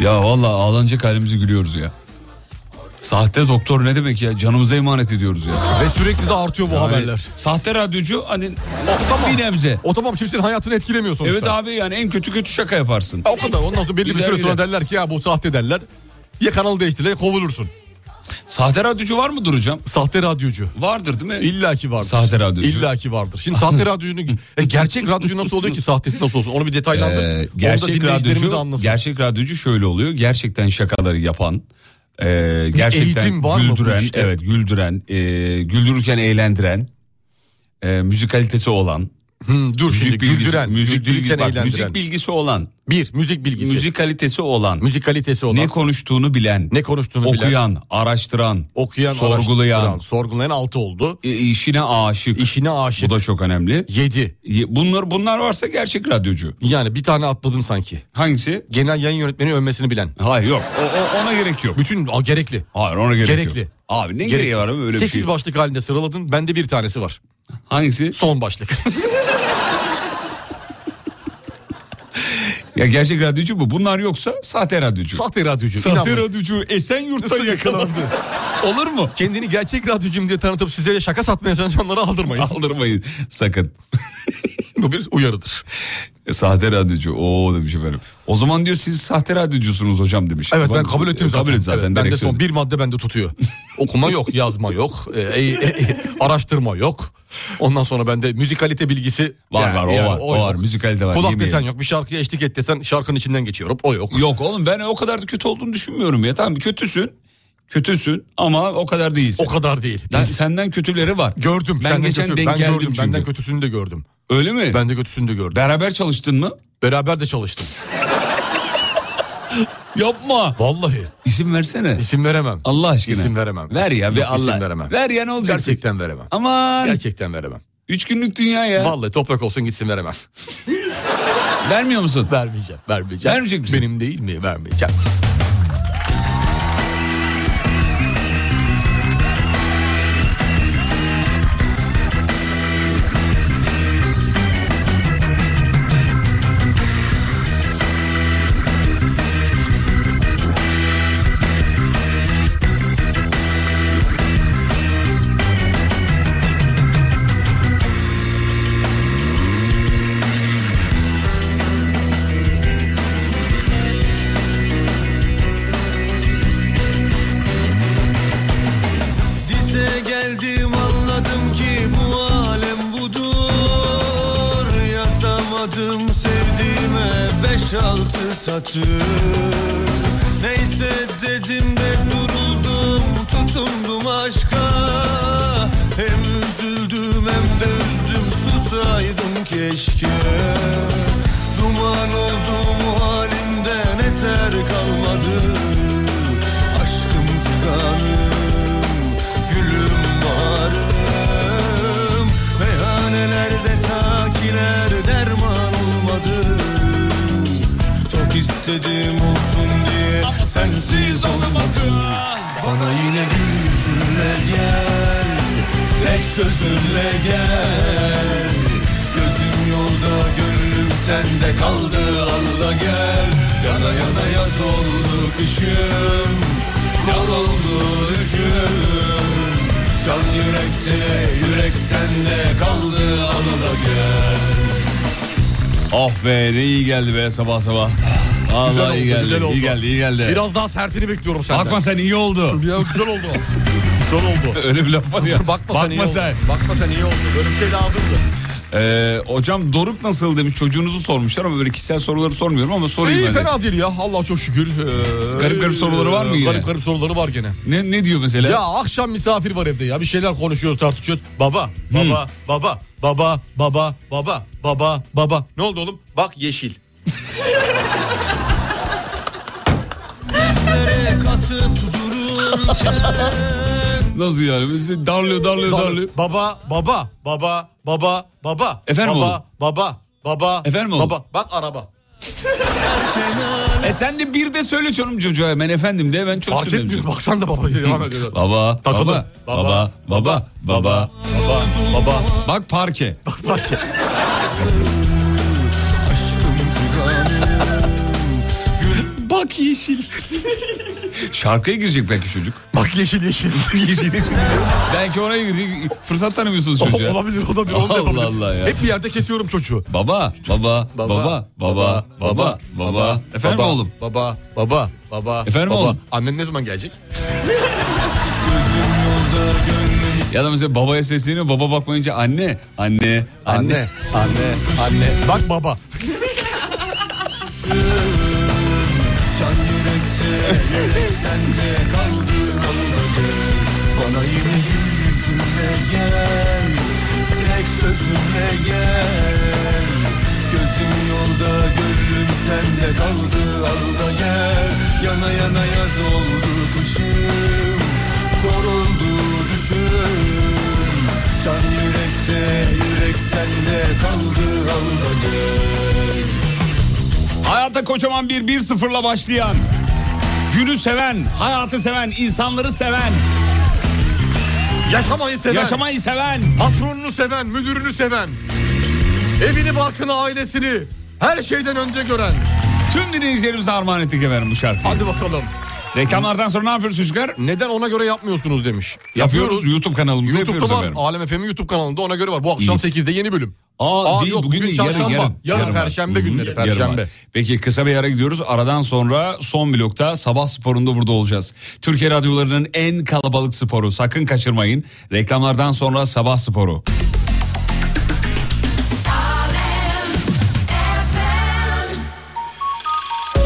Speaker 2: Ya vallahi ağlanacak halimizi gülüyoruz ya. Sahte doktor ne demek ya? Canımıza emanet ediyoruz ya.
Speaker 3: Ve sürekli de artıyor bu
Speaker 2: Yani
Speaker 3: haberler. Oh,
Speaker 2: sahte radyocu hani
Speaker 3: tamam.
Speaker 2: bir nebze.
Speaker 3: O tamam kimsenin hayatını etkilemiyor sonuçta.
Speaker 2: Evet abi yani en kötü kötü şaka yaparsın.
Speaker 3: Ha, O kadar ondan sonra belli bir
Speaker 2: İler
Speaker 3: süre sonra
Speaker 2: iler.
Speaker 3: derler ki ya bu sahte derler. Ya kanalı değiştirirler ya kovulursun.
Speaker 2: Sahte radyocu var mıdır hocam?
Speaker 3: Sahte radyocu.
Speaker 2: Vardır değil mi?
Speaker 3: İlla ki vardır.
Speaker 2: Sahte radyocu.
Speaker 3: İlla ki vardır. Şimdi sahte radyocunu... E, gerçek radyocu nasıl oluyor ki sahtesi nasıl olsun? Onu bir detaylandır.
Speaker 2: Ee,
Speaker 3: Onu da
Speaker 2: gerçek
Speaker 3: dinleyicilerimiz
Speaker 2: radyocu
Speaker 3: anlasın.
Speaker 2: gerçek radyocu şöyle oluyor. Gerçekten şakaları yapan e, gerçekten
Speaker 3: eğitim var mı bu
Speaker 2: güldüren,
Speaker 3: işte?
Speaker 2: evet güldüren, e, güldürürken eğlendiren, e, müzikalitesi olan,
Speaker 3: Hı, dur şimdi
Speaker 2: müzik bilgisi,
Speaker 3: güldüren,
Speaker 2: müzik, bilgi,
Speaker 3: güldürürken
Speaker 2: bak,
Speaker 3: eğlendiren.
Speaker 2: müzik bilgisi olan,
Speaker 3: bir, müzik bilgisi. Müzik,
Speaker 2: müzik kalitesi olan,
Speaker 3: kalitesi olan.
Speaker 2: ne
Speaker 3: Ne,
Speaker 2: konuştuğunu bilen,
Speaker 3: konuştuğunu bilen.
Speaker 2: okuyan, araştıran,
Speaker 3: Okuyan,
Speaker 2: sorgulayan,
Speaker 3: araştıran, sorgulayan altı oldu.
Speaker 2: e, işine aşık.
Speaker 3: İşine aşık.
Speaker 2: Bu da çok önemli.
Speaker 3: Yedi.
Speaker 2: Ye- Bunlar bunlar varsa gerçek radyocu.
Speaker 3: Yani bir tane atladın sanki.
Speaker 2: Hangisi?
Speaker 3: Genel yayın yönetmeni övmesini bilen.
Speaker 2: Hayır yok. O- o- ona gerek yok.
Speaker 3: Bütün a, gerekli.
Speaker 2: Hayır ona gerek
Speaker 3: Gerekli.
Speaker 2: yok. Abi ne gereği var ama öyle bir
Speaker 3: 8
Speaker 2: şey.
Speaker 3: başlık halinde sıraladın. Bende bir tanesi var.
Speaker 2: Hangisi?
Speaker 3: Son başlık.
Speaker 2: Ya gerçek radyocu bu. Bunlar yoksa sahte radyocu.
Speaker 3: Sahte radyocu.
Speaker 2: Sahte
Speaker 3: İnanmayın.
Speaker 2: radyocu Esenyurt'ta yakalandı. Olur mu?
Speaker 3: Kendini gerçek radyocuyum diye tanıtıp size şaka satmaya çalışanları aldırmayın.
Speaker 2: Aldırmayın sakın.
Speaker 3: Bu bir uyarıdır.
Speaker 2: E, Sahte radyocu. Oo demiş efendim. O zaman diyor siz sahte radyocusunuz hocam demiş.
Speaker 3: Evet ben
Speaker 2: Ulan,
Speaker 3: şey kabul ettim
Speaker 2: e,
Speaker 3: zaten.
Speaker 2: Kabul et zaten.
Speaker 3: Evet,
Speaker 2: direkt
Speaker 3: ben de son
Speaker 2: söyledim.
Speaker 3: bir madde bende tutuyor. Okuma yok, yazma yok, e, e, e, araştırma yok. Ondan sonra bende müzikalite bilgisi
Speaker 2: Var
Speaker 3: yani-
Speaker 2: var o
Speaker 3: yani
Speaker 2: var. O var.
Speaker 3: yok.
Speaker 2: Müzikalite var.
Speaker 3: Kulak
Speaker 2: yemeyelim.
Speaker 3: desen yok, bir şarkıya eşlik et desen şarkının içinden geçiyorum. O yok.
Speaker 2: Yok oğlum ben o kadar da kötü olduğunu düşünmüyorum ya. Tamam kötüsün. Kötüsün ama o kadar değilsin.
Speaker 3: O kadar değil.
Speaker 2: Ben- senden kötüleri var.
Speaker 3: Gördüm.
Speaker 2: Ben
Speaker 3: senden
Speaker 2: geçen
Speaker 3: kötü-
Speaker 2: denk
Speaker 3: ben
Speaker 2: geldim
Speaker 3: gördüm,
Speaker 2: çünkü.
Speaker 3: Benden kötüsünü de gördüm.
Speaker 2: Öyle mi?
Speaker 3: Bende kötüsünü de gördüm.
Speaker 2: Beraber çalıştın mı?
Speaker 3: Beraber de çalıştım.
Speaker 2: Yapma.
Speaker 3: Vallahi
Speaker 2: İsim versene.
Speaker 3: isim veremem.
Speaker 2: Allah aşkına.
Speaker 3: İsim veremem.
Speaker 2: Ver ya
Speaker 3: Yok,
Speaker 2: ve
Speaker 3: isim
Speaker 2: Allah.
Speaker 3: veremem.
Speaker 2: Ver ya ne olacak?
Speaker 3: Gerçekten veremem.
Speaker 2: Aman.
Speaker 3: Gerçekten veremem.
Speaker 2: Üç günlük dünya ya.
Speaker 3: Vallahi toprak olsun gitsin veremem.
Speaker 2: Vermiyor musun?
Speaker 3: Vermeyeceğim, vermeyeceğim.
Speaker 2: Vermeyecek misin?
Speaker 3: Benim değil mi? Vermeyeceğim.
Speaker 9: 5-6 satır Neyse dedim de duruldum tutundum aşka Hem üzüldüm hem de üzdüm susaydım keşke Duman olduğum halimden eser kalmadı Aşkım figanım, gülüm varım Meyhanelerde sakiler derman olmadı Çok istediğim olsun diye sensiz olamadım Bana yine gül yüzünle gel Tek sözünle gel Gözüm yolda gönlüm sende kaldı Allah gel Yana yana yaz oldu kışım Yal oldu düşüm Can yürekte yürek sende kaldı Allah gel
Speaker 2: Ah be ne iyi geldi be sabah sabah.
Speaker 3: Güzel
Speaker 2: Vallahi iyi
Speaker 3: oldu,
Speaker 2: geldi,
Speaker 3: güzel oldu.
Speaker 2: iyi geldi, iyi geldi.
Speaker 3: Biraz daha sertini bekliyorum senden.
Speaker 2: Bakma sen iyi oldu.
Speaker 3: Ya güzel oldu. güzel oldu.
Speaker 2: Öyle bir laf var ya.
Speaker 3: Bakma, sen iyi
Speaker 2: Bakma
Speaker 3: oldu.
Speaker 2: sen.
Speaker 3: Bakma sen iyi oldu. Böyle bir şey lazımdı.
Speaker 2: Ee, hocam Doruk nasıl demiş çocuğunuzu sormuşlar ama böyle kişisel soruları sormuyorum ama sorayım.
Speaker 3: İyi
Speaker 2: ben de.
Speaker 3: fena değil ya. Allah çok şükür. Ee,
Speaker 2: Garip garip soruları var mı yine?
Speaker 3: Garip garip soruları var gene.
Speaker 2: Ne, ne diyor mesela?
Speaker 3: Ya akşam misafir var evde ya. Bir şeyler konuşuyoruz, tartışıyoruz. Baba, baba, baba, baba, baba, baba, baba, baba. Ne oldu oğlum? Bak yeşil.
Speaker 2: Nasıl yani? Bizi Darlıyor darlıyor
Speaker 3: Baba,
Speaker 2: darlıyor.
Speaker 3: Baba, baba, baba, baba, baba.
Speaker 2: Efendim
Speaker 3: baba,
Speaker 2: oğlum?
Speaker 3: Baba, baba,
Speaker 2: Efendim oğlum?
Speaker 3: baba. Bak araba.
Speaker 2: E sen de bir de söyle canım çocuğa hemen efendim de hemen
Speaker 3: Fark
Speaker 2: çözsün demiş.
Speaker 3: etmiyor. Baksan da baba. Devam ediyor.
Speaker 2: Baba,
Speaker 3: Takılı.
Speaker 2: baba, baba, baba, baba.
Speaker 3: baba, baba, baba.
Speaker 2: Bak parke.
Speaker 3: Bak ya.
Speaker 2: Bak yeşil. Şarkıya girecek belki çocuk.
Speaker 3: Bak yeşil yeşil.
Speaker 2: Yeşil. belki oraya girecek. Fırsat tanımıyorsunuz çocuğa.
Speaker 3: olabilir olabilir. Onu da
Speaker 2: Allah
Speaker 3: yapabilir.
Speaker 2: Allah ya.
Speaker 3: Hep bir yerde kesiyorum çocuğu.
Speaker 2: Baba, baba, baba, baba, baba, baba. Efendim
Speaker 3: baba,
Speaker 2: oğlum.
Speaker 3: Baba, baba, baba.
Speaker 2: Efendim
Speaker 3: baba.
Speaker 2: oğlum?
Speaker 3: Annen ne zaman gelecek?
Speaker 2: Ya da mesela babaya sesleniyor. Baba bakmayınca anne, anne, anne.
Speaker 3: Anne, anne, anne. Bak baba.
Speaker 9: Can yürekte yürek sende kaldı anladı Bana yine gül yüzünle gel Tek sözünle gel Gözüm yolda gönlüm sende kaldı Al da gel Yana yana yaz oldu kışım Koruldu düşüm Can yürekte yürek sende kaldı Al da gel
Speaker 2: Hayata kocaman bir 1-0'la başlayan, günü seven, hayatı seven, insanları seven,
Speaker 3: Yaşamayı seven,
Speaker 2: yaşamayı seven.
Speaker 3: patronunu seven, müdürünü seven. Evini, barkını, ailesini her şeyden önce gören.
Speaker 2: Tüm dinleyicilerimize armağan ettik efendim bu şarkıyı.
Speaker 3: Hadi bakalım.
Speaker 2: Reklamlardan sonra ne yapıyoruz çocuklar?
Speaker 3: Neden ona göre yapmıyorsunuz demiş.
Speaker 2: Yapıyoruz, YouTube kanalımızda
Speaker 3: YouTube'da
Speaker 2: yapıyoruz
Speaker 3: var.
Speaker 2: efendim.
Speaker 3: Alem FM'in YouTube kanalında ona göre var. Bu akşam
Speaker 2: İyi.
Speaker 3: 8'de yeni bölüm.
Speaker 2: Aa, değil, bugün, değil, yarın, yarın,
Speaker 3: çarşamba. Yarın,
Speaker 2: var.
Speaker 3: perşembe
Speaker 2: Hı hı,
Speaker 3: günleri.
Speaker 2: yarın var.
Speaker 3: Perşembe.
Speaker 2: Peki kısa bir ara gidiyoruz. Aradan sonra son blokta sabah sporunda burada olacağız. Türkiye radyolarının en kalabalık sporu. Sakın kaçırmayın. Reklamlardan sonra sabah sporu.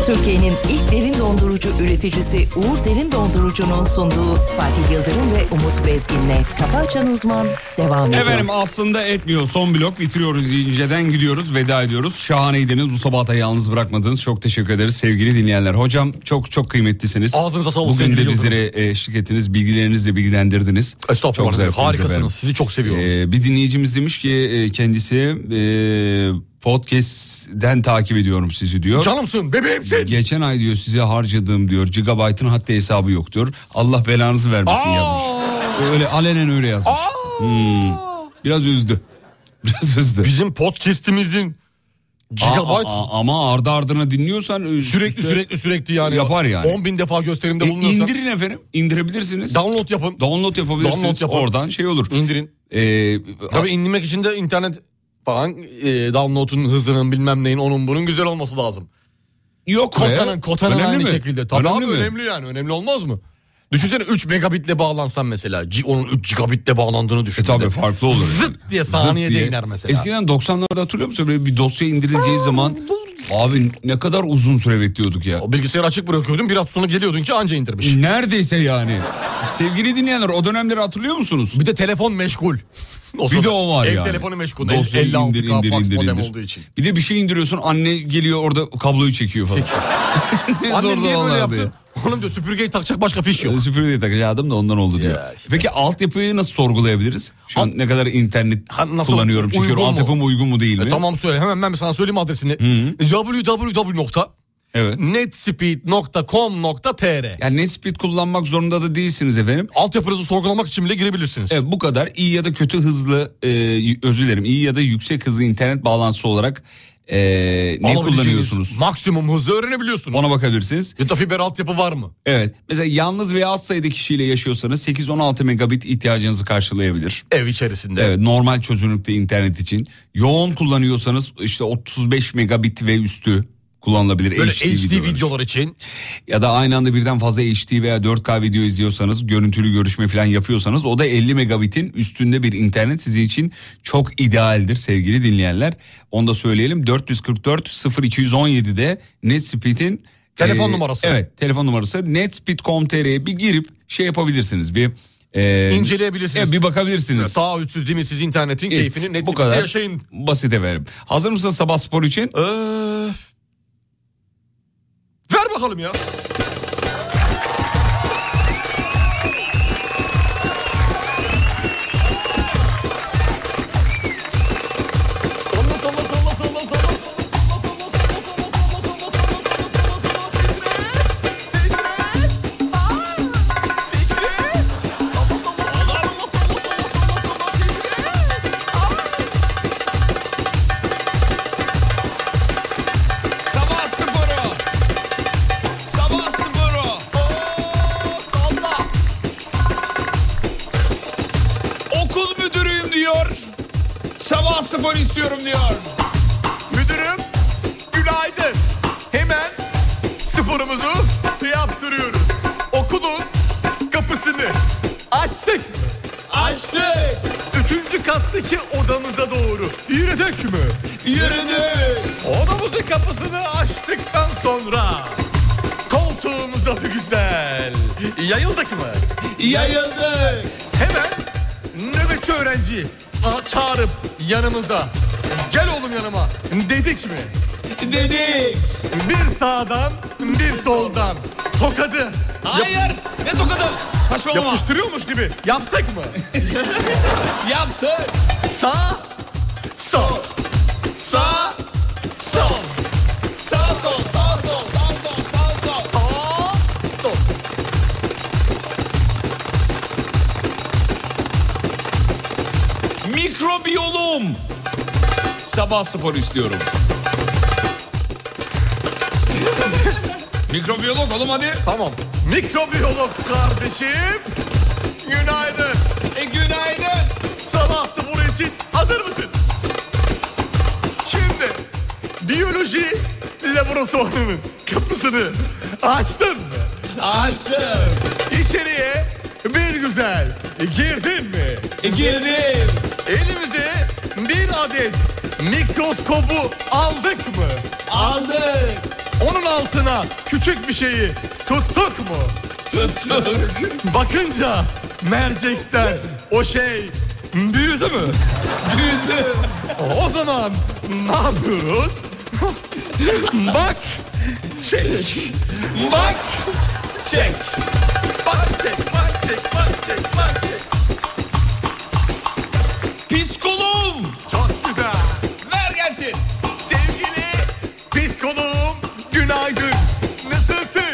Speaker 4: Türkiye'nin ilk derin dondurucu üreticisi Uğur Derin Dondurucu'nun sunduğu Fatih Yıldırım ve Umut Bezgin'le Kafa Açan Uzman devam ediyor.
Speaker 2: Efendim aslında etmiyor. Son blok bitiriyoruz. İnceden gidiyoruz. Veda ediyoruz. Şahaneydiniz. Bu sabah da yalnız bırakmadınız. Çok teşekkür ederiz sevgili dinleyenler. Hocam çok çok kıymetlisiniz.
Speaker 3: Ağzınıza sağlık
Speaker 2: Bugün de
Speaker 3: sevgili
Speaker 2: bizlere e, eşlik ettiniz. Bilgilerinizle bilgilendirdiniz.
Speaker 3: Estağfurullah.
Speaker 2: Çok güzel yaptınız
Speaker 3: Harikasınız.
Speaker 2: efendim.
Speaker 3: Sizi çok seviyorum.
Speaker 2: Ee, bir dinleyicimiz demiş ki e, kendisi e, podcast'den takip ediyorum sizi diyor.
Speaker 3: Canımsın, bebeğimsin.
Speaker 2: Geçen ay diyor size harcadığım diyor gigabaytın hatta hesabı yok diyor. Allah belanızı vermesin
Speaker 3: Aa!
Speaker 2: yazmış. Öyle alenen öyle yazmış. Hmm. Biraz üzdü. Biraz üzdü.
Speaker 3: Bizim podcast'imizin gigabyte
Speaker 2: Aa, aa, ama ardı ardına dinliyorsan e,
Speaker 3: sürekli
Speaker 2: işte-
Speaker 3: sürekli sürekli yani.
Speaker 2: Yapar yani.
Speaker 3: 10 bin defa gösterimde
Speaker 2: E,
Speaker 3: bulunuyorsan.
Speaker 2: indirin efendim. indirebilirsiniz.
Speaker 3: Download yapın.
Speaker 2: Download yapabilirsiniz.
Speaker 3: Download yapın.
Speaker 2: Oradan şey olur.
Speaker 3: indirin.
Speaker 2: Ee,
Speaker 3: Tabii indirmek için de internet falan e, download'un hızının bilmem neyin onun bunun güzel olması lazım.
Speaker 2: yok be.
Speaker 3: Kotanın kotanın
Speaker 2: Önemli
Speaker 3: aynı
Speaker 2: mi?
Speaker 3: şekilde. Tabii
Speaker 2: Önemli
Speaker 3: önemli abi
Speaker 2: mi?
Speaker 3: önemli yani önemli olmaz mı? Düşünsene 3 megabitle bağlansan mesela. G- onun 3 gigabitle bağlandığını düşün.
Speaker 2: E tabii
Speaker 3: bir de.
Speaker 2: farklı olur. yani.
Speaker 3: Zıt diye saniyede
Speaker 2: diye.
Speaker 3: iner mesela.
Speaker 2: Eskiden 90'larda hatırlıyor musun? Böyle bir dosya indirileceği zaman Abi ne kadar uzun süre bekliyorduk ya.
Speaker 13: O bilgisayarı açık bırakıyordun biraz sonra geliyordun ki anca indirmiş.
Speaker 2: Neredeyse yani. Sevgili dinleyenler o dönemleri hatırlıyor musunuz?
Speaker 13: Bir de telefon meşgul.
Speaker 2: Bir de o var
Speaker 13: ev
Speaker 2: yani.
Speaker 13: telefonu meşgul.
Speaker 2: Dosyayı
Speaker 13: 56K
Speaker 2: indir, indir,
Speaker 13: fax
Speaker 2: indir,
Speaker 13: modem
Speaker 2: indir.
Speaker 13: olduğu için.
Speaker 2: Bir de bir şey indiriyorsun anne geliyor orada kabloyu çekiyor falan. Ne zor
Speaker 13: Annem niye böyle
Speaker 2: zamanlardı ya.
Speaker 13: yaptın? Oğlum diyor süpürgeyi takacak başka fiş yok.
Speaker 2: E, Süpürgeyi takacaktım da ondan oldu diyor.
Speaker 13: Ya işte.
Speaker 2: Peki altyapıyı nasıl sorgulayabiliriz? Şu an ne kadar internet
Speaker 13: Ha, nasıl,
Speaker 2: kullanıyorum
Speaker 13: uygun
Speaker 2: çünkü
Speaker 13: mu?
Speaker 2: altyapım uygun mu değil mi?
Speaker 13: E, tamam söyle hemen ben sana söyleyeyim adresini. E, www.netspeed.com.tr
Speaker 2: Evet. Yani Netspeed kullanmak zorunda da değilsiniz efendim.
Speaker 13: Altyapınızı sorgulamak için bile girebilirsiniz.
Speaker 2: Evet, bu kadar iyi ya da kötü hızlı e, y- özür dilerim iyi ya da yüksek hızlı internet bağlantısı olarak e, ne
Speaker 13: Alabileceğiniz
Speaker 2: kullanıyorsunuz?
Speaker 13: Maksimum hızı öğrenebiliyorsunuz.
Speaker 2: Ona bakabilirsiniz.
Speaker 13: Ya da fiber altyapı var mı?
Speaker 2: Evet. Mesela yalnız veya az sayıda kişiyle yaşıyorsanız 8-16 megabit ihtiyacınızı karşılayabilir.
Speaker 13: Ev içerisinde.
Speaker 2: Evet, normal çözünürlükte internet için. Yoğun kullanıyorsanız işte 35 megabit ve üstü kullanılabilir
Speaker 13: Böyle
Speaker 2: HD,
Speaker 13: HD,
Speaker 2: videolar. için.
Speaker 13: videolar için.
Speaker 2: Ya da aynı anda birden fazla HD veya 4K video izliyorsanız, görüntülü görüşme falan yapıyorsanız o da 50 megabitin üstünde bir internet sizin için çok idealdir sevgili dinleyenler. Onu da söyleyelim. 444 0217'de NetSpeed'in e,
Speaker 13: Telefon numarası.
Speaker 2: Evet, telefon numarası. netspeed.com.tr'ye bir girip şey yapabilirsiniz. Bir e,
Speaker 13: İnceleyebilirsiniz.
Speaker 2: e, bir bakabilirsiniz.
Speaker 13: Daha üstsüz değil mi siz internetin
Speaker 2: Evet,
Speaker 13: keyfini net
Speaker 2: bu kadar
Speaker 13: yaşayın.
Speaker 2: basit efendim. Hazır mısın sabah spor için?
Speaker 13: Ee, ver bakalım ya. Salla, salla, salla, salla, salla, salla, salla, salla, salla, salla, salla,
Speaker 2: Sabah sporu. Sabah sporu. Okul müdürüyüm diyor. Sabah spor istiyorum diyor.
Speaker 13: Müdürüm günaydın. Hemen sporumuzu yaptırıyoruz. Okulun kapısını açtık.
Speaker 2: Açtık,
Speaker 13: Üçüncü kattaki odamıza doğru yürüdük mü?
Speaker 2: yürüdük.
Speaker 13: Odamızın kapısını açtıktan sonra koltuğumuza bir güzel yayıldık mı?
Speaker 2: Yayıldık.
Speaker 13: Hemen nöbetçi öğrenci a- çağırıp yanımıza gel oğlum yanıma dedik mi?
Speaker 2: Dedik.
Speaker 13: Bir sağdan bir soldan tokadı
Speaker 2: Hayır. Ne tokadı? Saçmalama.
Speaker 13: yapıştırıyormuş gibi yaptık mı?
Speaker 2: Yaptık.
Speaker 13: Sağ sol sağ sol
Speaker 2: Sağ sol, sağ sol, sağ sol, sağ sol.
Speaker 13: sağ sol.
Speaker 2: Mikrobiyolum. Sabah sporu istiyorum. Mikrobiyolog oğlum hadi.
Speaker 13: Tamam. Mikrobiyolog kardeşim. Günaydın.
Speaker 2: E günaydın.
Speaker 13: Sabah sporu için hazır mısın? Şimdi biyoloji laboratuvarının kapısını açtın mı?
Speaker 2: Açtım.
Speaker 13: İçeriye bir güzel girdin mi?
Speaker 2: E girdim.
Speaker 13: Elimize bir adet mikroskobu aldık mı?
Speaker 2: Aldık.
Speaker 13: Onun altına küçük bir şeyi tuttuk mu?
Speaker 2: Tuttuk.
Speaker 13: Bakınca mercekten o şey büyüdü mü?
Speaker 2: Büyüdü.
Speaker 13: O zaman ne yapıyoruz? Bak, şey, çek.
Speaker 2: Bak.
Speaker 13: Çek. Bak, çek, bak, çek, bak, çek, bak, çek.
Speaker 2: Psikoloğum.
Speaker 13: Çok güzel.
Speaker 2: Ver gelsin.
Speaker 13: Sevgili psikoloğum günaydın. Nasılsın?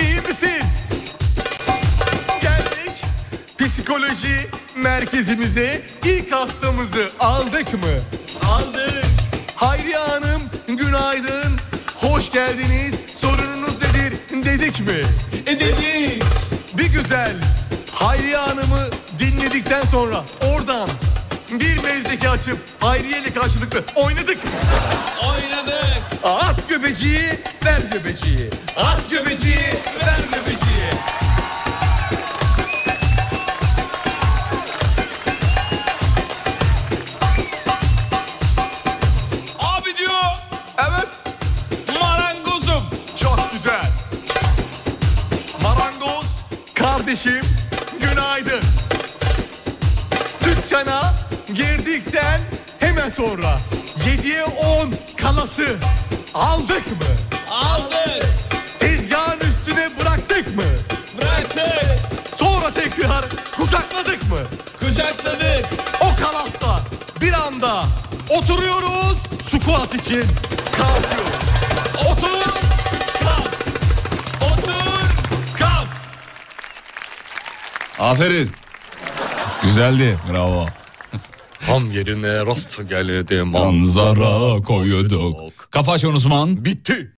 Speaker 13: İyi misin? Geldik psikoloji merkezimize ilk hastamızı aldık mı? Aldık. Hayriye Hanım günaydın. Hoş geldiniz. Sorununuz nedir dedik mi?
Speaker 2: E dedik.
Speaker 13: Bir güzel Hayriye Hanım'ı dinledikten sonra oradan bir mezdeki açıp Hayriye ile karşılıklı oynadık mı?
Speaker 2: Oynadık.
Speaker 13: At göbeciği, ver göbeciği. At göbeciği, ver göbeciği.
Speaker 2: Abi diyor.
Speaker 13: Evet. Hemen hemen sonra 7'ye 10 kalası aldık mı? Aldık. Tezgahın üstüne bıraktık mı? Bıraktık. Sonra tekrar kucakladık mı? Kucakladık. O kalasta bir anda oturuyoruz squat için kalkıyoruz. Otur kalk. Otur kalk.
Speaker 2: Aferin. Güzeldi. Bravo.
Speaker 3: Tam yerine E, rast geldi
Speaker 2: Manzara koyduk. Kafa açan uzman.
Speaker 3: Bitti.